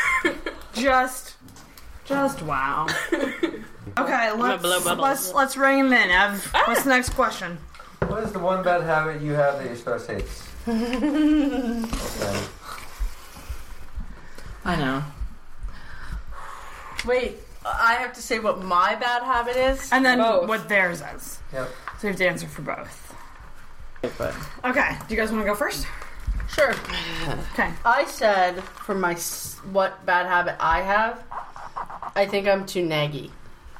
[SPEAKER 5] just, just wow. okay, let's
[SPEAKER 4] blah, blah, blah.
[SPEAKER 5] let's let's ring him in. Ev, what's the next question?
[SPEAKER 8] What is the one bad habit you have that your spouse hates? okay.
[SPEAKER 3] I know.
[SPEAKER 7] wait. I have to say what my bad habit is.
[SPEAKER 5] And then
[SPEAKER 4] Both.
[SPEAKER 5] what theirs is.
[SPEAKER 8] Yep.
[SPEAKER 5] So you have to answer for both. Okay. Do you guys want to go first?
[SPEAKER 7] Sure.
[SPEAKER 5] Okay.
[SPEAKER 7] I said for my s- what bad habit I have, I think I'm too naggy.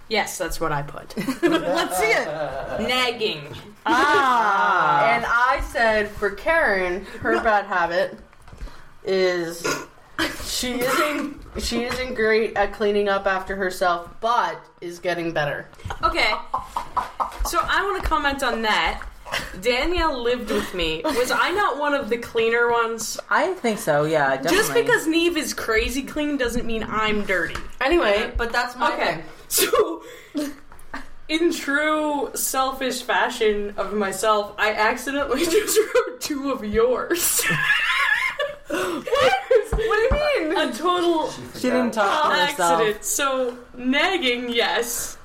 [SPEAKER 4] yes, that's
[SPEAKER 7] That's what I put.
[SPEAKER 5] Let's see it.
[SPEAKER 4] nagging.
[SPEAKER 5] Ah.
[SPEAKER 7] and I said for Karen, her bad habit is she isn't she isn't great at cleaning up after herself, but is getting better.
[SPEAKER 4] Okay, so I want to comment on that. Danielle lived with me. Was I not one of the cleaner ones?
[SPEAKER 3] I think so. Yeah, definitely.
[SPEAKER 4] Just because Neve is crazy clean doesn't mean I'm dirty.
[SPEAKER 7] Anyway, but that's my
[SPEAKER 4] Okay.
[SPEAKER 7] thing.
[SPEAKER 4] So, in true selfish fashion of myself, I accidentally just wrote two of yours. what? What do you mean? A total
[SPEAKER 3] she didn't talk to herself.
[SPEAKER 4] accident. So, nagging, yes.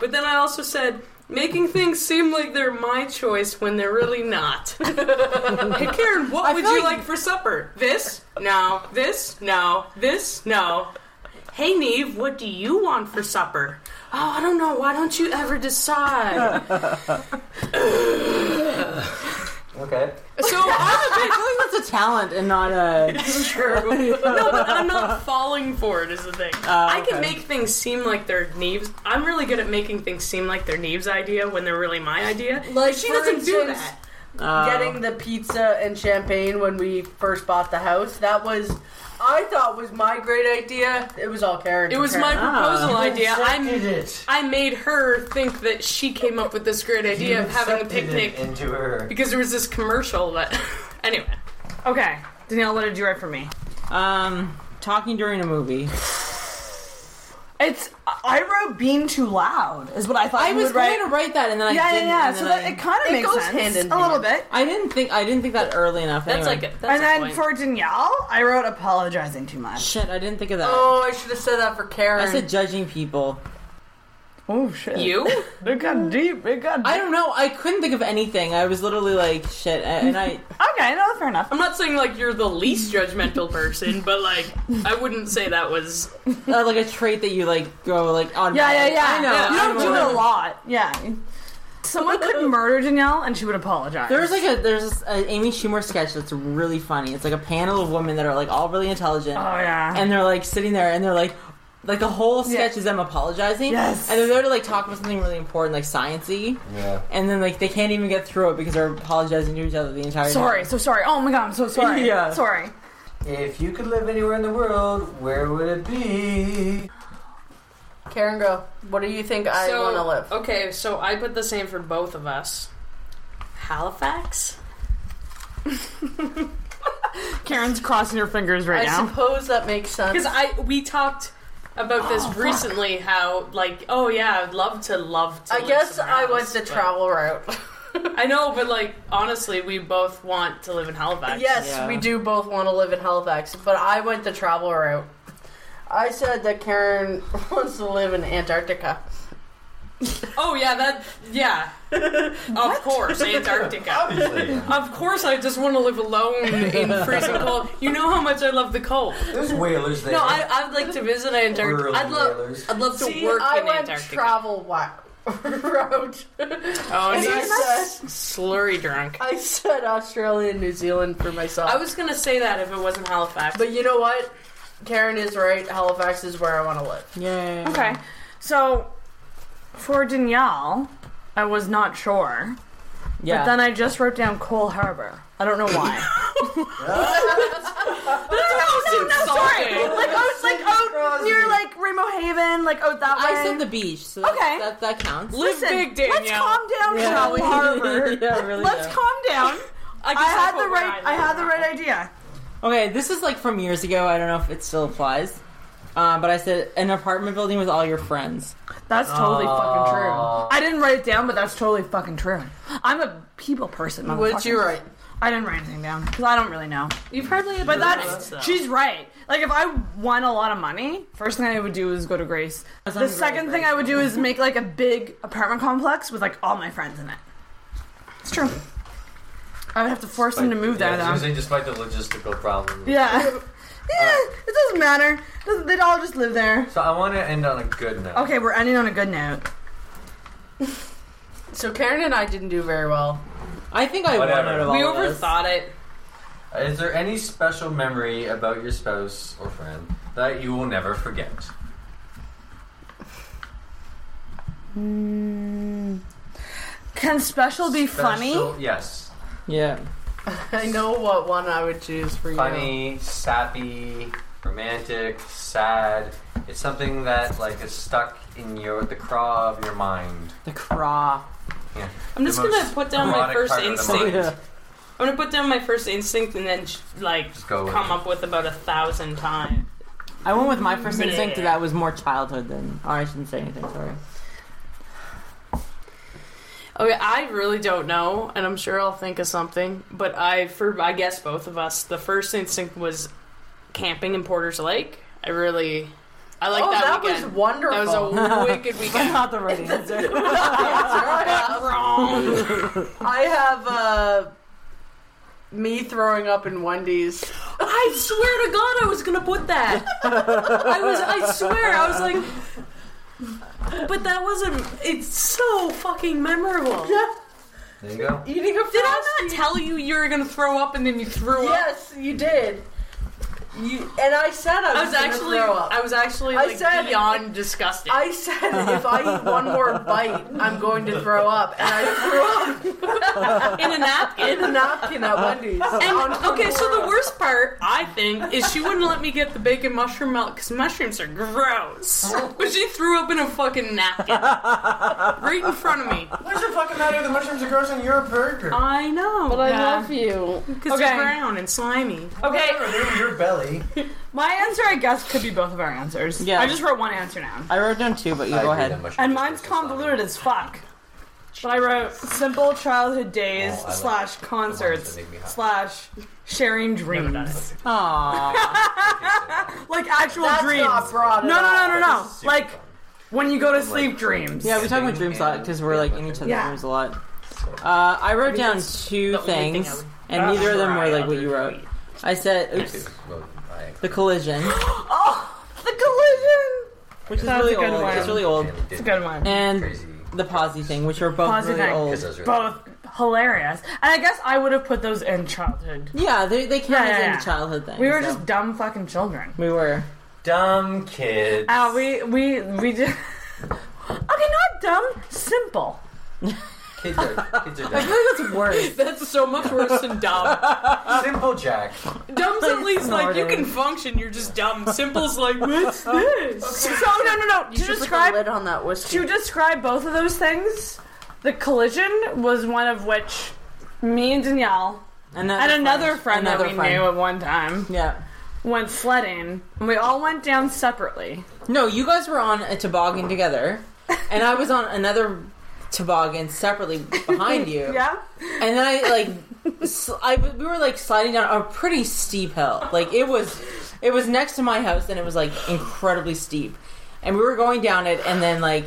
[SPEAKER 4] But then I also said, making things seem like they're my choice when they're really not. hey, Karen, what would
[SPEAKER 3] feel
[SPEAKER 4] you
[SPEAKER 3] like-
[SPEAKER 4] like for supper? This? No. This? No. This? No. Hey, Neve, what do you want for supper? Oh, I don't know. Why don't you ever decide?
[SPEAKER 8] Okay.
[SPEAKER 4] so I'm a bit
[SPEAKER 3] I feel like that's a talent and not a.
[SPEAKER 4] true. No, but I'm not falling for it is the thing. I can
[SPEAKER 3] Oh, okay.
[SPEAKER 4] make things seem like they're Neve's. I'm really good at making things seem like they're Neve's idea when they're really my idea.
[SPEAKER 7] Like
[SPEAKER 4] she
[SPEAKER 7] for
[SPEAKER 4] doesn't do
[SPEAKER 7] instance,
[SPEAKER 4] that.
[SPEAKER 3] Uh,
[SPEAKER 7] Getting the pizza and champagne when we first bought the house, that was I thought was my great idea. It was all Karen.
[SPEAKER 4] It was my proposal idea. I
[SPEAKER 8] it.
[SPEAKER 4] I made her think that she came up with this great idea of having a picnic
[SPEAKER 8] into her.
[SPEAKER 4] because there was this commercial that. anyway,
[SPEAKER 5] Okay. Danielle, what did you write for me?
[SPEAKER 3] um, talking during a movie.
[SPEAKER 5] It's I wrote being too loud is what I thought
[SPEAKER 3] I
[SPEAKER 5] you
[SPEAKER 3] was
[SPEAKER 5] would write.
[SPEAKER 3] going to write that, and then I
[SPEAKER 5] yeah, yeah,
[SPEAKER 3] didn't.
[SPEAKER 5] yeah.
[SPEAKER 3] and
[SPEAKER 5] So
[SPEAKER 3] then
[SPEAKER 5] that
[SPEAKER 3] I,
[SPEAKER 5] it kind of
[SPEAKER 7] It
[SPEAKER 5] makes
[SPEAKER 7] goes
[SPEAKER 5] sense
[SPEAKER 7] hand in
[SPEAKER 5] a little
[SPEAKER 7] hand.
[SPEAKER 5] bit.
[SPEAKER 3] I didn't think I didn't think that early enough.
[SPEAKER 4] that's
[SPEAKER 3] anyway.
[SPEAKER 4] like a, that's
[SPEAKER 5] And
[SPEAKER 4] a
[SPEAKER 5] then
[SPEAKER 4] point.
[SPEAKER 5] for Danielle, I wrote apologizing too much.
[SPEAKER 3] shit. I didn't think of that.
[SPEAKER 7] Oh, I should have said that for Karen.
[SPEAKER 3] I said judging people.
[SPEAKER 5] Oh shit!
[SPEAKER 4] you.
[SPEAKER 5] It got deep. It got. Deep.
[SPEAKER 3] I don't know. I couldn't think of anything. I was literally like shit, and I.
[SPEAKER 5] Okay, no, fair enough.
[SPEAKER 4] I'm not saying like you're the least judgmental person, but like I wouldn't say that was
[SPEAKER 3] uh, like a trait that you like go like on.
[SPEAKER 5] Yeah, yeah, yeah.
[SPEAKER 3] I know.
[SPEAKER 5] You
[SPEAKER 3] I'm
[SPEAKER 5] don't do it
[SPEAKER 3] aware.
[SPEAKER 5] a lot. Yeah. Someone could murder Danielle and she would apologize.
[SPEAKER 3] There's like a there's this, uh, Amy Schumer sketch that's really funny. It's like a panel of women that are like all really intelligent.
[SPEAKER 5] Oh, yeah.
[SPEAKER 3] And they're like sitting there and they're like like the whole sketch is them apologizing.
[SPEAKER 5] Yes.
[SPEAKER 3] And they're there to like talk about something really important like sciency.
[SPEAKER 8] Yeah.
[SPEAKER 3] And then like they can't even get through it because they're apologizing to each other the entire
[SPEAKER 5] sorry, so sorry. Oh my god, I'm so sorry.
[SPEAKER 3] Yeah.
[SPEAKER 5] Sorry.
[SPEAKER 8] If you could live anywhere in the world, where would it be?
[SPEAKER 7] Karen, go. What do you think I
[SPEAKER 4] So,
[SPEAKER 7] want to live?
[SPEAKER 4] Okay, so I put the same for both of us. Halifax?
[SPEAKER 5] Karen's crossing her fingers right
[SPEAKER 7] I
[SPEAKER 5] now.
[SPEAKER 7] suppose that makes sense.
[SPEAKER 4] Because I we talked about this recently. How like oh yeah, I'd love to love to.
[SPEAKER 7] I
[SPEAKER 4] live
[SPEAKER 7] guess
[SPEAKER 4] somewhere
[SPEAKER 7] I
[SPEAKER 4] else,
[SPEAKER 7] went the
[SPEAKER 4] but-
[SPEAKER 7] travel route.
[SPEAKER 4] I know, but like honestly, we both want to live in Halifax.
[SPEAKER 7] yes,
[SPEAKER 3] Yeah.
[SPEAKER 7] we do both want to live in Halifax, but I went the travel route. I said that Karen wants to live in Antarctica.
[SPEAKER 4] Oh yeah, that yeah. of course, Antarctica.
[SPEAKER 8] Obviously.
[SPEAKER 4] Of course, I just want to live alone in freezing cold. You know how much I love the cold.
[SPEAKER 8] There's whalers there.
[SPEAKER 4] No, I, I'd like to visit Antarctica.
[SPEAKER 8] Early
[SPEAKER 4] I'd love,
[SPEAKER 8] whalers.
[SPEAKER 4] I'd love to
[SPEAKER 7] See,
[SPEAKER 4] work
[SPEAKER 7] I
[SPEAKER 4] in
[SPEAKER 7] went
[SPEAKER 4] Antarctica.
[SPEAKER 7] travel wa- route.
[SPEAKER 4] oh,
[SPEAKER 7] And I
[SPEAKER 4] he's
[SPEAKER 7] said,
[SPEAKER 4] slurry drunk.
[SPEAKER 7] I said Australia and New Zealand for myself.
[SPEAKER 4] I was gonna say that if it wasn't Halifax.
[SPEAKER 7] but you know what? Karen is right. Halifax is where I want to live.
[SPEAKER 4] yeah.
[SPEAKER 5] Okay, so for Danielle, I was not sure.
[SPEAKER 3] Yeah.
[SPEAKER 5] But then I just wrote down Cole Harbor. I don't know why.
[SPEAKER 4] no, no, sorry.
[SPEAKER 5] like oh, it's like oh, near like Rainbow Haven, like oh that way.
[SPEAKER 3] I said the beach, so that,
[SPEAKER 5] Okay.
[SPEAKER 3] that, that counts.
[SPEAKER 4] Live
[SPEAKER 5] Listen,
[SPEAKER 4] big,
[SPEAKER 5] Let's
[SPEAKER 4] Danielle.
[SPEAKER 5] calm down, Cole Harbor.
[SPEAKER 3] yeah, really.
[SPEAKER 5] Let's
[SPEAKER 3] though.
[SPEAKER 5] calm down.
[SPEAKER 4] I,
[SPEAKER 5] I
[SPEAKER 4] guess
[SPEAKER 5] had
[SPEAKER 4] that's
[SPEAKER 5] the
[SPEAKER 4] what
[SPEAKER 5] right.
[SPEAKER 4] we're
[SPEAKER 5] I
[SPEAKER 4] on.
[SPEAKER 5] had the right idea.
[SPEAKER 3] Okay, this is like from years ago. I don't know if it still applies. Um, but I said an apartment building with all your friends.
[SPEAKER 5] That's totally fucking true.
[SPEAKER 8] Aw.
[SPEAKER 5] I didn't write it down, but that's totally fucking true. I'm a people person.
[SPEAKER 7] What'd you
[SPEAKER 5] motherfucker.
[SPEAKER 7] write?
[SPEAKER 5] I didn't write anything down because I don't really know.
[SPEAKER 4] You've hardly.
[SPEAKER 5] But that's she's right. Like if I won a lot of money, first thing I would do is go to Grace. The second thing I would do is make like a big apartment complex with like all my friends in it. It's true. I would have to force them to move
[SPEAKER 8] yeah,
[SPEAKER 5] there
[SPEAKER 8] I was
[SPEAKER 5] though.
[SPEAKER 8] gonna say, despite the logistical problem.
[SPEAKER 5] Yeah. Yeah, it doesn't matter. Doesn't- They'd all just live there.
[SPEAKER 8] So I want to end on a good note.
[SPEAKER 5] Okay, we're ending on a good note.
[SPEAKER 7] So Karen and I didn't do very well.
[SPEAKER 3] I think I
[SPEAKER 8] Whatever.
[SPEAKER 3] won out of all
[SPEAKER 4] we
[SPEAKER 3] of this.
[SPEAKER 4] overthought it.
[SPEAKER 8] Is there any special memory about your spouse or friend that you will never forget?
[SPEAKER 5] Can special be funny?
[SPEAKER 8] Special- yes.
[SPEAKER 3] Yeah.
[SPEAKER 7] I know what one I would choose for you.
[SPEAKER 8] Funny, sappy, romantic, sad. It's something that like is stuck in your the craw of your mind.
[SPEAKER 3] The craw.
[SPEAKER 8] Yeah.
[SPEAKER 4] I'm
[SPEAKER 8] The
[SPEAKER 4] just gonna
[SPEAKER 8] most
[SPEAKER 4] put down my
[SPEAKER 8] erotic
[SPEAKER 4] first
[SPEAKER 8] part of the
[SPEAKER 3] Oh,
[SPEAKER 4] instinct.
[SPEAKER 8] mind.
[SPEAKER 4] I'm gonna put down my first instinct and then sh- like
[SPEAKER 8] Just go with
[SPEAKER 4] come
[SPEAKER 8] it.
[SPEAKER 4] up with about a thousand times.
[SPEAKER 3] I went with my first instinct that was more childhood than. Oh, I shouldn't say anything, sorry.
[SPEAKER 4] Okay, I really don't know, and I'm sure I'll think of something. But I, for I guess both of us, the first instinct was camping in Porter's Lake. I really, I like
[SPEAKER 7] oh,
[SPEAKER 4] that,
[SPEAKER 7] that,
[SPEAKER 4] weekend.
[SPEAKER 7] was wonderful.
[SPEAKER 4] that was a wicked
[SPEAKER 3] But
[SPEAKER 4] weekend.
[SPEAKER 3] not the right answer.
[SPEAKER 4] Wrong.
[SPEAKER 7] I have uh, me throwing up in Wendy's.
[SPEAKER 4] I swear to God, I was gonna put that. I was. I swear, I was like. But that wasn't. It's so fucking memorable.
[SPEAKER 8] There you go.
[SPEAKER 7] Eating a
[SPEAKER 4] Did I not tell you you were gonna throw up and then you threw up?
[SPEAKER 7] Yes, you did. You and I said I was,
[SPEAKER 4] I was
[SPEAKER 7] gonna
[SPEAKER 4] actually,
[SPEAKER 7] Throw up.
[SPEAKER 4] I was actually
[SPEAKER 7] I
[SPEAKER 4] like
[SPEAKER 7] said-
[SPEAKER 4] beyond disgusted.
[SPEAKER 7] I said if I eat one more bite, I'm going to throw up, and I threw up
[SPEAKER 4] in a napkin.
[SPEAKER 7] in the napkin at Wendy's.
[SPEAKER 4] And okay, so the worst part Oh, I think is she wouldn't let me get the bacon mushroom melt because mushrooms are gross. But she threw up in a fucking napkin right in front of me.
[SPEAKER 8] What does it fucking matter? The mushrooms are gross and you're a burger.
[SPEAKER 5] Uh-huh.
[SPEAKER 4] I know, but
[SPEAKER 5] Yeah.
[SPEAKER 7] you.
[SPEAKER 4] because
[SPEAKER 5] Okay.
[SPEAKER 4] you're brown and slimy.
[SPEAKER 5] Okay,
[SPEAKER 8] They're in your belly.
[SPEAKER 5] my answer I guess could be both of our answers.
[SPEAKER 3] Yeah.
[SPEAKER 5] I just wrote one answer down.
[SPEAKER 3] I wrote down two, but you go ahead.
[SPEAKER 5] And mine's convoluted as fuck. But I wrote simple childhood days
[SPEAKER 8] Oh, I like
[SPEAKER 5] slash concerts
[SPEAKER 8] that make me hot.
[SPEAKER 5] slash sharing dreams.
[SPEAKER 3] Aww.
[SPEAKER 5] Like actual
[SPEAKER 7] That's
[SPEAKER 5] dreams.
[SPEAKER 7] not broad. at
[SPEAKER 5] no, no,
[SPEAKER 7] all.
[SPEAKER 5] no, no, no. Like when you go to sleep dreams.
[SPEAKER 3] Yeah, we talk about dreams a lot because we're like in each other's
[SPEAKER 5] Yeah.
[SPEAKER 3] rooms a lot. Uh, I wrote down two
[SPEAKER 4] only thing
[SPEAKER 3] things,
[SPEAKER 4] I would-
[SPEAKER 3] and neither of them were like what you wrote. I said, oops, the collision,
[SPEAKER 5] Oh, The collision.
[SPEAKER 3] which is
[SPEAKER 5] That's
[SPEAKER 3] really
[SPEAKER 5] a good
[SPEAKER 3] old.
[SPEAKER 5] one.
[SPEAKER 3] It's really old,
[SPEAKER 5] It's a good one.
[SPEAKER 3] and
[SPEAKER 8] Crazy.
[SPEAKER 3] the posy thing, which are both
[SPEAKER 5] Posy
[SPEAKER 3] really
[SPEAKER 5] thing.
[SPEAKER 3] old.
[SPEAKER 5] Both hilarious. And I guess I would have put those in childhood.
[SPEAKER 3] Yeah, they they count
[SPEAKER 5] Yeah,
[SPEAKER 3] as
[SPEAKER 5] yeah, yeah.
[SPEAKER 3] in childhood things.
[SPEAKER 5] We were
[SPEAKER 3] so.
[SPEAKER 5] just dumb fucking children.
[SPEAKER 3] we were.
[SPEAKER 8] Dumb kids.
[SPEAKER 5] Ah, we we we just. okay, not dumb. Simple.
[SPEAKER 8] Kids are, kids are dumb.
[SPEAKER 3] I think that's worse.
[SPEAKER 4] That's so much worse than dumb.
[SPEAKER 8] Simple Jack.
[SPEAKER 4] Dumb's at least like you
[SPEAKER 3] Snorting.
[SPEAKER 4] can function. You're just dumb. Simple's like what's this?
[SPEAKER 5] So no no no.
[SPEAKER 7] You
[SPEAKER 5] to
[SPEAKER 7] should
[SPEAKER 5] describe
[SPEAKER 7] put the lid on that whiskey.
[SPEAKER 5] to describe both of those things, the collision was one of which me and Danielle
[SPEAKER 3] Another
[SPEAKER 5] and another friend
[SPEAKER 3] another
[SPEAKER 5] that we
[SPEAKER 3] friend.
[SPEAKER 5] knew at one time
[SPEAKER 3] Yeah.
[SPEAKER 5] went sledding, and we all went down separately.
[SPEAKER 3] No, you guys were on a toboggan together, and I was on another toboggan separately behind you.
[SPEAKER 5] Yeah,
[SPEAKER 3] And then I like, sl- I we were like sliding down a pretty steep hill. Like it was, it was next to my house, and it was like incredibly steep. And we were going down it, and then like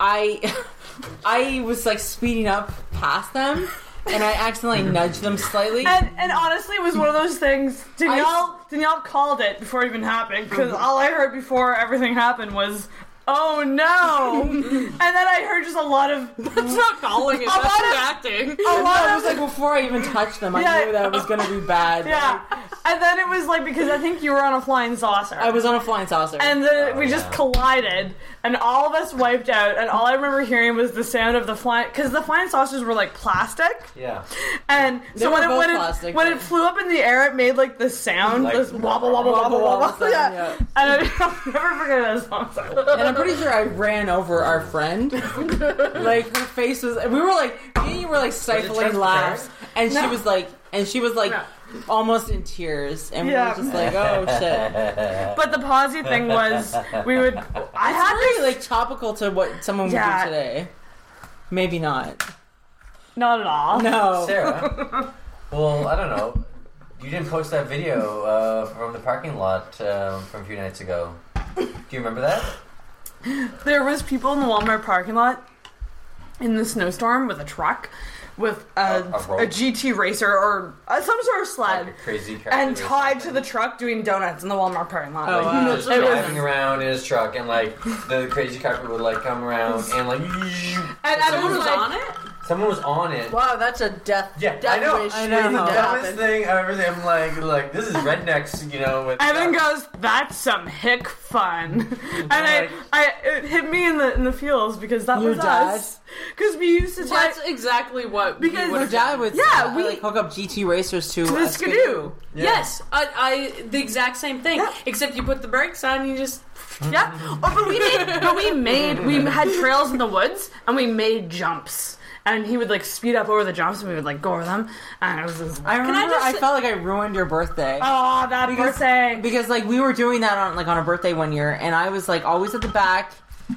[SPEAKER 3] I I was like speeding up past them and I accidentally nudged them slightly.
[SPEAKER 5] And, and honestly, it was one of those things. Danielle Danielle called it before it even happened because all I heard before everything happened was, "Oh no!" and then I heard just a lot of
[SPEAKER 4] That's not calling it.
[SPEAKER 5] A
[SPEAKER 4] That's
[SPEAKER 5] lot of-
[SPEAKER 4] acting.
[SPEAKER 5] a
[SPEAKER 3] I
[SPEAKER 5] lot
[SPEAKER 3] was
[SPEAKER 5] of
[SPEAKER 3] like before I even touched them, I
[SPEAKER 5] Yeah.
[SPEAKER 3] knew that it was gonna be bad.
[SPEAKER 5] yeah. And then it was like because I think you were on a flying saucer.
[SPEAKER 3] I was on a flying saucer.
[SPEAKER 5] and then we just collided, and all of us wiped out. And all I remember hearing was the sound of the flying, because the flying saucers were like plastic,
[SPEAKER 8] Yeah.
[SPEAKER 5] and so
[SPEAKER 3] were
[SPEAKER 5] when it
[SPEAKER 3] both
[SPEAKER 5] when, it
[SPEAKER 3] plastic,
[SPEAKER 5] when
[SPEAKER 3] but-
[SPEAKER 5] it flew up in the air, it made like this sound,
[SPEAKER 8] Like-
[SPEAKER 5] this wobble wobble wobble
[SPEAKER 3] Wobble,
[SPEAKER 5] wobble.
[SPEAKER 3] wobble sound,
[SPEAKER 5] yeah.
[SPEAKER 3] yeah.
[SPEAKER 5] and I, will never forget that song.
[SPEAKER 3] And I'm pretty sure I ran over our friend. like her face was we were like me and you were like stifling
[SPEAKER 8] transparent?
[SPEAKER 3] laughs. And she was like and she was like almost in tears and
[SPEAKER 5] Yeah.
[SPEAKER 3] we were just like, Oh shit.
[SPEAKER 5] But the posy thing was we would. I
[SPEAKER 3] It's
[SPEAKER 5] had
[SPEAKER 3] really
[SPEAKER 5] this.
[SPEAKER 3] like topical to what someone
[SPEAKER 5] Yeah.
[SPEAKER 3] would do today. Maybe not.
[SPEAKER 5] Not at all.
[SPEAKER 3] No.
[SPEAKER 8] Sarah. well, I don't know. You didn't post that video uh, from the parking lot um, from a few nights ago. Do you remember that?
[SPEAKER 5] There was people in the Walmart parking lot in the snowstorm with a truck, with a,
[SPEAKER 8] A- a rope.
[SPEAKER 5] a GT racer or uh, some sort of sled,
[SPEAKER 8] Like a crazy character
[SPEAKER 5] and
[SPEAKER 8] or
[SPEAKER 5] tied to
[SPEAKER 8] something.
[SPEAKER 5] the truck doing donuts in the Walmart parking lot.
[SPEAKER 3] Oh,
[SPEAKER 8] Like,
[SPEAKER 3] wow.
[SPEAKER 8] uh, just
[SPEAKER 5] It was-
[SPEAKER 8] driving around in his truck, and like the crazy carpet would like come around and like.
[SPEAKER 5] and I
[SPEAKER 4] Someone
[SPEAKER 5] was
[SPEAKER 4] was
[SPEAKER 5] like,
[SPEAKER 4] on it.
[SPEAKER 8] Someone was on it.
[SPEAKER 7] Wow, that's a death.
[SPEAKER 8] Yeah,
[SPEAKER 7] death
[SPEAKER 8] I know.
[SPEAKER 7] wish
[SPEAKER 3] I know.
[SPEAKER 7] waiting to
[SPEAKER 3] That
[SPEAKER 8] Dumbest
[SPEAKER 7] happen.
[SPEAKER 8] thing I've ever seen. I'm like, like this is rednecks, you know. With
[SPEAKER 5] Evan goes, "That's some hick fun," and I,
[SPEAKER 8] Like-
[SPEAKER 5] I, it hit me in the in the feels because that
[SPEAKER 3] Your
[SPEAKER 5] was
[SPEAKER 3] dad?
[SPEAKER 5] us, because we used to tie
[SPEAKER 4] That's exactly what.
[SPEAKER 5] Because-
[SPEAKER 4] we
[SPEAKER 3] Her
[SPEAKER 4] would've
[SPEAKER 3] dad would
[SPEAKER 5] Yeah, we-
[SPEAKER 3] like hook up GT racers to
[SPEAKER 5] the
[SPEAKER 3] a
[SPEAKER 5] skidoo.
[SPEAKER 8] Yeah.
[SPEAKER 4] Yes, I, I the exact same thing. Except you put the brakes on, and you just
[SPEAKER 5] Yeah, oh, but we made, but we made, we had trails in the woods, and we made jumps. And he would like speed up over the jumps, and we would like go over them. And it was just,
[SPEAKER 3] I remember I,
[SPEAKER 4] just say-
[SPEAKER 3] felt like I ruined your birthday.
[SPEAKER 5] oh, that birthday.
[SPEAKER 3] because like we were doing that on like on a birthday one year and I was like always at the back,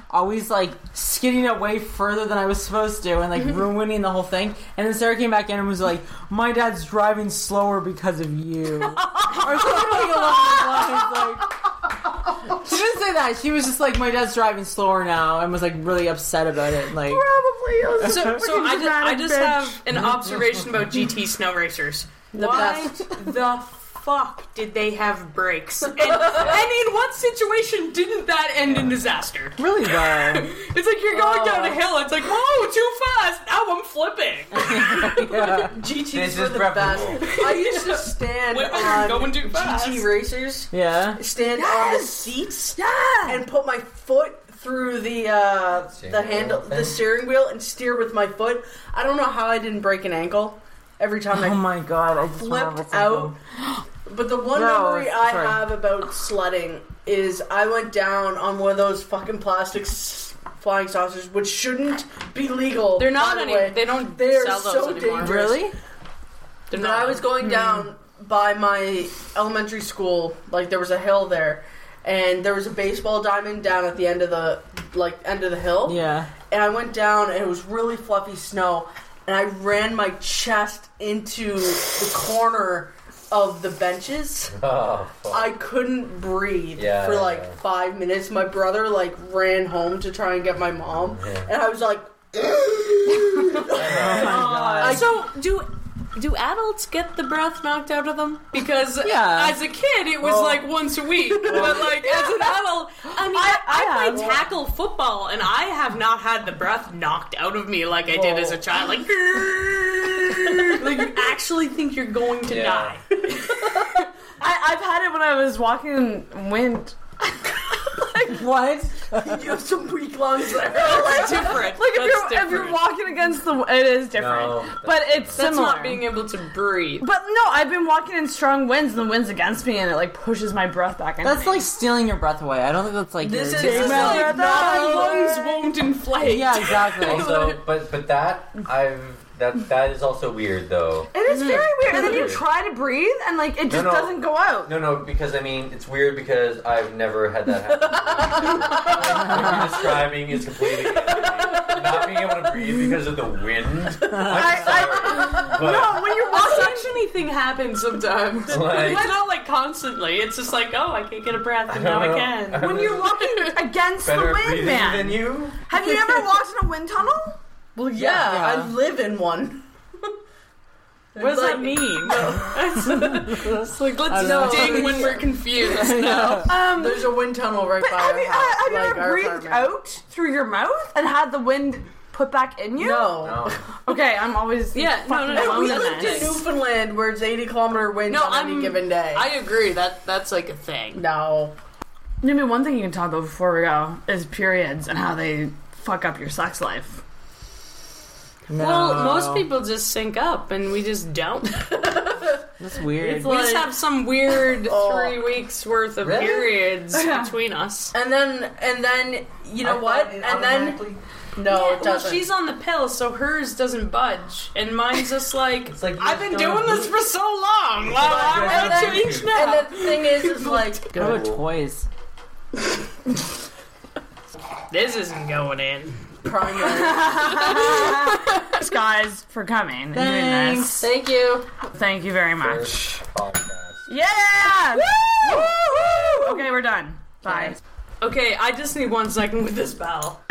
[SPEAKER 3] always like skidding away further than I was supposed to and like ruining the whole thing. And then Sarah came back in and was like, My dad's driving slower because of you. or something like along those lines, like she didn't say that. She was just like, my dad's driving slower now, and was like really upset about it. Like,
[SPEAKER 5] Probably. It was
[SPEAKER 4] So, so I just, I just have an observation about GT snow racers. The Why the fuck did they have brakes? And, and in what situation didn't that end in disaster?
[SPEAKER 3] really though.
[SPEAKER 4] It's like you're going down a hill. It's like, whoa, too fast. Now I'm flipping.
[SPEAKER 3] Yeah.
[SPEAKER 8] This
[SPEAKER 7] GTs
[SPEAKER 8] is
[SPEAKER 7] were the best.
[SPEAKER 8] preferable.
[SPEAKER 7] I used to stand
[SPEAKER 4] Women
[SPEAKER 7] on
[SPEAKER 4] are going too fast.
[SPEAKER 7] GT racers,
[SPEAKER 3] yeah.
[SPEAKER 7] stand on the seats,
[SPEAKER 5] Yeah.
[SPEAKER 7] and put my foot through the uh,
[SPEAKER 8] Steering
[SPEAKER 7] the
[SPEAKER 8] wheel
[SPEAKER 7] handle,
[SPEAKER 8] thing.
[SPEAKER 7] the steering wheel, and steer with my foot. I don't know how I didn't break an ankle every time
[SPEAKER 3] Oh
[SPEAKER 7] I
[SPEAKER 3] my god, I just remembered
[SPEAKER 7] flipped
[SPEAKER 3] something.
[SPEAKER 7] out. But the one
[SPEAKER 3] No,
[SPEAKER 7] memory I
[SPEAKER 3] sorry.
[SPEAKER 7] have about sledding is I went down on one of those fucking plastic s- flying saucers, which shouldn't be legal.
[SPEAKER 4] They're not
[SPEAKER 7] by the
[SPEAKER 4] any.
[SPEAKER 7] way.
[SPEAKER 4] They don't
[SPEAKER 7] They are
[SPEAKER 4] sell those
[SPEAKER 7] so
[SPEAKER 4] anymore.
[SPEAKER 7] dangerous.
[SPEAKER 3] Really?
[SPEAKER 4] They're
[SPEAKER 7] But I was going down by my elementary school, like there was a hill there, and there was a baseball diamond down at the end of the like end of the hill.
[SPEAKER 3] Yeah.
[SPEAKER 7] And I went down and it was really fluffy snow and I ran my chest into the corner of the benches.
[SPEAKER 8] Oh, fuck.
[SPEAKER 7] I couldn't breathe
[SPEAKER 8] Yeah,
[SPEAKER 7] for
[SPEAKER 8] yeah,
[SPEAKER 7] like
[SPEAKER 8] yeah.
[SPEAKER 7] five minutes. My brother like ran home to try and get my mom and I was like
[SPEAKER 3] Oh my god.
[SPEAKER 4] so do do adults get the breath knocked out of them? Because
[SPEAKER 3] Yeah.
[SPEAKER 4] as a kid, it was like once a week, but like as an adult, I mean, I, I, played tackle football, and I have not had the breath knocked out of me like I did as a child. Like, like you actually think you're going to
[SPEAKER 8] Yeah.
[SPEAKER 4] die.
[SPEAKER 5] I, I've had it when I was walking in wind.
[SPEAKER 3] What?
[SPEAKER 7] You have some weak lungs there.
[SPEAKER 4] That's different.
[SPEAKER 5] Like if
[SPEAKER 4] That's
[SPEAKER 5] you're
[SPEAKER 4] different.
[SPEAKER 5] if you're walking against the, it is different.
[SPEAKER 8] No,
[SPEAKER 5] but it's
[SPEAKER 4] That's
[SPEAKER 5] similar.
[SPEAKER 4] not being able to breathe.
[SPEAKER 5] but no, I've been walking in strong winds, and the wind's against me, and it like pushes my breath back in.
[SPEAKER 3] That's like stealing your breath away. I don't think that's like
[SPEAKER 7] This
[SPEAKER 3] your-
[SPEAKER 7] is- this is
[SPEAKER 4] Like,
[SPEAKER 5] Remember
[SPEAKER 4] my
[SPEAKER 5] that?
[SPEAKER 4] lungs won't inflate.
[SPEAKER 3] yeah, exactly.
[SPEAKER 8] also, but but that I've that that is also weird though.
[SPEAKER 5] It is very weird. And then you
[SPEAKER 8] Mhm.
[SPEAKER 5] try to breathe, and like it just
[SPEAKER 8] no.
[SPEAKER 5] doesn't go out.
[SPEAKER 8] No, no, because I mean it's weird because I've never had that happen. what you're describing is completely not being able to breathe because of the wind. I'm
[SPEAKER 5] I-
[SPEAKER 8] sorry, but
[SPEAKER 5] No, when you're walking,
[SPEAKER 4] accidentally thing happens sometimes.
[SPEAKER 8] Like-
[SPEAKER 4] it's not like constantly. It's just like, oh, I can't get a breath, and now I
[SPEAKER 8] don't know.
[SPEAKER 4] can.
[SPEAKER 5] When you're walking against
[SPEAKER 8] Better
[SPEAKER 5] the
[SPEAKER 8] at
[SPEAKER 5] wind,
[SPEAKER 8] breathing
[SPEAKER 5] man.
[SPEAKER 8] than you.
[SPEAKER 5] Have you ever walked in a wind tunnel?
[SPEAKER 7] Well, yeah,
[SPEAKER 3] Yeah.
[SPEAKER 7] I live in one.
[SPEAKER 4] What does
[SPEAKER 7] Like-
[SPEAKER 4] that mean? it's like let's
[SPEAKER 7] know.
[SPEAKER 4] ding when we're confused. No.
[SPEAKER 5] Um,
[SPEAKER 7] There's a wind tunnel right
[SPEAKER 5] but
[SPEAKER 7] by
[SPEAKER 5] have
[SPEAKER 7] our
[SPEAKER 5] you, uh,
[SPEAKER 7] house.
[SPEAKER 5] have you
[SPEAKER 7] like,
[SPEAKER 5] ever
[SPEAKER 7] our
[SPEAKER 5] breathed
[SPEAKER 7] apartment.
[SPEAKER 5] out through your mouth and had the wind put back in you?
[SPEAKER 7] No.
[SPEAKER 8] No.
[SPEAKER 5] Okay, I'm always
[SPEAKER 4] Yeah, no, no, no,
[SPEAKER 5] fucking-
[SPEAKER 4] I'm
[SPEAKER 7] We
[SPEAKER 4] not.
[SPEAKER 7] lived in Newfoundland where it's 80 kilometer winds
[SPEAKER 4] No,
[SPEAKER 7] on
[SPEAKER 4] I'm-
[SPEAKER 7] any given day.
[SPEAKER 4] I agree. That that's like a thing.
[SPEAKER 7] no.
[SPEAKER 5] Maybe one thing you can talk about before we go is periods and how they fuck up your sex life.
[SPEAKER 4] Well, most people just sync up, and we just don't.
[SPEAKER 3] That's weird.
[SPEAKER 7] It's
[SPEAKER 4] We
[SPEAKER 7] like-
[SPEAKER 4] just have some weird
[SPEAKER 7] Oh.
[SPEAKER 4] three weeks worth of
[SPEAKER 8] Really?
[SPEAKER 4] periods
[SPEAKER 5] Yeah.
[SPEAKER 4] between us.
[SPEAKER 7] And then, and then, you know
[SPEAKER 8] I
[SPEAKER 7] what?
[SPEAKER 8] thought it
[SPEAKER 7] And then,
[SPEAKER 8] automatically-
[SPEAKER 7] no,
[SPEAKER 4] Yeah,
[SPEAKER 7] it doesn't.
[SPEAKER 4] Well, she's on the pill, so hers doesn't budge, and mine's just like,
[SPEAKER 8] It's like you
[SPEAKER 4] I've
[SPEAKER 8] just
[SPEAKER 4] been
[SPEAKER 8] don't
[SPEAKER 4] doing this
[SPEAKER 8] do
[SPEAKER 4] for so long. Well,
[SPEAKER 8] on,
[SPEAKER 4] I'm
[SPEAKER 8] guys.
[SPEAKER 4] gonna change now.
[SPEAKER 7] and the thing is, is like,
[SPEAKER 3] Go to toys.
[SPEAKER 4] this isn't going in.
[SPEAKER 7] primary.
[SPEAKER 5] Thanks, guys, for coming and doing this.
[SPEAKER 7] Thank you.
[SPEAKER 5] Thank you very much.
[SPEAKER 8] First podcast.
[SPEAKER 5] Yeah! Woo! Okay, we're done. Bye.
[SPEAKER 4] Okay, I just need one second with this bell.